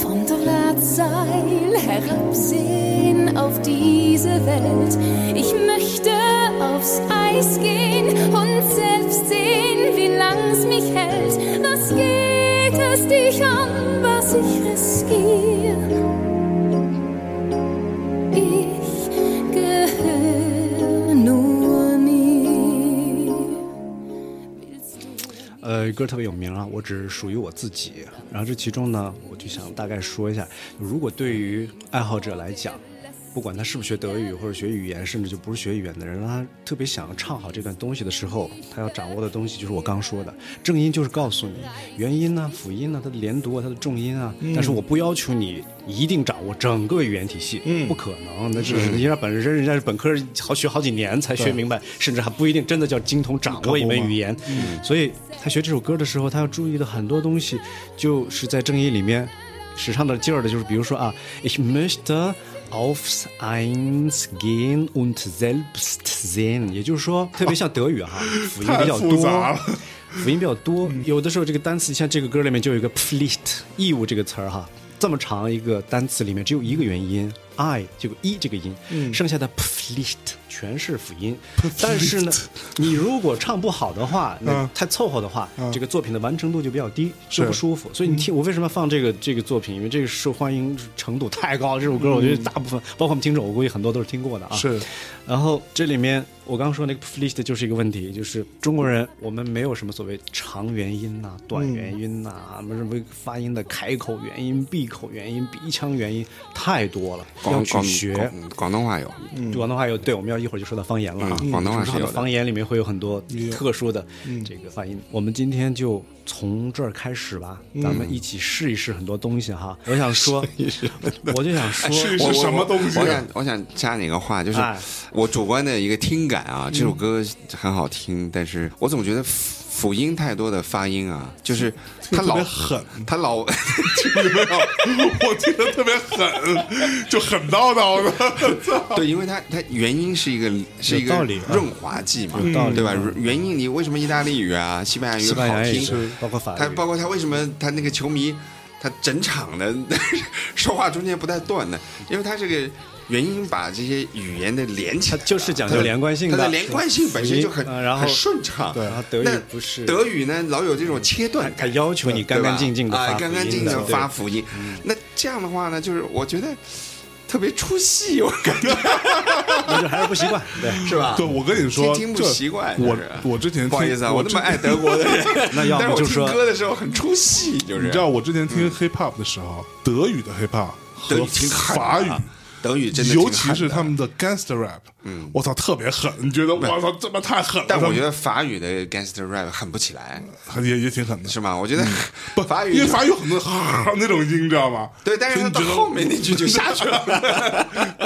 [SPEAKER 4] vom Drahtseil herabsehen auf diese Welt. Ich möchte aufs Eis gehen und selbst sehen, wie lang's mich hält. Was geht es dich an, was ich riskiere? Ich gehöre nur mir. Willst du?
[SPEAKER 3] 呃，歌特别有名啊，我只属于我自己。然后这其中呢，我就想大概说一下，如果对于爱好者来讲，不管他是不是学德语或者学语言，甚至就不是学语言的人，让他特别想要唱好这段东西的时候，他要掌握的东西就是我刚说的正音，就是告诉你元音呢、辅音呢、它的连读啊、它的重音啊。但是我不要求你一定掌握整个语言体系，
[SPEAKER 2] 嗯
[SPEAKER 3] 不可能。那是人家本身人家是本科好学好几年才学明白，甚至还不一定真的叫精通掌握一门语言。
[SPEAKER 2] 嗯
[SPEAKER 3] 所以他学这首歌的时候，他要注意的很多东西，就是在正音里面使上的劲儿的，就是比如说啊，ich möchte aufs Eins gehen und selbst sehen，也就是说，特别像德 语哈、辅音比较
[SPEAKER 2] 太复杂
[SPEAKER 3] 多
[SPEAKER 2] 了，
[SPEAKER 3] 辅音比较多，有的时候这个单词像这个歌里面就有一个 “plicht” 义务这个词儿哈。这么长一个单词里面只有一个元音，i 这个一这个音，
[SPEAKER 2] 嗯
[SPEAKER 3] 剩下的 plicht 全是辅音。但是呢，你如果唱不好的话，那
[SPEAKER 2] 嗯
[SPEAKER 3] 太凑合的话，这个作品的完成度就比较低，
[SPEAKER 2] 是嗯
[SPEAKER 3] 就不舒服。所以你听我为什么放这个这个作品，因为这个受欢迎程度太高了。这首歌我觉
[SPEAKER 2] 嗯
[SPEAKER 3] 得大部分，包括我们听众，我估计很多都是听过的啊。
[SPEAKER 2] 是。
[SPEAKER 3] 然后这里面我刚刚说那个 fleet 就是一个问题，就是中国人我们没有什么所谓长元音呐、短元音呐、什么什么发音的开口元音、闭口元音、鼻腔元音太多了，要
[SPEAKER 1] 广
[SPEAKER 3] 去
[SPEAKER 1] 广
[SPEAKER 3] 学。
[SPEAKER 1] 广广东话有，
[SPEAKER 3] 广东话有，对，我们要一会儿就说到方言了啊。
[SPEAKER 1] 嗯广东话是有的
[SPEAKER 3] 说到方言里面会有很多特殊的嗯这个发音。我们今天就从这儿开始吧，咱们一起试一试很多东西哈。我想说，我就想 说，
[SPEAKER 2] 试一试
[SPEAKER 1] 我
[SPEAKER 2] 是什么东西啊
[SPEAKER 1] 我我想我想插你个话，就是
[SPEAKER 3] 哎
[SPEAKER 1] 我主观的一个听感啊，
[SPEAKER 2] 嗯
[SPEAKER 1] 这首歌很好听，但是我总觉得辅辅音太多的发音啊，就是他
[SPEAKER 2] 特
[SPEAKER 1] 老
[SPEAKER 2] 别狠，
[SPEAKER 1] 他老
[SPEAKER 2] 有没有？我听得特别狠， 就狠叨叨的，
[SPEAKER 1] 对，因为它它元音是一个是一个
[SPEAKER 3] 有道理啊
[SPEAKER 1] 润滑剂嘛，
[SPEAKER 3] 有道理嗯
[SPEAKER 1] 对吧？元音你为什么意大利语啊、西班牙语
[SPEAKER 3] 西班牙
[SPEAKER 1] 好
[SPEAKER 3] 语
[SPEAKER 1] 听
[SPEAKER 3] 是包括法语
[SPEAKER 1] 它包括它为什么它那个球迷他整场的 说话中间不带断的，因为他这个元音把这些语言的连起来了，
[SPEAKER 3] 它就是讲究
[SPEAKER 1] 它的
[SPEAKER 3] 连贯性
[SPEAKER 1] 它
[SPEAKER 3] 的
[SPEAKER 1] 的连贯性本身就很
[SPEAKER 3] 嗯然后
[SPEAKER 1] 很顺畅。
[SPEAKER 3] 对然后德语
[SPEAKER 1] 那
[SPEAKER 3] 不是
[SPEAKER 1] 德语呢，老有这种切断
[SPEAKER 3] 他
[SPEAKER 1] 感，
[SPEAKER 3] 要求你干干净净的
[SPEAKER 1] 对吧
[SPEAKER 3] 发
[SPEAKER 1] 哎，干干净净的
[SPEAKER 3] 的嗯
[SPEAKER 1] 发福音。那这样的话呢，就是我觉得特别出戏，我感觉
[SPEAKER 3] 那就还是不习 惯。对，
[SPEAKER 1] 是吧？
[SPEAKER 2] 对，我跟你说，
[SPEAKER 1] 听听不
[SPEAKER 2] 这
[SPEAKER 1] 习惯
[SPEAKER 2] 我
[SPEAKER 1] 就是
[SPEAKER 2] 我之前
[SPEAKER 1] 不好
[SPEAKER 2] 听
[SPEAKER 1] 意思啊，我
[SPEAKER 2] 我
[SPEAKER 1] 那
[SPEAKER 2] 之
[SPEAKER 1] 么爱德国的 人，
[SPEAKER 3] 那要
[SPEAKER 1] 但是
[SPEAKER 3] 么
[SPEAKER 1] 我听
[SPEAKER 3] 就说
[SPEAKER 1] 歌的时候很出戏，就是
[SPEAKER 2] 你知道我之前听 hip hop 的时候，德语的 hip hop
[SPEAKER 1] 嗯德
[SPEAKER 2] 和
[SPEAKER 1] 语挺狠的
[SPEAKER 2] 法
[SPEAKER 1] 啊
[SPEAKER 2] 语。
[SPEAKER 1] 德语真的挺
[SPEAKER 2] 尤
[SPEAKER 1] 狠
[SPEAKER 2] 其是
[SPEAKER 1] 的
[SPEAKER 2] 他们的 gangster rap，嗯，我操，特别狠，你觉得我操，这么太狠了？
[SPEAKER 1] 但
[SPEAKER 2] 他
[SPEAKER 1] 我
[SPEAKER 2] 们
[SPEAKER 1] 觉得法语的 gangster rap 狠不起来，
[SPEAKER 2] 也也挺狠的，
[SPEAKER 1] 是吗？我觉 得
[SPEAKER 2] 嗯不
[SPEAKER 1] 法语
[SPEAKER 2] 因为法语有很多 哈那种音，你知道吗？
[SPEAKER 1] 对，但是他到后面那句 就下去了，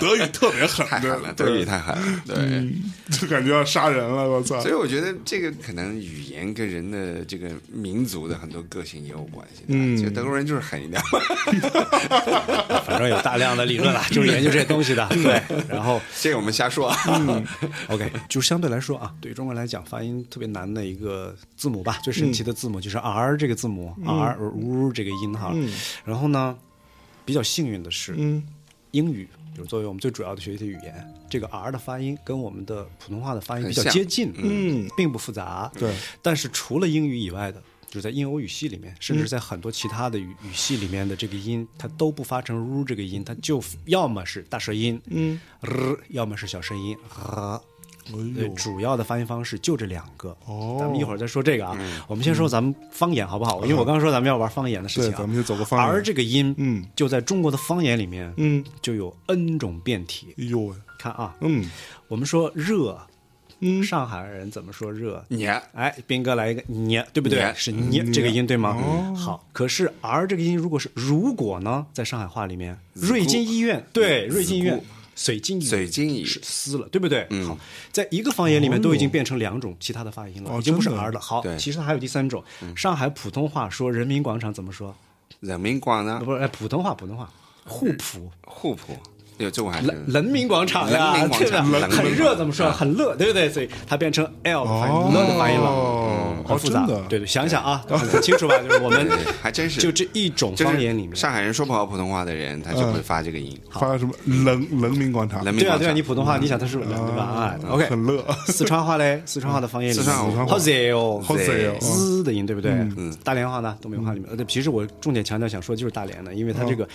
[SPEAKER 2] 德语特别狠，
[SPEAKER 1] 太狠了，
[SPEAKER 2] 对嗯
[SPEAKER 1] 德语太狠了，对。
[SPEAKER 2] 就感觉要杀人了，我操！
[SPEAKER 1] 所以我觉得这个可能语言跟人的这个民族的很多个性也有关系的，嗯，就德国人就是狠一点嘛，
[SPEAKER 3] 反正有大量的 理论啦，就是研究这些东西的。对，然后
[SPEAKER 1] 这个我们瞎说啊，
[SPEAKER 2] 嗯
[SPEAKER 3] OK，就是相对来说啊，对于中国人来讲，发音特别难的一个字母吧，最神
[SPEAKER 1] 嗯
[SPEAKER 3] 奇的字母就是 R 这个字母、r 呜这个音哈。
[SPEAKER 1] 嗯
[SPEAKER 3] 然后呢，比较幸运的是，英语就是作为我们最主要的学习的语言，这个 R 的发音跟我们的普通话的发音比较
[SPEAKER 1] 很像
[SPEAKER 3] 接近，嗯，并不复杂。对，但是除了英语以外的。就是在印欧语系里面，甚至在很多其他的语语系里面的这个音，它都不发成 r 这个音，它就要么是大舌音，嗯，要么是小舌音，啊
[SPEAKER 2] 哎
[SPEAKER 3] 对，主要的发音方式就这两个。哦，咱们一会儿再说这个啊。
[SPEAKER 2] 嗯
[SPEAKER 3] 我们先说咱们方言好不好？因为我刚刚说咱们要玩方言的事情、啊，
[SPEAKER 2] 对咱们先走个方言
[SPEAKER 3] R 这个音，
[SPEAKER 2] 嗯，
[SPEAKER 3] 就在中国的方言里面，
[SPEAKER 2] 嗯，
[SPEAKER 3] 就有 N 种变体。
[SPEAKER 2] 哎呦喂，
[SPEAKER 3] 看啊，
[SPEAKER 2] 嗯，
[SPEAKER 3] 我们说热，嗯，上海人怎么说热？
[SPEAKER 1] 你啊
[SPEAKER 3] 哎，斌哥来一个你，对不对
[SPEAKER 1] 捏？
[SPEAKER 3] 是你这个音对吗？好，可是 r 这个音如果是如果呢，在上海话里面，瑞金医院对，瑞金医院
[SPEAKER 1] 子固，
[SPEAKER 3] 水晶医
[SPEAKER 1] 水晶医
[SPEAKER 3] 是撕了，对不对？好，在一个方言里面都已经变成两种其他的发音了，
[SPEAKER 2] 哦
[SPEAKER 3] 已经不是
[SPEAKER 2] 真的
[SPEAKER 3] r 了。好
[SPEAKER 1] 对，
[SPEAKER 3] 其实还有第三种，上海普通话说人民广场怎么说？
[SPEAKER 1] 人民广场
[SPEAKER 3] 不是，哎，普通话普通话，互普。
[SPEAKER 1] 互普，有这我还
[SPEAKER 3] 人
[SPEAKER 1] 是
[SPEAKER 3] 人民广场呀，
[SPEAKER 1] 人民广
[SPEAKER 3] 对吧
[SPEAKER 1] 场啊哦人？民
[SPEAKER 3] 很
[SPEAKER 1] 广
[SPEAKER 3] 热，
[SPEAKER 1] 场
[SPEAKER 3] 怎么说？很乐，对不对？所以它变成 l 的发音，乐的发音了。
[SPEAKER 2] 哦，
[SPEAKER 3] 好复杂
[SPEAKER 2] 真的，
[SPEAKER 3] 对对，想想啊，很清楚吧？就是我们
[SPEAKER 1] 还真 是
[SPEAKER 3] 就这一种
[SPEAKER 1] 就
[SPEAKER 3] 方
[SPEAKER 1] 是
[SPEAKER 3] 言里面，嗯
[SPEAKER 1] 上海人说不好普通话的人，他就会发这个音，
[SPEAKER 2] 发了什么人人民广场，
[SPEAKER 1] 人民
[SPEAKER 3] 对啊
[SPEAKER 1] 广
[SPEAKER 3] 对啊，
[SPEAKER 1] 场
[SPEAKER 3] 你普通话你想它是冷对
[SPEAKER 1] 哦
[SPEAKER 3] 吧？哎，OK，
[SPEAKER 2] 很乐，
[SPEAKER 3] 四川话嘞，四川话的方言里面，
[SPEAKER 1] 四川话
[SPEAKER 3] 好热哦，
[SPEAKER 2] 好贼哦，
[SPEAKER 3] 滋的音，对不对？嗯，大连话呢，东北话里面，呃，对其实我重点强调想说就是大连的，因为它这个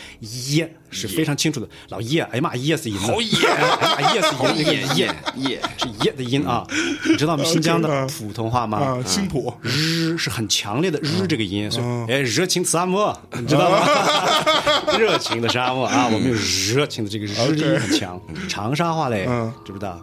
[SPEAKER 3] 耶是非常清楚的，老耶，哎呀妈，耶是音，
[SPEAKER 1] 好耶
[SPEAKER 3] 哎呀妈，耶
[SPEAKER 1] 好
[SPEAKER 3] 是
[SPEAKER 1] 耶
[SPEAKER 3] 音，耶
[SPEAKER 1] 耶耶，
[SPEAKER 3] 是耶的音啊，你知道我们新疆的普通话吗？
[SPEAKER 1] 嗯
[SPEAKER 2] 啊，新浦，
[SPEAKER 3] 日是很强烈的日这个音，所以哎，热情沙漠，你知道吗？热情的沙漠啊，我们有热情的这个日的音很强。长沙话嘞
[SPEAKER 2] 嗯，
[SPEAKER 3] 知不知道？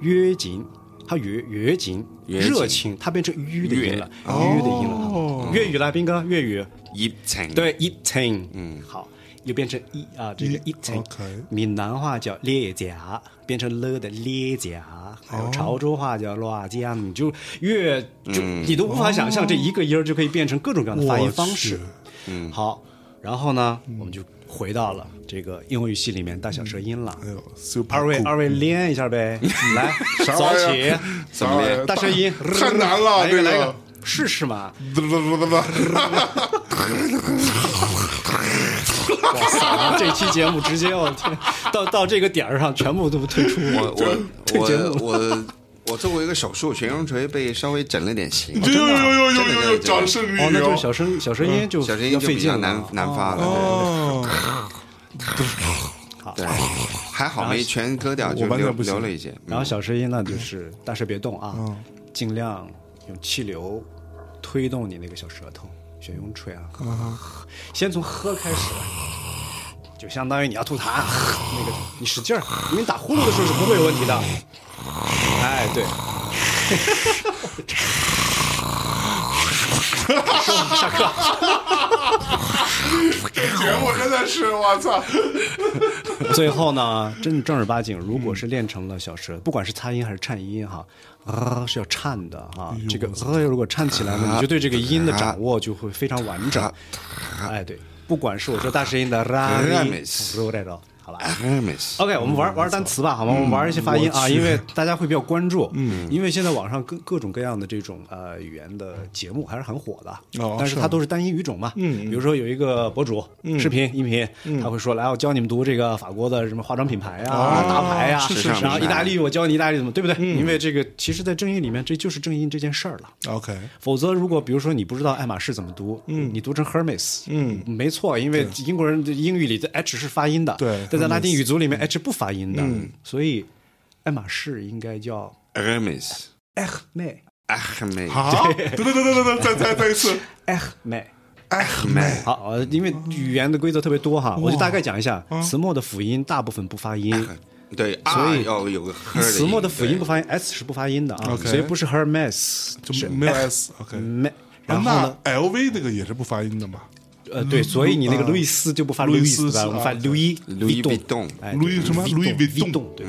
[SPEAKER 3] 约紧，它约约紧，
[SPEAKER 1] 约紧
[SPEAKER 3] 热情，它变成吁的音了，吁的音了。粤语啦，斌哥，粤语
[SPEAKER 1] 一层
[SPEAKER 3] 对，eating，嗯，好，又变成一啊，这个 eating。
[SPEAKER 2] OK
[SPEAKER 3] 闽南话叫列甲，变成了的列甲，还有潮
[SPEAKER 2] 哦
[SPEAKER 3] 州话叫辣酱，你就越
[SPEAKER 2] 嗯
[SPEAKER 3] 就你都无法想象这一个音儿就可以变成各种各样的发音方式
[SPEAKER 2] 我去。
[SPEAKER 3] 嗯，好，然后呢，
[SPEAKER 2] 嗯
[SPEAKER 3] 我们就回到了这个英文语系里面大小舌音了。
[SPEAKER 2] 哎呦，super，
[SPEAKER 3] 二位
[SPEAKER 2] cool
[SPEAKER 3] 二位练一 下呗，来，
[SPEAKER 2] 啥
[SPEAKER 3] 早
[SPEAKER 2] 玩意
[SPEAKER 3] 起
[SPEAKER 2] 儿，啥玩意儿
[SPEAKER 3] 大舌音，
[SPEAKER 2] 太难了，
[SPEAKER 3] 来一
[SPEAKER 2] 这
[SPEAKER 3] 个来一
[SPEAKER 2] 个
[SPEAKER 3] 个。，试试嘛。
[SPEAKER 2] 不不不不不，
[SPEAKER 3] 哇塞！啊这期节目直接我天，到到这个点儿上，全部都退出。
[SPEAKER 1] 我
[SPEAKER 3] 退节
[SPEAKER 1] 我
[SPEAKER 3] 目
[SPEAKER 1] 我我我做过一个手术，悬雍垂被稍微整了 点形，
[SPEAKER 2] 呦呦呦呦呦呦呦，
[SPEAKER 1] 真的真的
[SPEAKER 2] 掌声雨
[SPEAKER 3] 哦，那就是小
[SPEAKER 2] 哦，
[SPEAKER 3] 声小声音就
[SPEAKER 1] 哎嗯小声
[SPEAKER 3] 要
[SPEAKER 1] 音就
[SPEAKER 3] 费
[SPEAKER 1] 比
[SPEAKER 3] 劲
[SPEAKER 1] 较
[SPEAKER 3] 了啊哦
[SPEAKER 1] 难难发了。
[SPEAKER 2] 嗯
[SPEAKER 1] 对，对，还好没全割掉，就
[SPEAKER 2] 我完
[SPEAKER 1] 留
[SPEAKER 2] 全不行
[SPEAKER 1] 留了一些。
[SPEAKER 3] 然后小声音呢，就是大舌别动啊，
[SPEAKER 1] 嗯
[SPEAKER 3] 尽量用气流推动你那个小舌头，悬雍吹啊，
[SPEAKER 1] 嗯
[SPEAKER 3] 先从喝开始，就相当于你要吐痰，那个你使劲儿，因为你打呼噜的时候是不会有问题的。哎，对。上课。
[SPEAKER 2] 节目真的是我操，
[SPEAKER 3] 最后呢，真正儿八经，如果是练成了小舌，不管是擦音还是颤音哈，啊是要颤的哈。这个呃如果颤起来呢，你就对这个音的掌握就会非常完整。哎，对，不管是我说大舌音的啦
[SPEAKER 1] 啊
[SPEAKER 3] 咪
[SPEAKER 1] 美，
[SPEAKER 3] 如来着。好吧
[SPEAKER 1] Hermes，
[SPEAKER 3] ？OK，我们玩玩单词吧，好吗？我们玩一些发音啊，因为大家会比较关注，嗯，因为现在网上各各种各样的这种呃语言的节目还是很火的，
[SPEAKER 2] 哦
[SPEAKER 3] 但是
[SPEAKER 2] 是
[SPEAKER 3] 它都是单一语种嘛，嗯，比如说有一个博主，视频、音频，他会说，来，我教你们读这个法国的什么化妆品牌啊、大牌嗯啊，
[SPEAKER 1] 是是是
[SPEAKER 3] 然后意大利，我教你意大利怎么，对不对？因为这个其实，在正音里面，这就是正音这件事儿了。
[SPEAKER 2] OK，
[SPEAKER 3] 否则，如果比如说你不知道爱马仕怎么读，嗯，你读成 Hermes，嗯，没错，因为英国人的英语里的 H 是发音的，
[SPEAKER 2] 对
[SPEAKER 3] 但在拉丁语族里面 H 不发音的，所以爱马仕应该叫
[SPEAKER 1] Hermes，
[SPEAKER 3] 哎妹
[SPEAKER 1] ，Hermes，
[SPEAKER 2] 好，等等等等等，再 再再一次，
[SPEAKER 3] 哎妹。
[SPEAKER 1] Hermes，
[SPEAKER 3] 好，呃因为语言的规则特别多哈，我就大概讲一下，词末的辅音大部分不发音，
[SPEAKER 1] 对
[SPEAKER 3] 所
[SPEAKER 1] 啊，
[SPEAKER 3] 以
[SPEAKER 1] 要有个 her
[SPEAKER 3] 词末哎的辅音不
[SPEAKER 1] 对
[SPEAKER 3] 发音，S 是不发音的啊，
[SPEAKER 2] OK
[SPEAKER 3] 所以不是 Hermes，
[SPEAKER 2] 就是没有 S。OK，
[SPEAKER 3] 妹。然
[SPEAKER 2] 啊
[SPEAKER 3] 后呢
[SPEAKER 2] 那，LV 那个也是不发音的嘛？
[SPEAKER 3] 呃，对，所以你那个路易斯就不发路易斯吧，
[SPEAKER 2] 嗯路易斯
[SPEAKER 3] 我们发
[SPEAKER 2] 啊
[SPEAKER 3] 路易
[SPEAKER 1] Louis Vuitton
[SPEAKER 3] 哎，
[SPEAKER 2] 路易什么路易嗯威
[SPEAKER 3] 威
[SPEAKER 2] 动
[SPEAKER 3] 动，对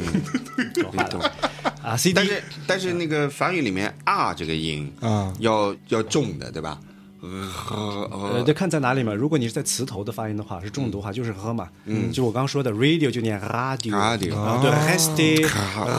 [SPEAKER 3] 对，搞坏了 啊
[SPEAKER 1] 但
[SPEAKER 3] ，CD
[SPEAKER 1] 是但是那个法语里面 R 这个音
[SPEAKER 2] 啊
[SPEAKER 1] 要要重的，对吧？呃
[SPEAKER 3] 呃，
[SPEAKER 1] 呃
[SPEAKER 3] 得看在哪里嘛。如果你是在词头的发音的话，是重读的话，就是喝嘛。嗯，就我刚说的，radio 就念 radio，
[SPEAKER 1] Radio
[SPEAKER 3] 啊，对，rester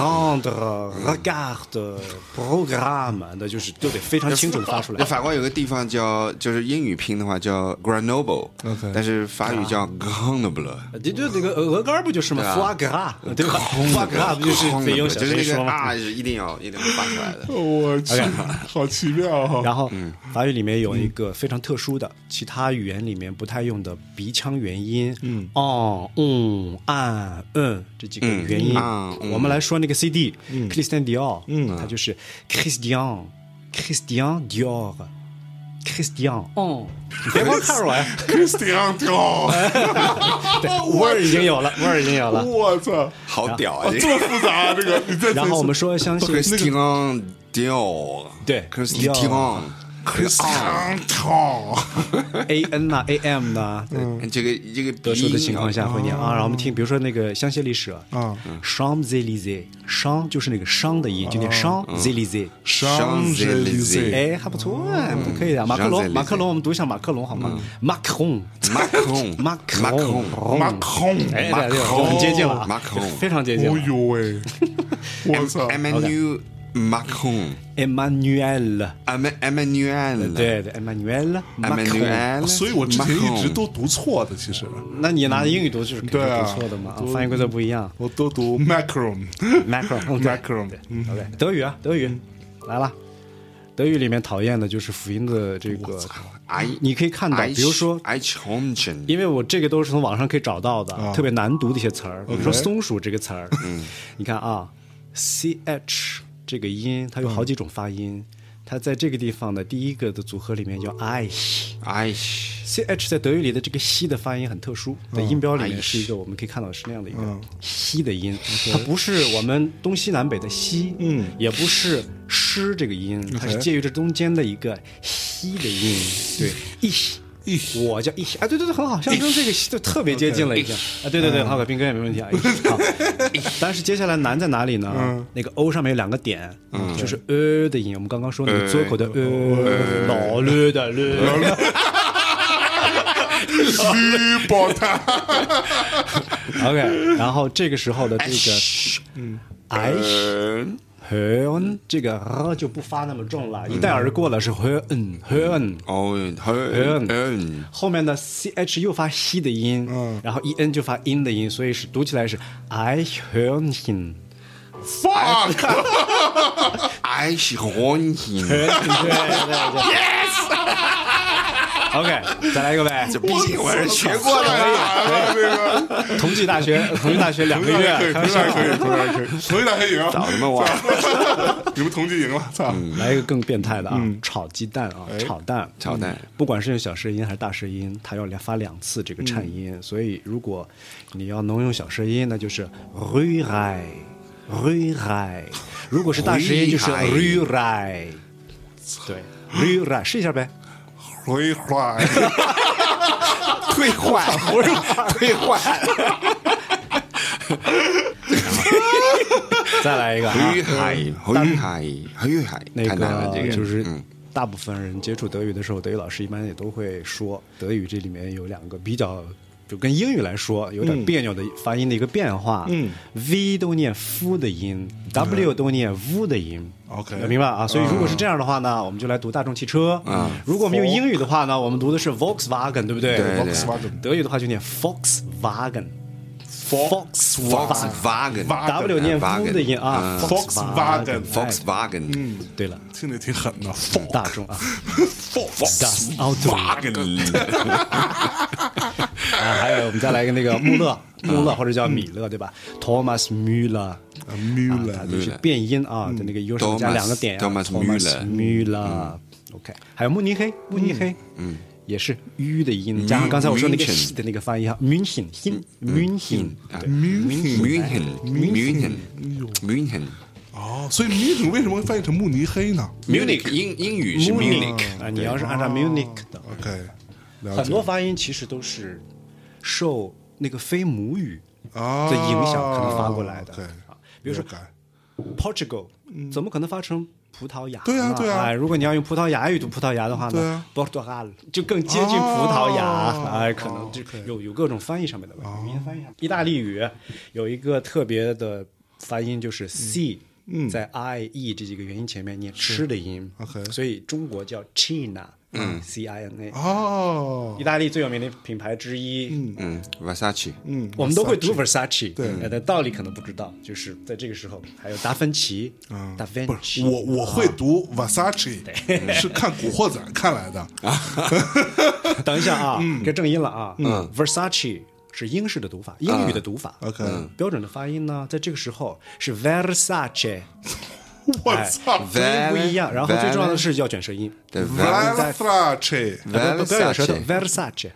[SPEAKER 3] rendre regarde programme 的，就是都得非常清楚的发出
[SPEAKER 1] 那
[SPEAKER 3] 来。
[SPEAKER 1] 法国有个地方叫，就是英语拼的话叫 Grenoble，
[SPEAKER 2] OK
[SPEAKER 1] 但是法语
[SPEAKER 3] 啊
[SPEAKER 1] 叫 Grenoble，
[SPEAKER 3] 这呃就那个鹅肝不就是嘛
[SPEAKER 1] 对啊
[SPEAKER 3] ，foie gras 对吧？foie gras 不就是得用小
[SPEAKER 1] 就是那
[SPEAKER 3] 声
[SPEAKER 1] 个啊
[SPEAKER 3] 说吗
[SPEAKER 1] R？是一定要一定要发出来 的。
[SPEAKER 2] 我去，好奇妙哈！
[SPEAKER 3] 然后，法语里面有一个非常特殊的，其他语言里面不太用的鼻腔元音，嗯，哦，嗯，啊，嗯，这几个元音
[SPEAKER 1] 嗯啊嗯。
[SPEAKER 3] 我们来说那个 CD，c h r i s t i a n Dior，嗯，它就是 Christian，Christian Dior，Christian，哦，你别光看着我呀，
[SPEAKER 2] Christian Dior，
[SPEAKER 3] 味儿已经有了，味儿已经有了。
[SPEAKER 2] 我操，
[SPEAKER 1] 好屌啊！
[SPEAKER 2] 这么复杂啊这个，你再再
[SPEAKER 3] 然后我们
[SPEAKER 2] 一次
[SPEAKER 3] 说，相信
[SPEAKER 1] Christian Dior，
[SPEAKER 3] 对
[SPEAKER 1] ，Christian Christian，
[SPEAKER 2] Christian Dior，
[SPEAKER 3] A N 呐，A M 呐，
[SPEAKER 1] 这个这个
[SPEAKER 3] 特殊的情况下
[SPEAKER 1] 鼻音
[SPEAKER 3] 会念啊。然后我们听，比如说那个香榭丽舍
[SPEAKER 2] 啊
[SPEAKER 3] ，Champs Élysées，商就是那个商的音，就念商 Élysées。
[SPEAKER 2] Champs-Élysées
[SPEAKER 3] 哎，还不错，哎不可以的。马克
[SPEAKER 1] Champs-Élysées
[SPEAKER 3] 龙，马克龙，我们读一下马克龙好吗？Macron，
[SPEAKER 1] Macron
[SPEAKER 3] Macron Oh
[SPEAKER 2] Macron，
[SPEAKER 3] 哎，对对，就很接近了啊
[SPEAKER 1] Macron
[SPEAKER 3] 非常接近
[SPEAKER 2] 哦
[SPEAKER 3] 了。
[SPEAKER 2] 呦喂，我操
[SPEAKER 1] Emmanuel Macron。
[SPEAKER 3] Emmanuel，
[SPEAKER 1] Em- Emmanuel，，
[SPEAKER 3] 对对，Emmanuel Macron。
[SPEAKER 1] ，Emmanuel，
[SPEAKER 2] 所以我之前一直都读错的，其实
[SPEAKER 3] 那你拿英语读就是肯定
[SPEAKER 2] 对啊
[SPEAKER 3] 不错的嘛，啊
[SPEAKER 2] 读
[SPEAKER 3] 发音规则不一样。
[SPEAKER 2] 我都读 Oh, Macron，
[SPEAKER 3] Macron，对
[SPEAKER 2] Macron
[SPEAKER 3] 对，OK，德语啊，德语来了。德语里面讨厌的就是辅音的这个，
[SPEAKER 1] 哎，
[SPEAKER 3] 你可以看到，
[SPEAKER 1] 哎
[SPEAKER 3] 比如说，
[SPEAKER 1] H h o m g e n
[SPEAKER 3] 因为我这个都是从网上可以找到的，特别难读的一些词儿，比如说松鼠这个词儿，你看啊，c h 这个音，它有好几种发音，它在这个地方的第一个的组合里面叫 i。
[SPEAKER 1] 哎，
[SPEAKER 3] C H 在德语里的这个 h 的发音很特殊，在音标里面是一个我们可以看到是那样的一个 h 的音，它不是我们东西南北的西，嗯，也不是诗这个音，它是介于这中间的一个 h 的音，对，ich。我叫 ich，哎，对对对，很好，象征这个 ich 就特别接近了，已经，啊，对对对，好，小兵哥也没问题啊。ich，好，但嗯是接下来难在哪里呢？那个 o 上面有两个点，就是呃的音，我们刚刚说那个左口的呃，老略的略，
[SPEAKER 2] 绿宝塔
[SPEAKER 3] OK，然后这个时候的这个，嗯，哎，hören 这个呃就不发那么重了，一带而过了是 hören hören
[SPEAKER 1] 哦，Hern
[SPEAKER 3] 嗯
[SPEAKER 1] 嗯
[SPEAKER 3] hören，后面的 ch 又发 h 的音，然后 en 就发 in 的音，所以是读起来是哎 I hören hin。
[SPEAKER 2] ，fuck，
[SPEAKER 1] I horn him，
[SPEAKER 3] 对对对。OK，再来一个呗。
[SPEAKER 1] 毕竟我是学过的。啊
[SPEAKER 2] 了，这个。
[SPEAKER 3] 同济大学，同济大学两个
[SPEAKER 2] 同学可
[SPEAKER 3] 月，
[SPEAKER 2] 以，
[SPEAKER 3] 开
[SPEAKER 2] 同
[SPEAKER 3] 玩
[SPEAKER 2] 学
[SPEAKER 3] 笑
[SPEAKER 2] 可以，同学可以，同学可以赢，
[SPEAKER 1] 他妈忘了，
[SPEAKER 2] 你们同济赢了，操！
[SPEAKER 3] 来一个更变态的啊，炒鸡蛋啊，炒蛋，
[SPEAKER 1] 嗯哎炒蛋
[SPEAKER 3] 嗯不管是用小舌音还是大舌音，它要连发两次这个颤
[SPEAKER 1] 嗯
[SPEAKER 3] 音，所以如果你要能用小舌音，那就是 r ü r a i r ü r a i 如果是大舌音，就是 r ü r a i 对 r ü r a i 试一下呗。
[SPEAKER 2] 回话，
[SPEAKER 1] 退 坏，退坏，
[SPEAKER 3] 再来一个 啊，
[SPEAKER 1] 黑海，黑海，黑海，
[SPEAKER 3] 那
[SPEAKER 1] 太难了，这个
[SPEAKER 3] 就是
[SPEAKER 1] 嗯
[SPEAKER 3] 大部分人接触德语的时候，德语老师一般也都会说，德语这里面有两个比较就跟英语来说有点别扭的发音的一个变化。
[SPEAKER 2] 嗯
[SPEAKER 3] ，V 都念 f 的音，W
[SPEAKER 1] 嗯
[SPEAKER 3] 都念 v 的音。
[SPEAKER 2] OK
[SPEAKER 3] 明白啊？所以如果是这样的话呢，我们就来读大众汽车。如果我们用英语的话呢，我们读的是 Volkswagen，对不
[SPEAKER 1] 嗯
[SPEAKER 3] 对？
[SPEAKER 1] 对对
[SPEAKER 2] Volkswagen
[SPEAKER 3] 德语的话就念 Volkswagen。Volkswagen。
[SPEAKER 1] Volkswagen，
[SPEAKER 3] W 念
[SPEAKER 1] Wagen
[SPEAKER 3] V 的音啊
[SPEAKER 1] 嗯
[SPEAKER 2] ，Volkswagen
[SPEAKER 3] 哎
[SPEAKER 1] Volkswagen，
[SPEAKER 3] 对了，
[SPEAKER 2] 听着挺狠的
[SPEAKER 3] 大众 啊，Das Auto 嗯
[SPEAKER 2] ，Volkswagen，
[SPEAKER 3] 啊， 还有我们再来一个那个穆勒，穆勒或者叫米勒，对吧？Thomas Müller，
[SPEAKER 2] Müller
[SPEAKER 3] 啊它就是变音啊，就那个 U 上加两个点啊
[SPEAKER 1] Thomas- Thomas Müller
[SPEAKER 3] Müller，OK，还有慕尼黑，慕尼黑，嗯，也是 U 的音，加上刚才我说那个
[SPEAKER 1] München
[SPEAKER 3] h 的那个发音哈，München 啊 hin München，对
[SPEAKER 1] 啊嗯 Munich，Munich，Munich，Munich，
[SPEAKER 2] 哦，所以米怎么为什么会翻译成慕尼黑呢
[SPEAKER 1] Munich 英英语是 Munich，
[SPEAKER 3] 啊，你要是按照 Munich 的，
[SPEAKER 2] ？OK，了
[SPEAKER 3] 很
[SPEAKER 2] 解
[SPEAKER 3] 多发音其实都是受那个非母语
[SPEAKER 2] 啊
[SPEAKER 3] 的影响可能发过来的
[SPEAKER 2] 对
[SPEAKER 3] 啊，比如说
[SPEAKER 2] 有感
[SPEAKER 3] Portugal，怎么可能发成葡萄牙呢？
[SPEAKER 2] 嗯对啊对啊
[SPEAKER 3] 哎，如果你要用葡萄牙语读葡萄牙的话
[SPEAKER 2] 对
[SPEAKER 3] 呢
[SPEAKER 2] 啊
[SPEAKER 3] ，Portugal 就更接近葡萄牙
[SPEAKER 2] 哦，
[SPEAKER 3] 哎，可能就有有各种翻译上面的问题。语音翻译上，意大利语有一个特别的发音
[SPEAKER 2] 嗯
[SPEAKER 3] 就是 c。在 i e 这几个元音前面念吃的音
[SPEAKER 2] 嗯 OK
[SPEAKER 3] 所以中国叫 China，嗯，c i n a。
[SPEAKER 2] 哦
[SPEAKER 3] 意，大利最有名的品牌之一，
[SPEAKER 1] 嗯，Versace，
[SPEAKER 2] 嗯，
[SPEAKER 3] 我们都会读 Versace，
[SPEAKER 2] 对
[SPEAKER 3] 哎但道理可能不知道，就是在这个时候，还有达芬奇，达芬
[SPEAKER 2] 啊不
[SPEAKER 3] 奇，
[SPEAKER 2] 是我我会读 Versace，是看《古惑仔》看来的。
[SPEAKER 3] 等一下啊，该正音了啊。嗯，Versace 是英式的读法，英语的读法。
[SPEAKER 2] 啊
[SPEAKER 3] 嗯
[SPEAKER 2] OK
[SPEAKER 3] 标准的发音呢，在这个时候是 Versace，
[SPEAKER 2] 我
[SPEAKER 3] 哎
[SPEAKER 2] 操
[SPEAKER 3] 发音不一样。然后最重要的是要卷舌音，
[SPEAKER 1] 对
[SPEAKER 2] ，Versace，Versace，
[SPEAKER 3] 哎不不要咬舌头
[SPEAKER 1] Versace，Versace，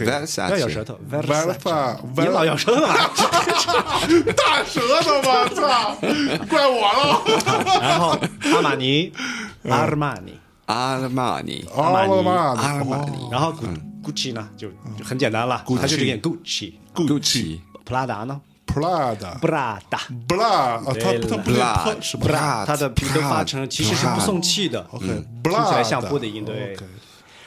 [SPEAKER 3] ，Versace，不要咬舌头
[SPEAKER 2] Versa-
[SPEAKER 3] ，Versace，你老咬舌头啊。
[SPEAKER 2] 大舌头吧，操，怪我了。
[SPEAKER 3] 然后阿玛尼，
[SPEAKER 2] 嗯
[SPEAKER 3] 阿尔玛尼，
[SPEAKER 1] 阿尔玛尼，
[SPEAKER 2] 阿
[SPEAKER 3] 玛
[SPEAKER 2] 玛
[SPEAKER 3] 尼
[SPEAKER 2] 尼，
[SPEAKER 1] 阿尔玛尼
[SPEAKER 3] 然后 Gucci 呢就就很简单了，它就是念 Gucci。
[SPEAKER 1] ，Gucci，
[SPEAKER 3] 普拉达呢
[SPEAKER 2] ，Prada，Bla，
[SPEAKER 3] ，Prada。
[SPEAKER 2] 啊，他
[SPEAKER 3] 对
[SPEAKER 2] 他不
[SPEAKER 1] 了
[SPEAKER 2] 念喷是吧
[SPEAKER 1] Bra-
[SPEAKER 3] 它它的平都发成其实是不送气的
[SPEAKER 2] 啊嗯
[SPEAKER 3] 嗯
[SPEAKER 2] ？OK，
[SPEAKER 3] 听起来
[SPEAKER 2] Prada
[SPEAKER 3] 像波的音对
[SPEAKER 2] OK。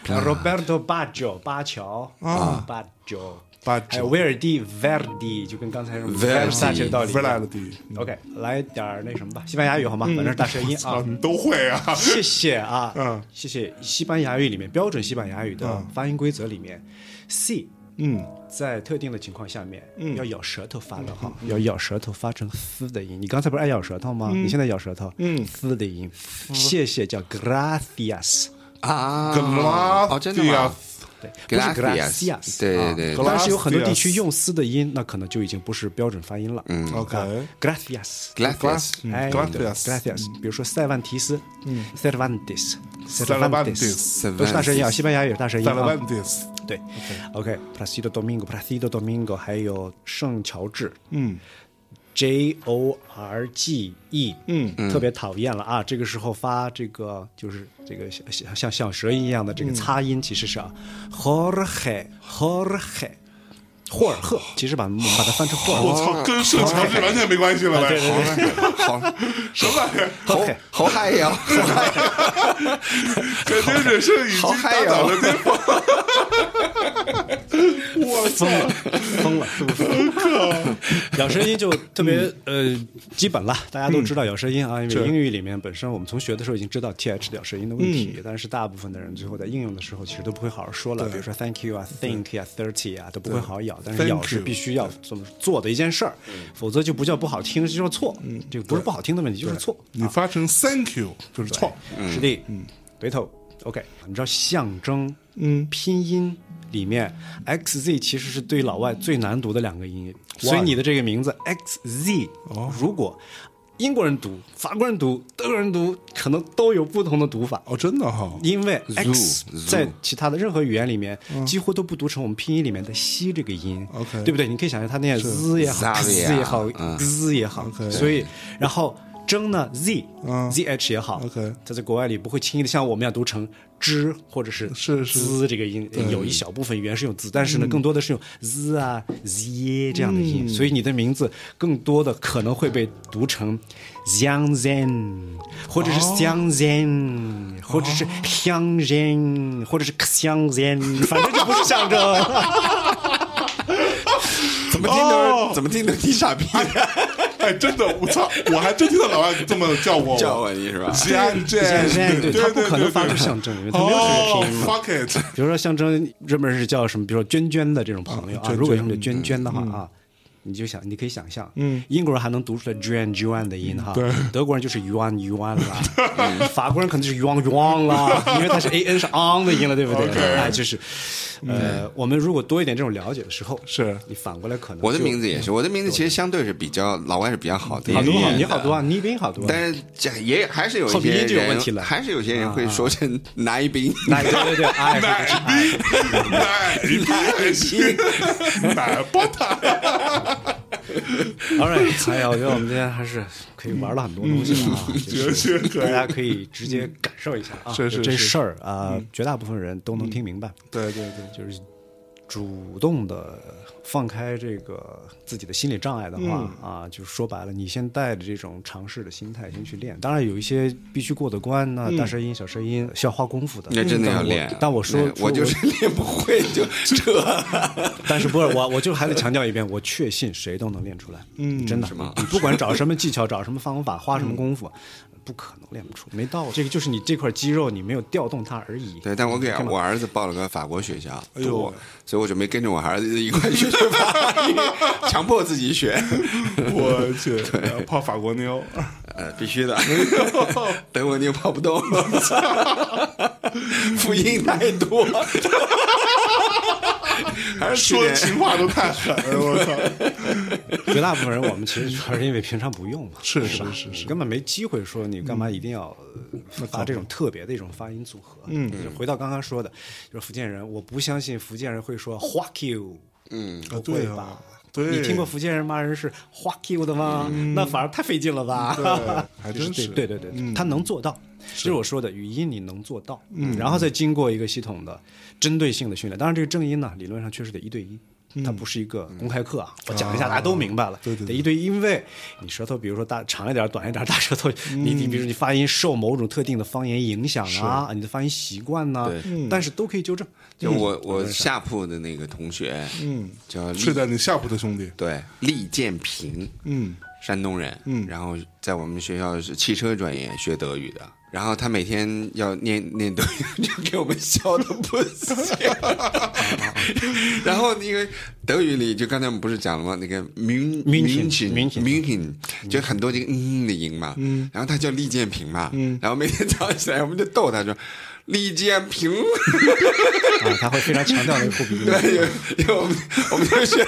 [SPEAKER 3] 然后 Roberto Baggio 巴乔啊，巴乔，
[SPEAKER 2] Baggio
[SPEAKER 3] 还有威尔第 Verdi，就跟刚才什么
[SPEAKER 1] Verdi
[SPEAKER 3] Versace 的道理一样。
[SPEAKER 2] Versace，
[SPEAKER 3] OK，来点儿那什么吧，西班牙语好吗？反正是大舌音
[SPEAKER 2] 啊，
[SPEAKER 3] 啊。
[SPEAKER 2] 你都会啊。
[SPEAKER 3] 谢谢啊，
[SPEAKER 2] 嗯
[SPEAKER 3] 谢谢。西班牙语里面标准西班牙语的发音规则里面，c
[SPEAKER 2] 嗯，
[SPEAKER 3] 在特定的情况下面，要咬舌头发的哈，
[SPEAKER 2] 嗯
[SPEAKER 3] 要咬舌头发成“嘶”的音。你刚才不是爱咬舌头吗？你现在咬舌头，嗯，“嘶”的音。谢谢叫 gracias，
[SPEAKER 1] 啊，
[SPEAKER 2] Glass-
[SPEAKER 1] 哦，真的吗？
[SPEAKER 3] 对，不是 gracias，啊
[SPEAKER 1] 对对
[SPEAKER 2] 格
[SPEAKER 1] 对
[SPEAKER 2] 拉
[SPEAKER 3] 但是有很多地区用“嘶”的音，那可能就已经不是标准发音了。嗯
[SPEAKER 2] OK，
[SPEAKER 3] ，gracias。
[SPEAKER 1] ，Glass，
[SPEAKER 3] 哎
[SPEAKER 2] Gracias 嗯
[SPEAKER 3] ，gracias，比如说塞万提斯，嗯，Cervantes，Cervantes，
[SPEAKER 2] Cervantes
[SPEAKER 3] 都是大舌音啊，西班牙语也是大舌音啊。
[SPEAKER 2] Cervantes，
[SPEAKER 3] 对，OK，Placido Domingo，Placido Domingo，还有圣乔治，
[SPEAKER 2] 嗯
[SPEAKER 3] J O R G E，
[SPEAKER 2] 嗯，
[SPEAKER 3] 特别讨厌了啊！这个时候发这个就是这个像像像像舌音一样的
[SPEAKER 2] 嗯
[SPEAKER 3] 这个擦音，其实是啊，Jorge Jorge 霍尔赫，其实把我们把它翻成霍尔
[SPEAKER 2] 我
[SPEAKER 3] 赫
[SPEAKER 2] 操，跟圣乔治完全没关系了呗。
[SPEAKER 3] 对对
[SPEAKER 2] 好嘞
[SPEAKER 1] 好，
[SPEAKER 2] 什么玩意儿？
[SPEAKER 1] 好
[SPEAKER 3] OK，
[SPEAKER 1] 好嗨呀，
[SPEAKER 2] 感觉人生已
[SPEAKER 1] 好
[SPEAKER 2] 经
[SPEAKER 1] 嗨
[SPEAKER 2] 打
[SPEAKER 1] 啊呀
[SPEAKER 2] 倒了巅峰。我操！
[SPEAKER 3] 疯了，是不是？咬舌音就特别
[SPEAKER 2] 嗯
[SPEAKER 3] 呃基本了，大家都知道咬舌音啊，因为英语里面本身我们从学的时候已经知道 th 的咬舌音的问
[SPEAKER 2] 嗯
[SPEAKER 3] 题，但是大部分的人最后在应用的时候其实都不会好好说了，比如说 thank you 啊、think 啊、thirty 啊都不会好好咬，但是
[SPEAKER 2] Thank
[SPEAKER 3] 咬是
[SPEAKER 2] you 嗯
[SPEAKER 3] 必须要这么做的一件事儿，否则就不叫不好听，就叫错。这个不是不好听的问题，就是错。
[SPEAKER 2] 你发成 thank you 就是错，
[SPEAKER 3] 师弟，对头，OK，你知道象征，嗯，拼音里面 X Z 其实是对老外最难读的两个音，所以你的这个名字 X Z，如果英国人读、法国人读、德国人读，可能都有不同的读法。
[SPEAKER 2] 哦，真的哈。
[SPEAKER 3] 因为 x
[SPEAKER 1] zoo
[SPEAKER 3] 在其他的任何语言里面几乎都不读成我们拼音里面的“西”这个音
[SPEAKER 2] OK
[SPEAKER 3] 对不对？你可以想象它念 z 也好
[SPEAKER 1] Zaria，
[SPEAKER 3] ，z 也好
[SPEAKER 1] 嗯
[SPEAKER 3] ，z 也好，
[SPEAKER 2] OK
[SPEAKER 3] 所以然后争呢 z
[SPEAKER 2] 嗯
[SPEAKER 3] zh 也好
[SPEAKER 2] OK
[SPEAKER 3] 它在国外里不会轻易的像我们一样读成之或者是
[SPEAKER 2] 是是嗯
[SPEAKER 3] 滋这个音，有一小部分语言是用滋，但是呢，更多的是用 z 啊 z 这样的音，所以你的名字更多的可能会被读成 xiang zhen，或者是
[SPEAKER 2] 哦
[SPEAKER 3] xiang zhen，或者是 xiang zhen，或者是 xiang zhen，反正就不是象征。
[SPEAKER 1] 听都
[SPEAKER 2] 哦
[SPEAKER 1] 是怎么听都是你傻逼
[SPEAKER 2] 哎，真的，我操，我还真听到老外这么叫我，
[SPEAKER 1] 叫我你是吧？
[SPEAKER 2] Jian
[SPEAKER 3] 现
[SPEAKER 2] Jian，
[SPEAKER 3] 在
[SPEAKER 2] 对
[SPEAKER 3] 对
[SPEAKER 2] 对
[SPEAKER 3] 他不可能
[SPEAKER 2] 对
[SPEAKER 3] 发
[SPEAKER 2] 对
[SPEAKER 3] 出象征，因为他没有这个
[SPEAKER 2] 哦
[SPEAKER 3] 拼音嘛。
[SPEAKER 2] ，fuck it，
[SPEAKER 3] 比如说象征日本人是叫什么，比如说娟娟的这种朋友
[SPEAKER 2] 娟嗯
[SPEAKER 3] 啊，
[SPEAKER 2] 娟
[SPEAKER 3] 如果用这娟娟的话啊，你就想，你可以想象，嗯，英国人还能读出来 Juan Juan 的
[SPEAKER 2] 嗯
[SPEAKER 3] 音哈，对，德国人就是 Yuan Yuan 啦，嗯法国人可能就是 Yuan Yuan 啦，因为他是 A N 是 on 的音了，对不对？哎，就是，呃，我们如果多一点这种了解的时候，
[SPEAKER 2] 嗯是
[SPEAKER 3] 你反过来可能
[SPEAKER 1] 我的
[SPEAKER 3] 就
[SPEAKER 1] 名字也是，我的名字其实相对是比较老外是比较好的，
[SPEAKER 3] 好读好，
[SPEAKER 1] 也
[SPEAKER 3] 你好读啊，倪斌好读啊，
[SPEAKER 1] 但是这也还是有
[SPEAKER 3] 后
[SPEAKER 1] 一
[SPEAKER 3] 鼻
[SPEAKER 1] 些
[SPEAKER 3] 音就有
[SPEAKER 1] 人
[SPEAKER 3] 问题了啊
[SPEAKER 1] 还是有些人会说成奶 冰，
[SPEAKER 3] 那对对 对，哎，哎
[SPEAKER 2] 奶逼还 行，奶不他，
[SPEAKER 3] All right，哎呀，我 觉得我们今天还是可以玩了很多东西的
[SPEAKER 1] 嗯
[SPEAKER 3] 啊，就
[SPEAKER 2] 绝
[SPEAKER 3] 是
[SPEAKER 2] 对可以
[SPEAKER 3] 大家可以直接感受一下啊，
[SPEAKER 2] 是是
[SPEAKER 3] 就这
[SPEAKER 2] 是
[SPEAKER 3] 事儿啊，
[SPEAKER 1] 嗯
[SPEAKER 3] 绝大部分人都能听明白，
[SPEAKER 2] 对对对，
[SPEAKER 3] 就是主动的放开这个自己的心理障碍的话
[SPEAKER 1] 嗯
[SPEAKER 3] 啊，就是说白了，你先带着这种尝试的心态先去练，当然有一些必须过的关，那大舌音、小舌音需要花功夫的，
[SPEAKER 1] 嗯那真的要
[SPEAKER 3] 但我
[SPEAKER 1] 练。
[SPEAKER 3] 但我说
[SPEAKER 1] 那，我就是练不会 就这，
[SPEAKER 3] 但是不是我，我就还得强调一遍，我确信谁都能练出来，嗯，真的，你不管找什么技巧，找什么方法，花什么功夫，不可能练不出，没道理。这个就是你这块肌肉你没有调动它而已。
[SPEAKER 1] 对，但我给我儿子报了个法国学校，
[SPEAKER 2] 哎呦
[SPEAKER 1] 我所以我准备跟着我儿子一块去学法语， 强迫自己学，
[SPEAKER 2] 我去，泡法国妞，
[SPEAKER 1] 呃，必须 的，德国妞泡不动， 复印太 多，
[SPEAKER 2] 说
[SPEAKER 1] 还是去年
[SPEAKER 2] 情话都太狠了，我操，
[SPEAKER 3] 绝大部分人我们其实还是因为平常不用嘛，
[SPEAKER 2] 是
[SPEAKER 3] 是吧
[SPEAKER 2] 是是是
[SPEAKER 3] 根本没机会说你干嘛一定要呃发这种特别的一种发音组合。嗯，回到刚刚说的，就是福建人，我不相信福建人会说 “fuck you”，嗯，不会
[SPEAKER 2] 对啊
[SPEAKER 3] 吧？
[SPEAKER 2] 对嗯
[SPEAKER 3] 你听过福建人骂人是 “fuck you” 的吗？那反而太费劲了吧？
[SPEAKER 2] 对还
[SPEAKER 3] 就
[SPEAKER 2] 真
[SPEAKER 3] 对
[SPEAKER 2] 是嗯
[SPEAKER 3] 对对对，他能做到，就是我说的语音你能做到，
[SPEAKER 2] 嗯
[SPEAKER 3] 然后再经过一个系统的针对性的训练。当然，这个正音呢，理论上确实得一对一。它不是一个公开课啊，我讲一下大家都明白了。
[SPEAKER 2] 嗯啊对对对
[SPEAKER 3] 得一对一，因为你舌头，比如说大长一点、短一点，大 舌头，
[SPEAKER 2] 嗯
[SPEAKER 3] 你你比如说你发音受某种特定的方言影响啊，你的发音习惯呐嗯
[SPEAKER 1] 对，
[SPEAKER 2] 嗯
[SPEAKER 3] 但是都可以纠正。
[SPEAKER 1] 就我我下铺的那个同学，嗯，叫
[SPEAKER 2] 睡
[SPEAKER 1] 厉
[SPEAKER 2] 在你下铺的兄弟，
[SPEAKER 1] 对厉建平，
[SPEAKER 2] 嗯，
[SPEAKER 1] 山东人，嗯，然后在我们学校是汽车专业学德语的，然后他每天要念念德语， 就给我们笑的不行。 然后那个德语里，就刚才我们不是讲了吗？那个明
[SPEAKER 3] 明
[SPEAKER 1] 明
[SPEAKER 3] 显
[SPEAKER 1] 明
[SPEAKER 3] 明显
[SPEAKER 1] 明显，就很多这个嗯的音嘛，嗯，然后他叫厉建平嘛，嗯，然后每天早上起来我们就逗他说厉建平。
[SPEAKER 3] 啊，他会非常强调那个护鼻音。
[SPEAKER 1] 对，有有我们我们就学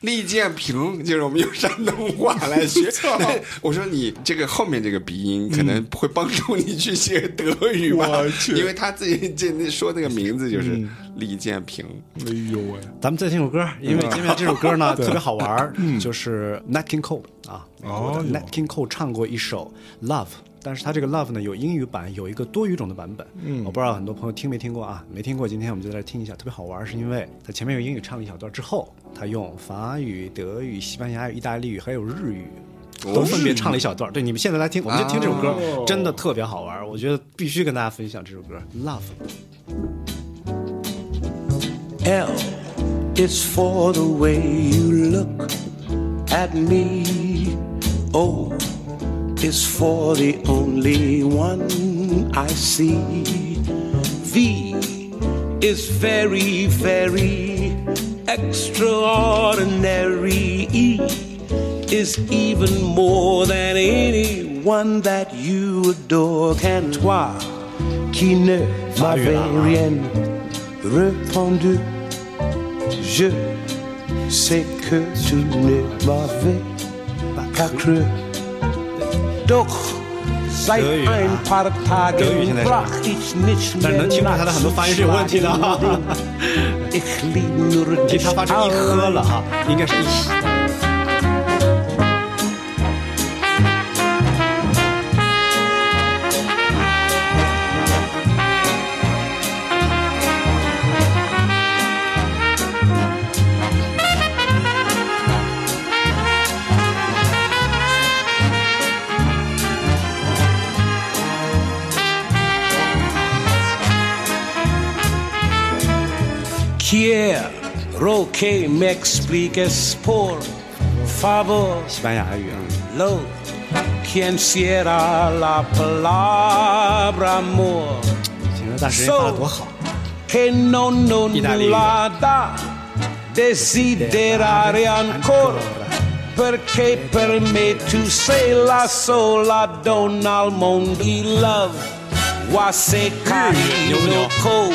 [SPEAKER 1] 利剑平，就是我们用山东话来学。但我说你这个后面这个鼻音可能会帮助你去学德语吧
[SPEAKER 2] 我，去
[SPEAKER 1] 因为他自己这那说那个名字就是利剑平。
[SPEAKER 2] 哎呦喂，
[SPEAKER 3] 咱们再听首歌，因为今天这首歌呢特别好玩儿，就是 Nat King Cole 啊，美国
[SPEAKER 2] 哦
[SPEAKER 3] 的
[SPEAKER 2] 哟
[SPEAKER 3] Nat King Cole 唱过一首 Love。但是他这个 Love 呢有英语版，有一个多语种的版本。嗯，我不知道很多朋友听没听过啊？没听过，今天我们就在这听一下，特别好玩儿，是因为在前面有英语唱了一小段之后，他用法语、德语、西班牙语、意大利语还有日语。都分别唱了一小段儿，对，你们现在来听，我们就听这首歌，真的特别好玩儿，我觉得必须跟大家分享这首歌《Love》。
[SPEAKER 5] L is for the way you look at me. O is for the only one I see. V is very, very extraordinary. E is even more than anyone that you adore. Can toi qui ne m'avais rien répondu? Je sais que tu ne m'avais pas cru. Doch seit
[SPEAKER 3] Sehr gut.
[SPEAKER 5] ein paar
[SPEAKER 3] Sehr gut,
[SPEAKER 5] Tagen
[SPEAKER 3] Herr Netter.
[SPEAKER 5] brach ich nicht mehr.
[SPEAKER 3] 但是能听出他的很多发音是有问题的啊。
[SPEAKER 5] Ich lieb nur
[SPEAKER 3] 吉
[SPEAKER 5] dich
[SPEAKER 3] 他发出一喝
[SPEAKER 5] allein.
[SPEAKER 3] 了哈，应该是一。
[SPEAKER 5] Quiero Roque me expliques por favor
[SPEAKER 3] 西班牙语啊，
[SPEAKER 5] lo quien cierra la palabra amor
[SPEAKER 3] 行了，大师人发的多好，
[SPEAKER 5] que no no
[SPEAKER 3] Italia.
[SPEAKER 5] la da desiderare ancora perché per me tu sei la sola donna al mondo I love wase carino co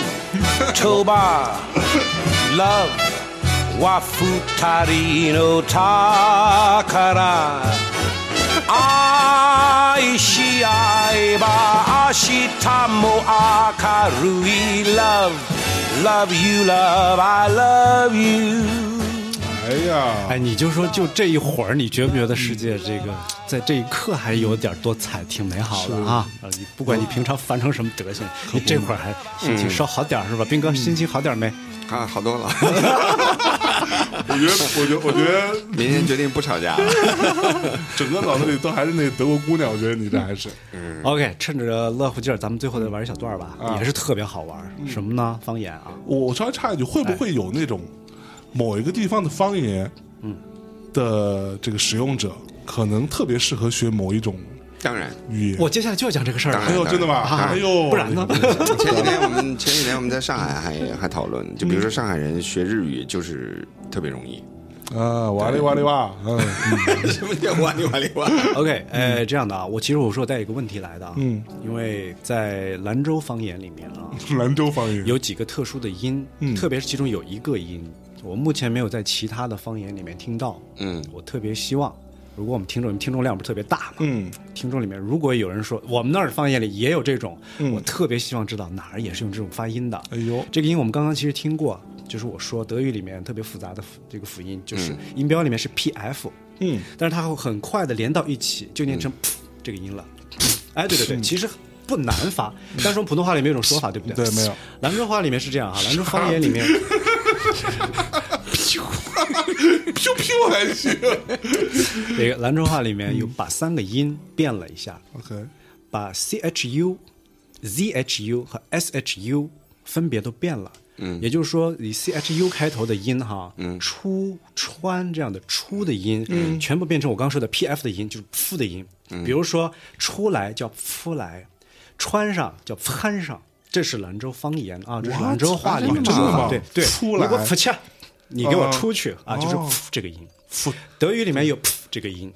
[SPEAKER 5] toba love wafutarino takara Aishi Aiba Ashitamo Akarui Love Love you love I love you
[SPEAKER 2] 哎呀，
[SPEAKER 3] 哎，你就说就这一会儿，你觉不觉得世界这个在这一刻还有点多彩，挺美好的啊？呃你不管你平常烦成什么德行，你这会儿还心情稍好点儿是吧？斌哥，心情好点儿没？
[SPEAKER 1] 啊，好多了。
[SPEAKER 2] 我觉得，我觉得，我觉得
[SPEAKER 1] 明天决定不吵架了。
[SPEAKER 2] 整个脑子里都还是那德国姑娘，我觉得你这还是
[SPEAKER 3] 嗯 OK，趁着乐乎劲儿，咱们最后再玩一小段儿吧，也是特别好玩儿。什么呢？方言啊，
[SPEAKER 2] 我稍微插一句，会不会有那种某一个地方的方言，嗯的这个使用者可能特别适合学某一种
[SPEAKER 1] 当然，
[SPEAKER 2] 语言？
[SPEAKER 3] 我接下来就要讲这个事儿
[SPEAKER 1] 当
[SPEAKER 2] 哎
[SPEAKER 1] 然
[SPEAKER 3] 了。
[SPEAKER 2] 呦，真的吗？
[SPEAKER 3] 啊
[SPEAKER 2] 哎呦，
[SPEAKER 3] 不然呢？
[SPEAKER 1] 前几天我们前几天我们在上海还还讨论，就比如说上海人学日语就是特别容易。
[SPEAKER 2] 啊，哇哩哇哩哇，嗯，
[SPEAKER 1] 什么叫哇哩哇哩哇？
[SPEAKER 3] OK，呃，这样的啊，我其实我是我带一个问题来的啊，
[SPEAKER 2] 嗯，
[SPEAKER 3] 因为在兰州方言里面 啊，
[SPEAKER 2] 嗯兰州方言
[SPEAKER 3] 有几个特殊的音，
[SPEAKER 2] 嗯
[SPEAKER 3] 特别是其中有一个音，我目前没有在其他的方言里面听到，
[SPEAKER 1] 嗯，
[SPEAKER 3] 我特别希望，如果我们听众听众量不是特别大嘛，
[SPEAKER 2] 嗯，
[SPEAKER 3] 听众里面如果有人说我们那儿方言里也有这种，我特别希望知道哪儿也是用这种发音的，
[SPEAKER 2] 嗯哎呦
[SPEAKER 3] 这个音我们刚刚其实听过，就是我说德语里面特别复杂的辅这个辅音，就是音标里面是 pf，
[SPEAKER 2] 嗯，
[SPEAKER 3] 但是它会很快的连到一起，就 念成 p、这个音了。哎，对对
[SPEAKER 2] 嗯
[SPEAKER 3] 对，其实不难发，但是我们普通话里面有一种说法，对不对？
[SPEAKER 2] 对没有。
[SPEAKER 3] 兰州话里面是这样啊，兰州方言里面，
[SPEAKER 2] ，Q Q 还 行
[SPEAKER 3] 这个兰州话里面有把三个音变了一下，
[SPEAKER 2] ，OK，
[SPEAKER 3] 把 c h u、z h u 和 s h u 分别都变了。嗯，也就是说，以 c h u 开头的音哈，嗯，出、川这样的出的音，嗯，全部变成我刚刚说的 p f 的音，就是 f 的音。
[SPEAKER 2] 嗯
[SPEAKER 3] 比如说出来叫出来，穿上叫穿上，这是兰州方言啊，这是
[SPEAKER 2] What？
[SPEAKER 3] 兰州话里
[SPEAKER 2] 啊
[SPEAKER 3] 面
[SPEAKER 2] 真的吗
[SPEAKER 3] 对对，
[SPEAKER 2] 出来
[SPEAKER 3] 你给我出去，你给我
[SPEAKER 2] 啊
[SPEAKER 3] 出去啊，就是
[SPEAKER 2] 哦
[SPEAKER 3] f 这个音。德语里面有 “pf” 这个音，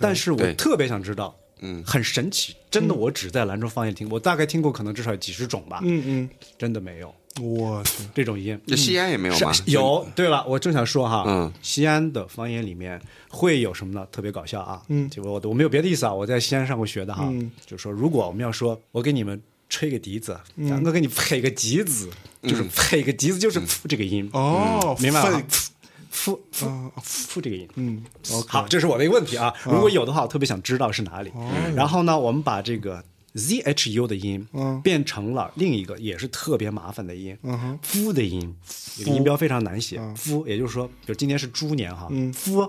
[SPEAKER 3] 但是我
[SPEAKER 1] 对
[SPEAKER 3] 特别想知道，嗯，很神奇，真的，我只在兰州方言听，过，我大概听过可能至少有几十种吧，嗯嗯，真的没有
[SPEAKER 2] 我去，
[SPEAKER 3] 这种音。嗯
[SPEAKER 1] 这西安也没有
[SPEAKER 3] 是
[SPEAKER 1] 吗？
[SPEAKER 3] 有，对了，我正想说哈，
[SPEAKER 1] 嗯
[SPEAKER 3] 西安的方言里面会有什么呢？特别搞笑啊，嗯，就我我没有别的意思啊，我在西安上过学的哈，就说如果我们要说，我给你们吹个笛子，杨哥给你配个笛子，
[SPEAKER 1] 嗯
[SPEAKER 3] 就是配个笛子，就是这个音，
[SPEAKER 2] 哦，
[SPEAKER 3] 嗯明白了
[SPEAKER 2] 分
[SPEAKER 3] 吗？复复复这个音，哦嗯，好，这是我的一个问题啊。如果有的话，我特别想知道是哪里。嗯然后呢，我们把这个 z h u 的音变成了另一个也是特别麻烦的音，嗯夫嗯的音，这个音标非常难写。夫，也就是说，比如今年是猪年哈，夫。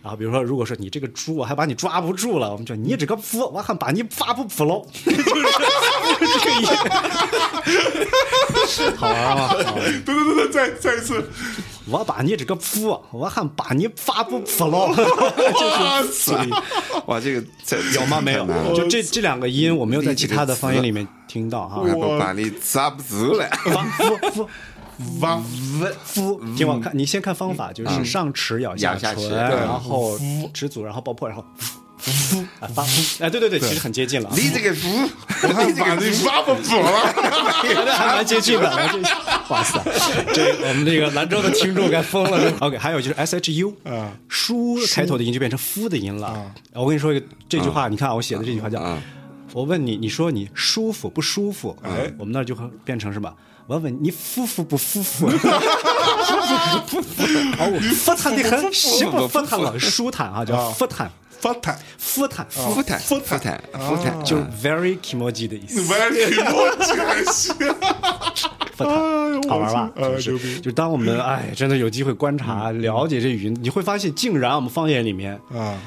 [SPEAKER 3] 然后比如说，如果说你这个猪，我还把你抓不住了，我们就你这个夫，我还把你抓不住喽， 就是这个音，好玩吗？好
[SPEAKER 2] 对
[SPEAKER 3] 玩
[SPEAKER 2] 对对对，再再一次，
[SPEAKER 3] 我把你这个扑，我还把你发不服了，就是死音
[SPEAKER 1] 哇，这个在
[SPEAKER 3] 有吗？啊没有，就这这两个
[SPEAKER 1] 嗯
[SPEAKER 3] 音，我没有在其他的方言里面听到哈。
[SPEAKER 1] 我把你砸不足 了。
[SPEAKER 3] 发夫夫
[SPEAKER 2] 哇，
[SPEAKER 3] 夫，听我嗯看，你先看方法，就是上齿咬
[SPEAKER 1] 嗯咬下
[SPEAKER 3] 唇，
[SPEAKER 1] 齿
[SPEAKER 3] 然后齿组，然后爆破，然后夫啊发夫，哎，对对对，其实很接近了，啊
[SPEAKER 1] 你这个服，
[SPEAKER 2] 我 看把你挖不死了，
[SPEAKER 3] 还蛮接近的。蛮接近哇塞，这我们这个兰州的听众该疯了。OK，还有 就是 S H U，
[SPEAKER 2] 啊
[SPEAKER 3] 舒开头的音就变成夫的音了。啊我跟你说一个这句话，你看啊我哎写的这句话叫，我问你，你说你舒服不舒服？啊我们那儿就会变成什么？我问你舒服不舒 服？舒服不舒服？哦，我服坦的很，媳妇服坦了，舒坦啊，叫服坦，
[SPEAKER 2] 发财
[SPEAKER 3] 服坦，
[SPEAKER 1] 服坦，服坦，服坦，
[SPEAKER 3] 就是 very kimoji 的意思。
[SPEAKER 2] ，very much，
[SPEAKER 3] 复谈，好玩吧？
[SPEAKER 2] 哎
[SPEAKER 3] 就
[SPEAKER 2] 牛
[SPEAKER 3] 是
[SPEAKER 2] 逼
[SPEAKER 3] 就当我 们哎，真的有机会观察、了解这语音，你会发现，竟然我们方言里面
[SPEAKER 2] 啊，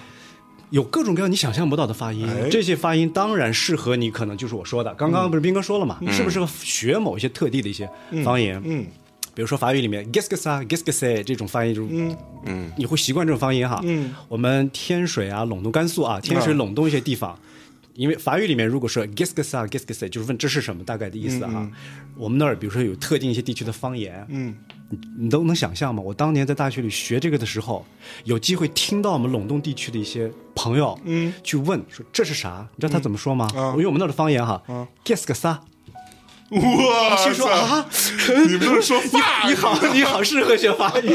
[SPEAKER 3] 有各种各样你想象不到的发音。
[SPEAKER 2] 哎
[SPEAKER 3] 这些发音当然适合你，可能就是我说的，刚刚不是斌哥说了嘛，适不适合学某一些特地的一些方言？嗯。比如说法语里面 g i s g i s a g i s g i s 这种发音，就是嗯嗯，你会习惯这种方言哈。嗯，我们天水啊，陇东甘肃啊，天水
[SPEAKER 2] 嗯
[SPEAKER 3] 陇东一些地方。因为法语里面如果说 g i s g i s a g i s g i s 就是问这是什么大概的意思哈。我们那儿比如说有特定一些地区的方言，嗯，你都能想象吗？我当年在大学里学这个的时候，有机会听到我们陇东地区的一些朋友，嗯，去问说这是啥？你知道他怎么说吗？
[SPEAKER 2] 啊
[SPEAKER 3] 因为我们那儿的方言哈 g i s g i s a
[SPEAKER 2] 哇
[SPEAKER 3] 心说
[SPEAKER 2] 塞
[SPEAKER 3] 啊，
[SPEAKER 2] 你们都是说法语
[SPEAKER 3] 你好，你好，适合学法语。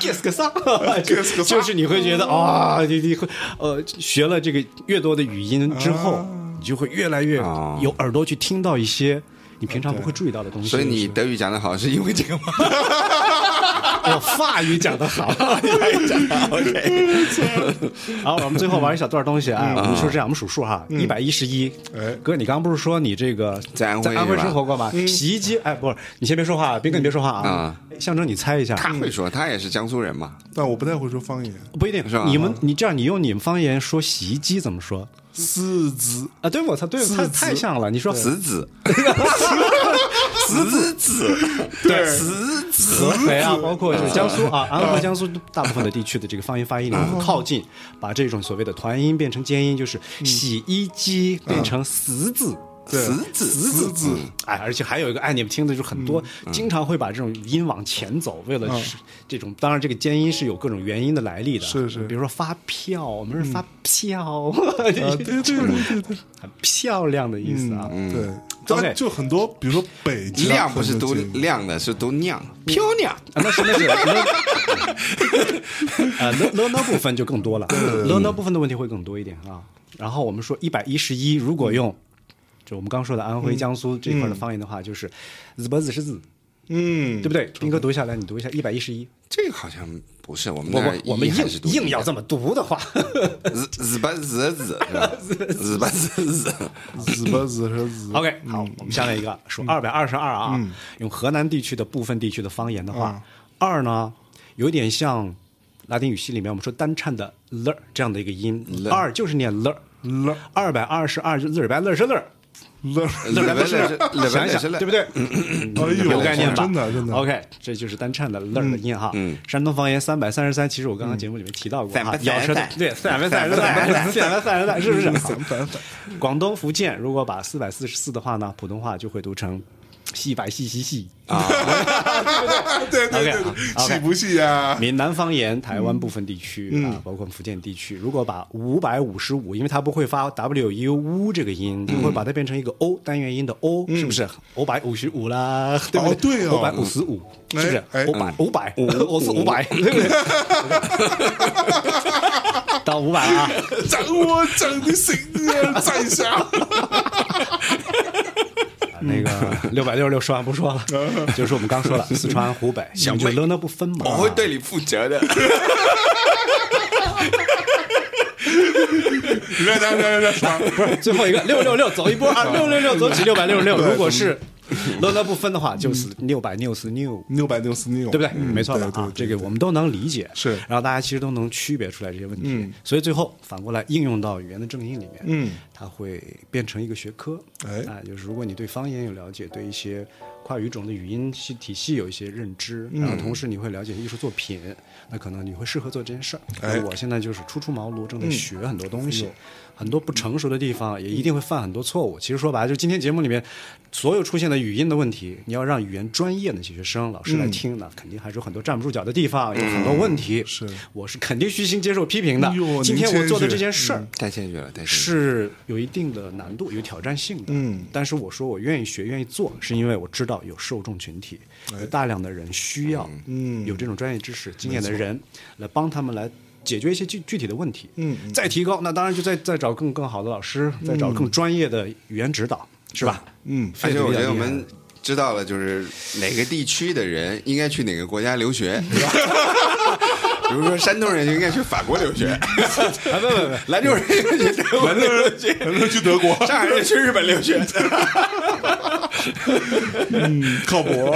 [SPEAKER 3] Guess 个啥
[SPEAKER 2] Guess 个啥
[SPEAKER 3] 就是你会觉得啊，你你会呃，学了这个越多的语音之后，你就会越来越
[SPEAKER 1] 哦
[SPEAKER 3] 有耳朵去听到一些你平常不会注意到的东西。
[SPEAKER 1] 所以你德语讲的好，是因为这个吗？
[SPEAKER 3] 我法语讲得好，好，我们最后玩一小段东西啊。我们说这样，我们数数哈，一百一十一
[SPEAKER 2] 哎。
[SPEAKER 3] 哥，你刚刚不是说你这个
[SPEAKER 1] 在安徽
[SPEAKER 3] 安啊徽
[SPEAKER 1] 是吧
[SPEAKER 3] 生活过吗？洗衣机，哎，不是，你先别说话，斌哥你别说话啊。象征你猜一下，
[SPEAKER 1] 他会说，他也是江苏人嘛。
[SPEAKER 2] 但我不太会说方言，
[SPEAKER 3] 不一定
[SPEAKER 1] 是吧
[SPEAKER 3] 你们你这样，你用你们方言说洗衣机怎么说
[SPEAKER 2] 四字
[SPEAKER 3] 啊？对，我操，对，太太像了。你说
[SPEAKER 1] 石 子，石子，
[SPEAKER 3] 对
[SPEAKER 1] 石子，
[SPEAKER 3] 合
[SPEAKER 2] 嗯
[SPEAKER 3] 肥啊，包括就是江苏啊，安徽、江苏大部分的地区的这个方言发音里
[SPEAKER 2] 嗯
[SPEAKER 3] 面会靠近，把这种所谓的团音变成尖音，就是洗衣机变成死字。
[SPEAKER 1] 石子，
[SPEAKER 2] 四字，
[SPEAKER 1] 嗯
[SPEAKER 3] 哎，而且还有一个，哎，你们听的就是很多，
[SPEAKER 2] 嗯
[SPEAKER 3] 经常会把这种音往前走，为了是这种，当然这个尖音是有各种原因的来历的，
[SPEAKER 2] 是是
[SPEAKER 3] 比如说发票，我们是发票，
[SPEAKER 2] 啊，对对嗯对对对
[SPEAKER 3] 很漂亮的意思啊，
[SPEAKER 2] 对，
[SPEAKER 3] OK
[SPEAKER 2] 但就很多，比如说北京啊
[SPEAKER 1] 亮不是
[SPEAKER 2] 很多
[SPEAKER 1] 读
[SPEAKER 2] 节目
[SPEAKER 1] 亮的，是读酿，漂亮。
[SPEAKER 3] 啊，那是那是呃了了呢部分就更多了，了呢部分的问题会更多一点啊。然后我们说一百一十一，如果用就我们刚说的安
[SPEAKER 1] 嗯
[SPEAKER 3] 徽、江苏这一块的方言的话，就是日不日是日，
[SPEAKER 2] 嗯，
[SPEAKER 3] 对不对？斌哥读下来，你读一下一百一十一。
[SPEAKER 1] 这个好像不是我们
[SPEAKER 3] 我
[SPEAKER 1] 那儿
[SPEAKER 3] 们我们
[SPEAKER 1] 一还
[SPEAKER 3] 硬
[SPEAKER 1] 是读
[SPEAKER 3] 硬要这么读的话，
[SPEAKER 1] 日日吧日日是 吧？日吧日日，
[SPEAKER 2] 子吧子是子
[SPEAKER 3] OK，好，我们下面一个数二百二十二啊，用河南地区的部分地区的方言的话，二呢有点像拉丁语系里面我们说单颤的了这样的一个音，二就是念了
[SPEAKER 2] 了
[SPEAKER 3] 二百二十二日白乐是乐，
[SPEAKER 2] 了，
[SPEAKER 1] 日
[SPEAKER 3] 乐
[SPEAKER 1] 本
[SPEAKER 3] 不是
[SPEAKER 1] 是日
[SPEAKER 3] 乐，想一想
[SPEAKER 1] 是
[SPEAKER 3] 对不对？
[SPEAKER 2] 哎呦，
[SPEAKER 3] 有概念吧？
[SPEAKER 2] 真的真的
[SPEAKER 3] OK，这就是单颤的乐的音哈。山东方言三百三十三，其实我刚刚节目里面提到过
[SPEAKER 1] 散
[SPEAKER 3] 哈
[SPEAKER 1] 吧，
[SPEAKER 3] 咬舌
[SPEAKER 1] 散吧
[SPEAKER 3] 对三百三十三，三百三十三，是不是？好广东、福建如果把四百四十四的话呢，普通话就会读成戏百戏戏戏。
[SPEAKER 2] 啊对对
[SPEAKER 3] OK，
[SPEAKER 2] 对对，
[SPEAKER 3] 好，OK
[SPEAKER 2] 细不细 呀？
[SPEAKER 3] 闽南方言、台湾部分地区、
[SPEAKER 2] 嗯
[SPEAKER 3] 啊，包括福建地区，如果把五百五十五，因为它不会发 w u u 这个音，
[SPEAKER 2] 嗯
[SPEAKER 3] 就会把它变成一个 o 单元音的 o，、是不是？五百五十五啦，对不对？
[SPEAKER 2] 对
[SPEAKER 3] 五百
[SPEAKER 2] 哦
[SPEAKER 3] 五十五，是不是
[SPEAKER 2] 哎哎？
[SPEAKER 3] 五百五百，我是五百， 对不对？到五百了啊！
[SPEAKER 2] 掌我掌的心啊，在 下。嗯
[SPEAKER 3] 那个六百六十六说完不说了，就是我们刚说了，四川、湖北，想就乐那不分嘛。
[SPEAKER 1] 我
[SPEAKER 2] 哦
[SPEAKER 1] 会对你负责的。
[SPEAKER 2] 来来来来来，
[SPEAKER 3] 不是最后一个 六六六走一波啊，六六六走起六百六十六。如果是乐乐不分的话，就是六百六十六。
[SPEAKER 2] 六百六十六，
[SPEAKER 3] 对不对？没错吧？
[SPEAKER 2] 嗯对对
[SPEAKER 3] 啊，
[SPEAKER 2] 对
[SPEAKER 3] 这个我们都能理解，
[SPEAKER 2] 是
[SPEAKER 3] 然后大家其实都能区别出来这些问题，所以最后反过来应用到语言的正音里面，
[SPEAKER 2] 嗯，
[SPEAKER 3] 它会变成一个学科，
[SPEAKER 2] 哎
[SPEAKER 3] 啊，就是如果你对方言有了解，对一些跨语种的语音系体系有一些认知，然后
[SPEAKER 2] 嗯
[SPEAKER 3] 同时你会了解艺术作品，那可能你会适合做这件事儿。
[SPEAKER 2] 哎嗯
[SPEAKER 3] 我现在就是初出茅庐，正在学很多东西。很多不成熟的地方，也一
[SPEAKER 2] 嗯
[SPEAKER 3] 定会犯很多错误。其实说白了，就今天节目里面所有出现的语音的问题，你要让语言专业的这些学生、老师
[SPEAKER 2] 嗯
[SPEAKER 3] 来听呢，肯定还是有很多站不住脚的地方，有很多问题。
[SPEAKER 2] 是
[SPEAKER 3] 我是肯定虚心接受批评的
[SPEAKER 2] 哎呦您。嗯
[SPEAKER 3] 今天我做
[SPEAKER 2] 谦虚
[SPEAKER 3] 的这件事儿，
[SPEAKER 1] 太谦虚了，太谦虚了。
[SPEAKER 3] 是有一定的难度、有挑战性的。
[SPEAKER 2] 嗯
[SPEAKER 3] 但是我说我愿意学、愿意做，是因为我知道有受众群体，
[SPEAKER 1] 哎
[SPEAKER 3] 有大量的人需要，
[SPEAKER 2] 嗯
[SPEAKER 3] 有这种专业知识、经验的人来帮他们来。解决一些具具体的问题，
[SPEAKER 2] 嗯嗯
[SPEAKER 3] 再提高，那当然就再再找更更好的老师，再找更专业的语言指导，是吧？
[SPEAKER 2] 嗯，
[SPEAKER 1] 嗯而且我觉
[SPEAKER 3] 非
[SPEAKER 1] 得
[SPEAKER 3] 常
[SPEAKER 1] 我
[SPEAKER 3] 厉害
[SPEAKER 1] 们知道了，就是哪个地区的人应该去哪个国家留学，对吧？比如说山东人就应该去法国留学，
[SPEAKER 3] 啊，不不不，
[SPEAKER 1] 兰州人应该去德国留学，
[SPEAKER 2] 能不 能去德国？
[SPEAKER 1] 上海人去日本留学。
[SPEAKER 2] 嗯，靠 谱，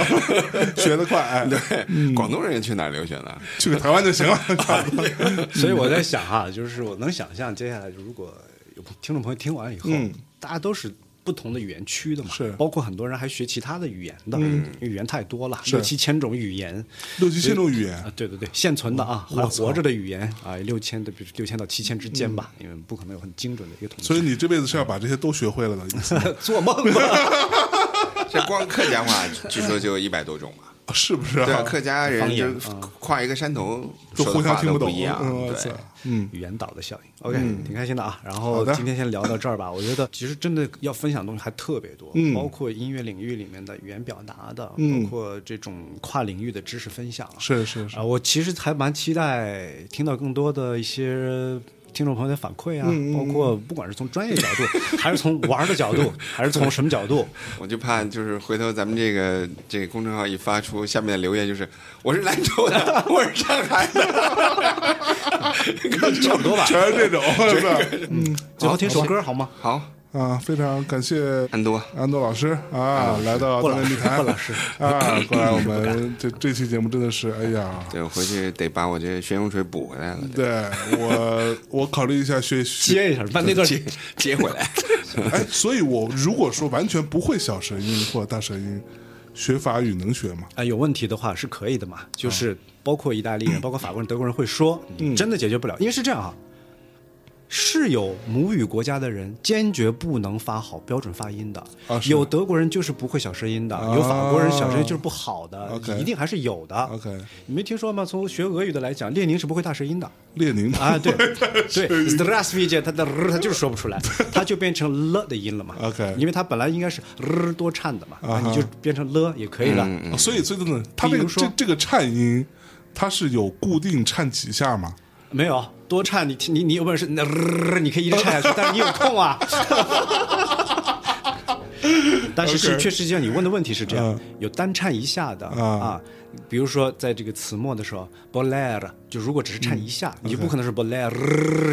[SPEAKER 2] 学得快，哎，
[SPEAKER 1] 对， 广东人去哪儿留学呢？
[SPEAKER 2] 去个台湾就行了。
[SPEAKER 3] 所以我在想哈、就是我能想象接下来如果有听众朋友听完以后，大家都是不同的语言区的嘛，
[SPEAKER 2] 嗯是嗯
[SPEAKER 3] 包括很多人还学其他的语言的，因为语言太多了，六七千种语言
[SPEAKER 2] 六七千种语言
[SPEAKER 3] 啊，对对对，现存的啊，还活着的语言啊，六千的，比如六千到七千之间吧，因为不可能有很精准的一个统计。
[SPEAKER 2] 嗯所以你这辈子是要把这些都学会了的意思吗
[SPEAKER 3] 做梦吧，
[SPEAKER 1] 这光客家话据说就一百多种嘛。
[SPEAKER 2] 是不是啊？
[SPEAKER 1] 对啊，客家人
[SPEAKER 3] 方言
[SPEAKER 1] 就跨一个山头
[SPEAKER 2] 都
[SPEAKER 1] 说
[SPEAKER 2] 互
[SPEAKER 1] 的
[SPEAKER 2] 相
[SPEAKER 1] 话
[SPEAKER 2] 听
[SPEAKER 1] 都
[SPEAKER 2] 懂，
[SPEAKER 1] 一样
[SPEAKER 2] 嗯，我
[SPEAKER 1] 对
[SPEAKER 2] 操，嗯，
[SPEAKER 3] 语言岛的效应。OK，、挺开心的啊。然
[SPEAKER 2] 好
[SPEAKER 3] 后
[SPEAKER 2] 的
[SPEAKER 3] 今天先聊到这儿吧。我觉得其实真的要分享的东西还特别多，包括音乐领域里面的语言表达的，
[SPEAKER 2] 嗯
[SPEAKER 3] 包括这种跨领域的知识分享。
[SPEAKER 2] 是是是
[SPEAKER 3] 啊、，我其实还蛮期待听到更多的一些。听众朋友的反馈啊，包括不管是从专业角度，还是从玩儿的角度，还是从什么角度，
[SPEAKER 1] 我就怕就是回头咱们这个这个公众号一发出，下面的留言就是我是兰州的，我是上海 的，
[SPEAKER 3] 差不多吧。
[SPEAKER 2] 全是这种，是吧？嗯，
[SPEAKER 3] 最后听首歌好吗？
[SPEAKER 1] 好，
[SPEAKER 2] 啊，非常感谢
[SPEAKER 1] 安多
[SPEAKER 2] 安多老师啊，来到咱们密谈，
[SPEAKER 3] 霍老师
[SPEAKER 2] 啊，过来我们这这期节目真的是，哎呀。
[SPEAKER 1] 对，回去得把我这旋风锤补回来了，
[SPEAKER 2] 对我，我考虑一下学学，
[SPEAKER 3] 接一下，把那段
[SPEAKER 1] 接接回来。
[SPEAKER 2] 哎，所以我如果说完全不会小舌音或者大舌音，学法语能学吗？
[SPEAKER 3] 啊、有问题的话是可以的嘛，
[SPEAKER 2] 嗯
[SPEAKER 3] 就是包括意大利人、包括法国人、德国人会说，你真的解决不了，因为是这样啊，是有母语国家的人坚决不能发好标准发音的，
[SPEAKER 2] 啊是啊
[SPEAKER 3] 有德国人就是不会小舌音的，有法国人小舌音就是不好的，
[SPEAKER 2] OK
[SPEAKER 3] 一定还是有的。
[SPEAKER 2] OK
[SPEAKER 3] 你没听说吗？从学俄语的来讲，列宁是不会大舌音的。
[SPEAKER 2] 列宁
[SPEAKER 3] 啊，对对 s t r a s v i j 他的他就是说不 出来，他就变成了的音了嘛。
[SPEAKER 2] OK
[SPEAKER 3] 因为他本来应该是呃多颤的嘛，那你就变成了也可以了。
[SPEAKER 2] 啊所以，所以呢，他
[SPEAKER 3] 比
[SPEAKER 2] 这
[SPEAKER 3] 如
[SPEAKER 2] 个
[SPEAKER 3] 说
[SPEAKER 2] 这这个颤音，它是有固定颤几下吗？
[SPEAKER 3] 没有多颤，你听你你有本事，那、呃、你可以一直 颤下去，但是你有空啊。但是是
[SPEAKER 2] OK
[SPEAKER 3] 确实像你问的问题是这样
[SPEAKER 2] 嗯，
[SPEAKER 3] 有单颤一下的
[SPEAKER 2] 嗯
[SPEAKER 3] 啊，比如说在这个词末的时候，bolera，就如果只是颤一
[SPEAKER 2] 嗯
[SPEAKER 3] 下，你就不可能是 bolera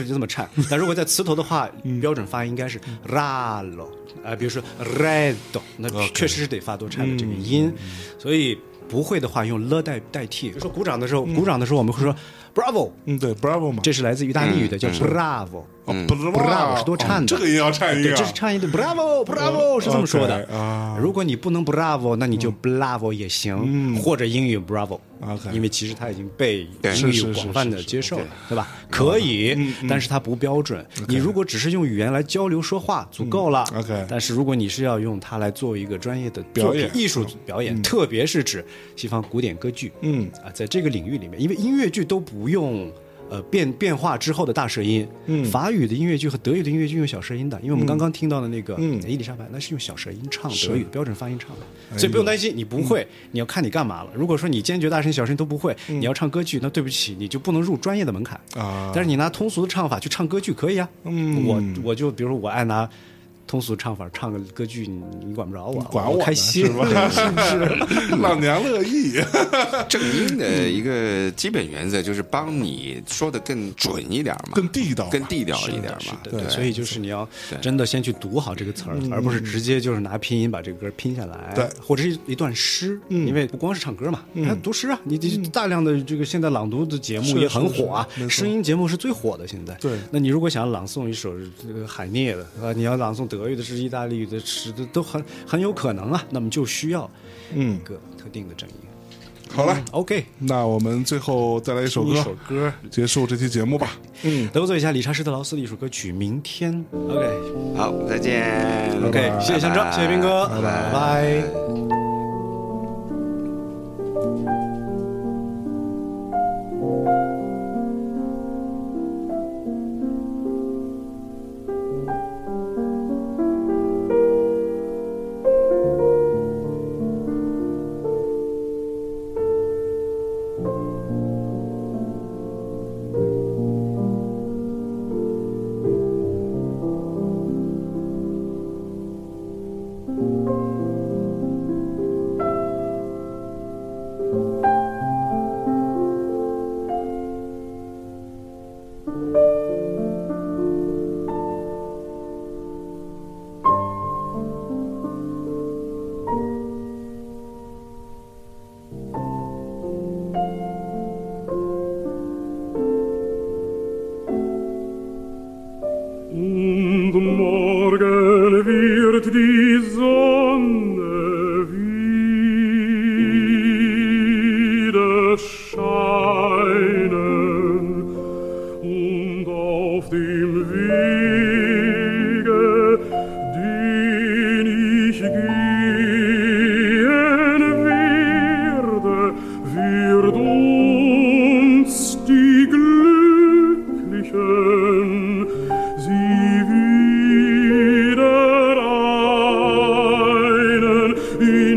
[SPEAKER 3] 就这么颤。但如果在词头的话，
[SPEAKER 2] 嗯
[SPEAKER 3] 标准发音应该是 ralo，啊，比如说 redo，那确实是得发多颤的这个音，
[SPEAKER 2] 嗯
[SPEAKER 3] 所以不会的话用了代代替。比如说鼓掌的时候，鼓掌的时候我们会说 bravo。
[SPEAKER 2] 嗯，对，Bravo 嘛，
[SPEAKER 3] 这是来自意大利语的，叫 bravo，
[SPEAKER 2] 嗯哦 Bravo
[SPEAKER 3] bravo 是多颤的
[SPEAKER 2] 哦这个也要颤音
[SPEAKER 3] 对，
[SPEAKER 2] 啊，哦
[SPEAKER 3] 这是唱一的 bravo bravo 是这么说
[SPEAKER 2] OK，啊嗯
[SPEAKER 3] 的。如果你不能 bravo，那你就 bravo 也行，或者英语 bravo。
[SPEAKER 2] OK
[SPEAKER 3] 因为其实它已经被
[SPEAKER 1] 对
[SPEAKER 3] 英
[SPEAKER 2] 是是是
[SPEAKER 3] 语广泛的
[SPEAKER 2] 是是哦嗯
[SPEAKER 3] 接受了，对吧？可以，但是它不标准。你如果只是用语言来交流说话，足够了。
[SPEAKER 2] 嗯，OK
[SPEAKER 3] 但是如果你是要用它来做一个专业的
[SPEAKER 2] 表
[SPEAKER 3] 作品
[SPEAKER 2] 演
[SPEAKER 3] 艺术表演，特别是指西方古典歌剧，
[SPEAKER 2] 嗯
[SPEAKER 3] 啊，在这个领域里面，因为音乐剧都不用。呃，变变化之后的大舌音，嗯，法语的音乐剧和德语的音乐剧用小舌音的，因为我们刚刚听到的那个《
[SPEAKER 2] 嗯
[SPEAKER 3] 伊丽莎白》，那是用小舌音唱
[SPEAKER 2] 是哎嗯
[SPEAKER 3] 德语标准发音唱的，所以不用担心你不会，你要看你干嘛了。如果说你坚决大声小声都不会，你要唱歌剧，那对不起，你就不能入专业的门槛
[SPEAKER 2] 啊
[SPEAKER 3] 但是你拿通俗的唱法去唱歌剧可以啊，嗯，我我就比如说我爱拿通俗唱法唱个歌剧，你你管不着我，
[SPEAKER 2] 管我
[SPEAKER 3] 我
[SPEAKER 2] 呢
[SPEAKER 3] 开心
[SPEAKER 2] 是吧是， 老娘乐意。
[SPEAKER 1] 正音的一个基本原则就是帮你说的更准一点嘛，
[SPEAKER 2] 更地道嘛
[SPEAKER 1] 更地道一点
[SPEAKER 3] 是
[SPEAKER 1] 嘛。
[SPEAKER 3] 的
[SPEAKER 1] 对，
[SPEAKER 3] 所以就是你要真的先去读好这个词儿，而不是直接就是拿拼音把这个歌拼下来，
[SPEAKER 2] 嗯对嗯
[SPEAKER 3] 或者是一段诗，因为不光是唱歌嘛，还读诗啊，你你大量的这个现在朗读的节目
[SPEAKER 2] 是
[SPEAKER 3] 也很
[SPEAKER 2] 是是
[SPEAKER 3] 火啊，
[SPEAKER 2] 没错
[SPEAKER 3] 声音节目是最火的现在。
[SPEAKER 2] 对
[SPEAKER 3] 那你如果想要朗诵一首这个海涅的，啊，你要朗诵德语的、是意大利语的诗，都都很很有可能啊，那么就需要
[SPEAKER 2] 嗯
[SPEAKER 3] 一个特定的正音。
[SPEAKER 2] 好了，
[SPEAKER 3] OK，
[SPEAKER 2] 那我们最后再来一首歌，
[SPEAKER 3] 一首歌
[SPEAKER 2] 结束这期节目吧。嗯
[SPEAKER 3] 德国作曲家理查施特劳斯的一首歌曲《明天》。OK，OK，、
[SPEAKER 1] 好，再见。
[SPEAKER 3] 谢谢香洲，谢谢斌哥，
[SPEAKER 1] 拜
[SPEAKER 3] 拜
[SPEAKER 1] 拜
[SPEAKER 3] 拜
[SPEAKER 6] 明天，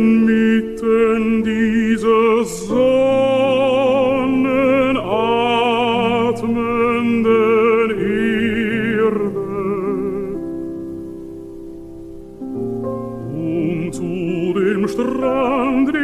[SPEAKER 4] inmitten dieses sonnenatmenden Erde. Um zu dem Strand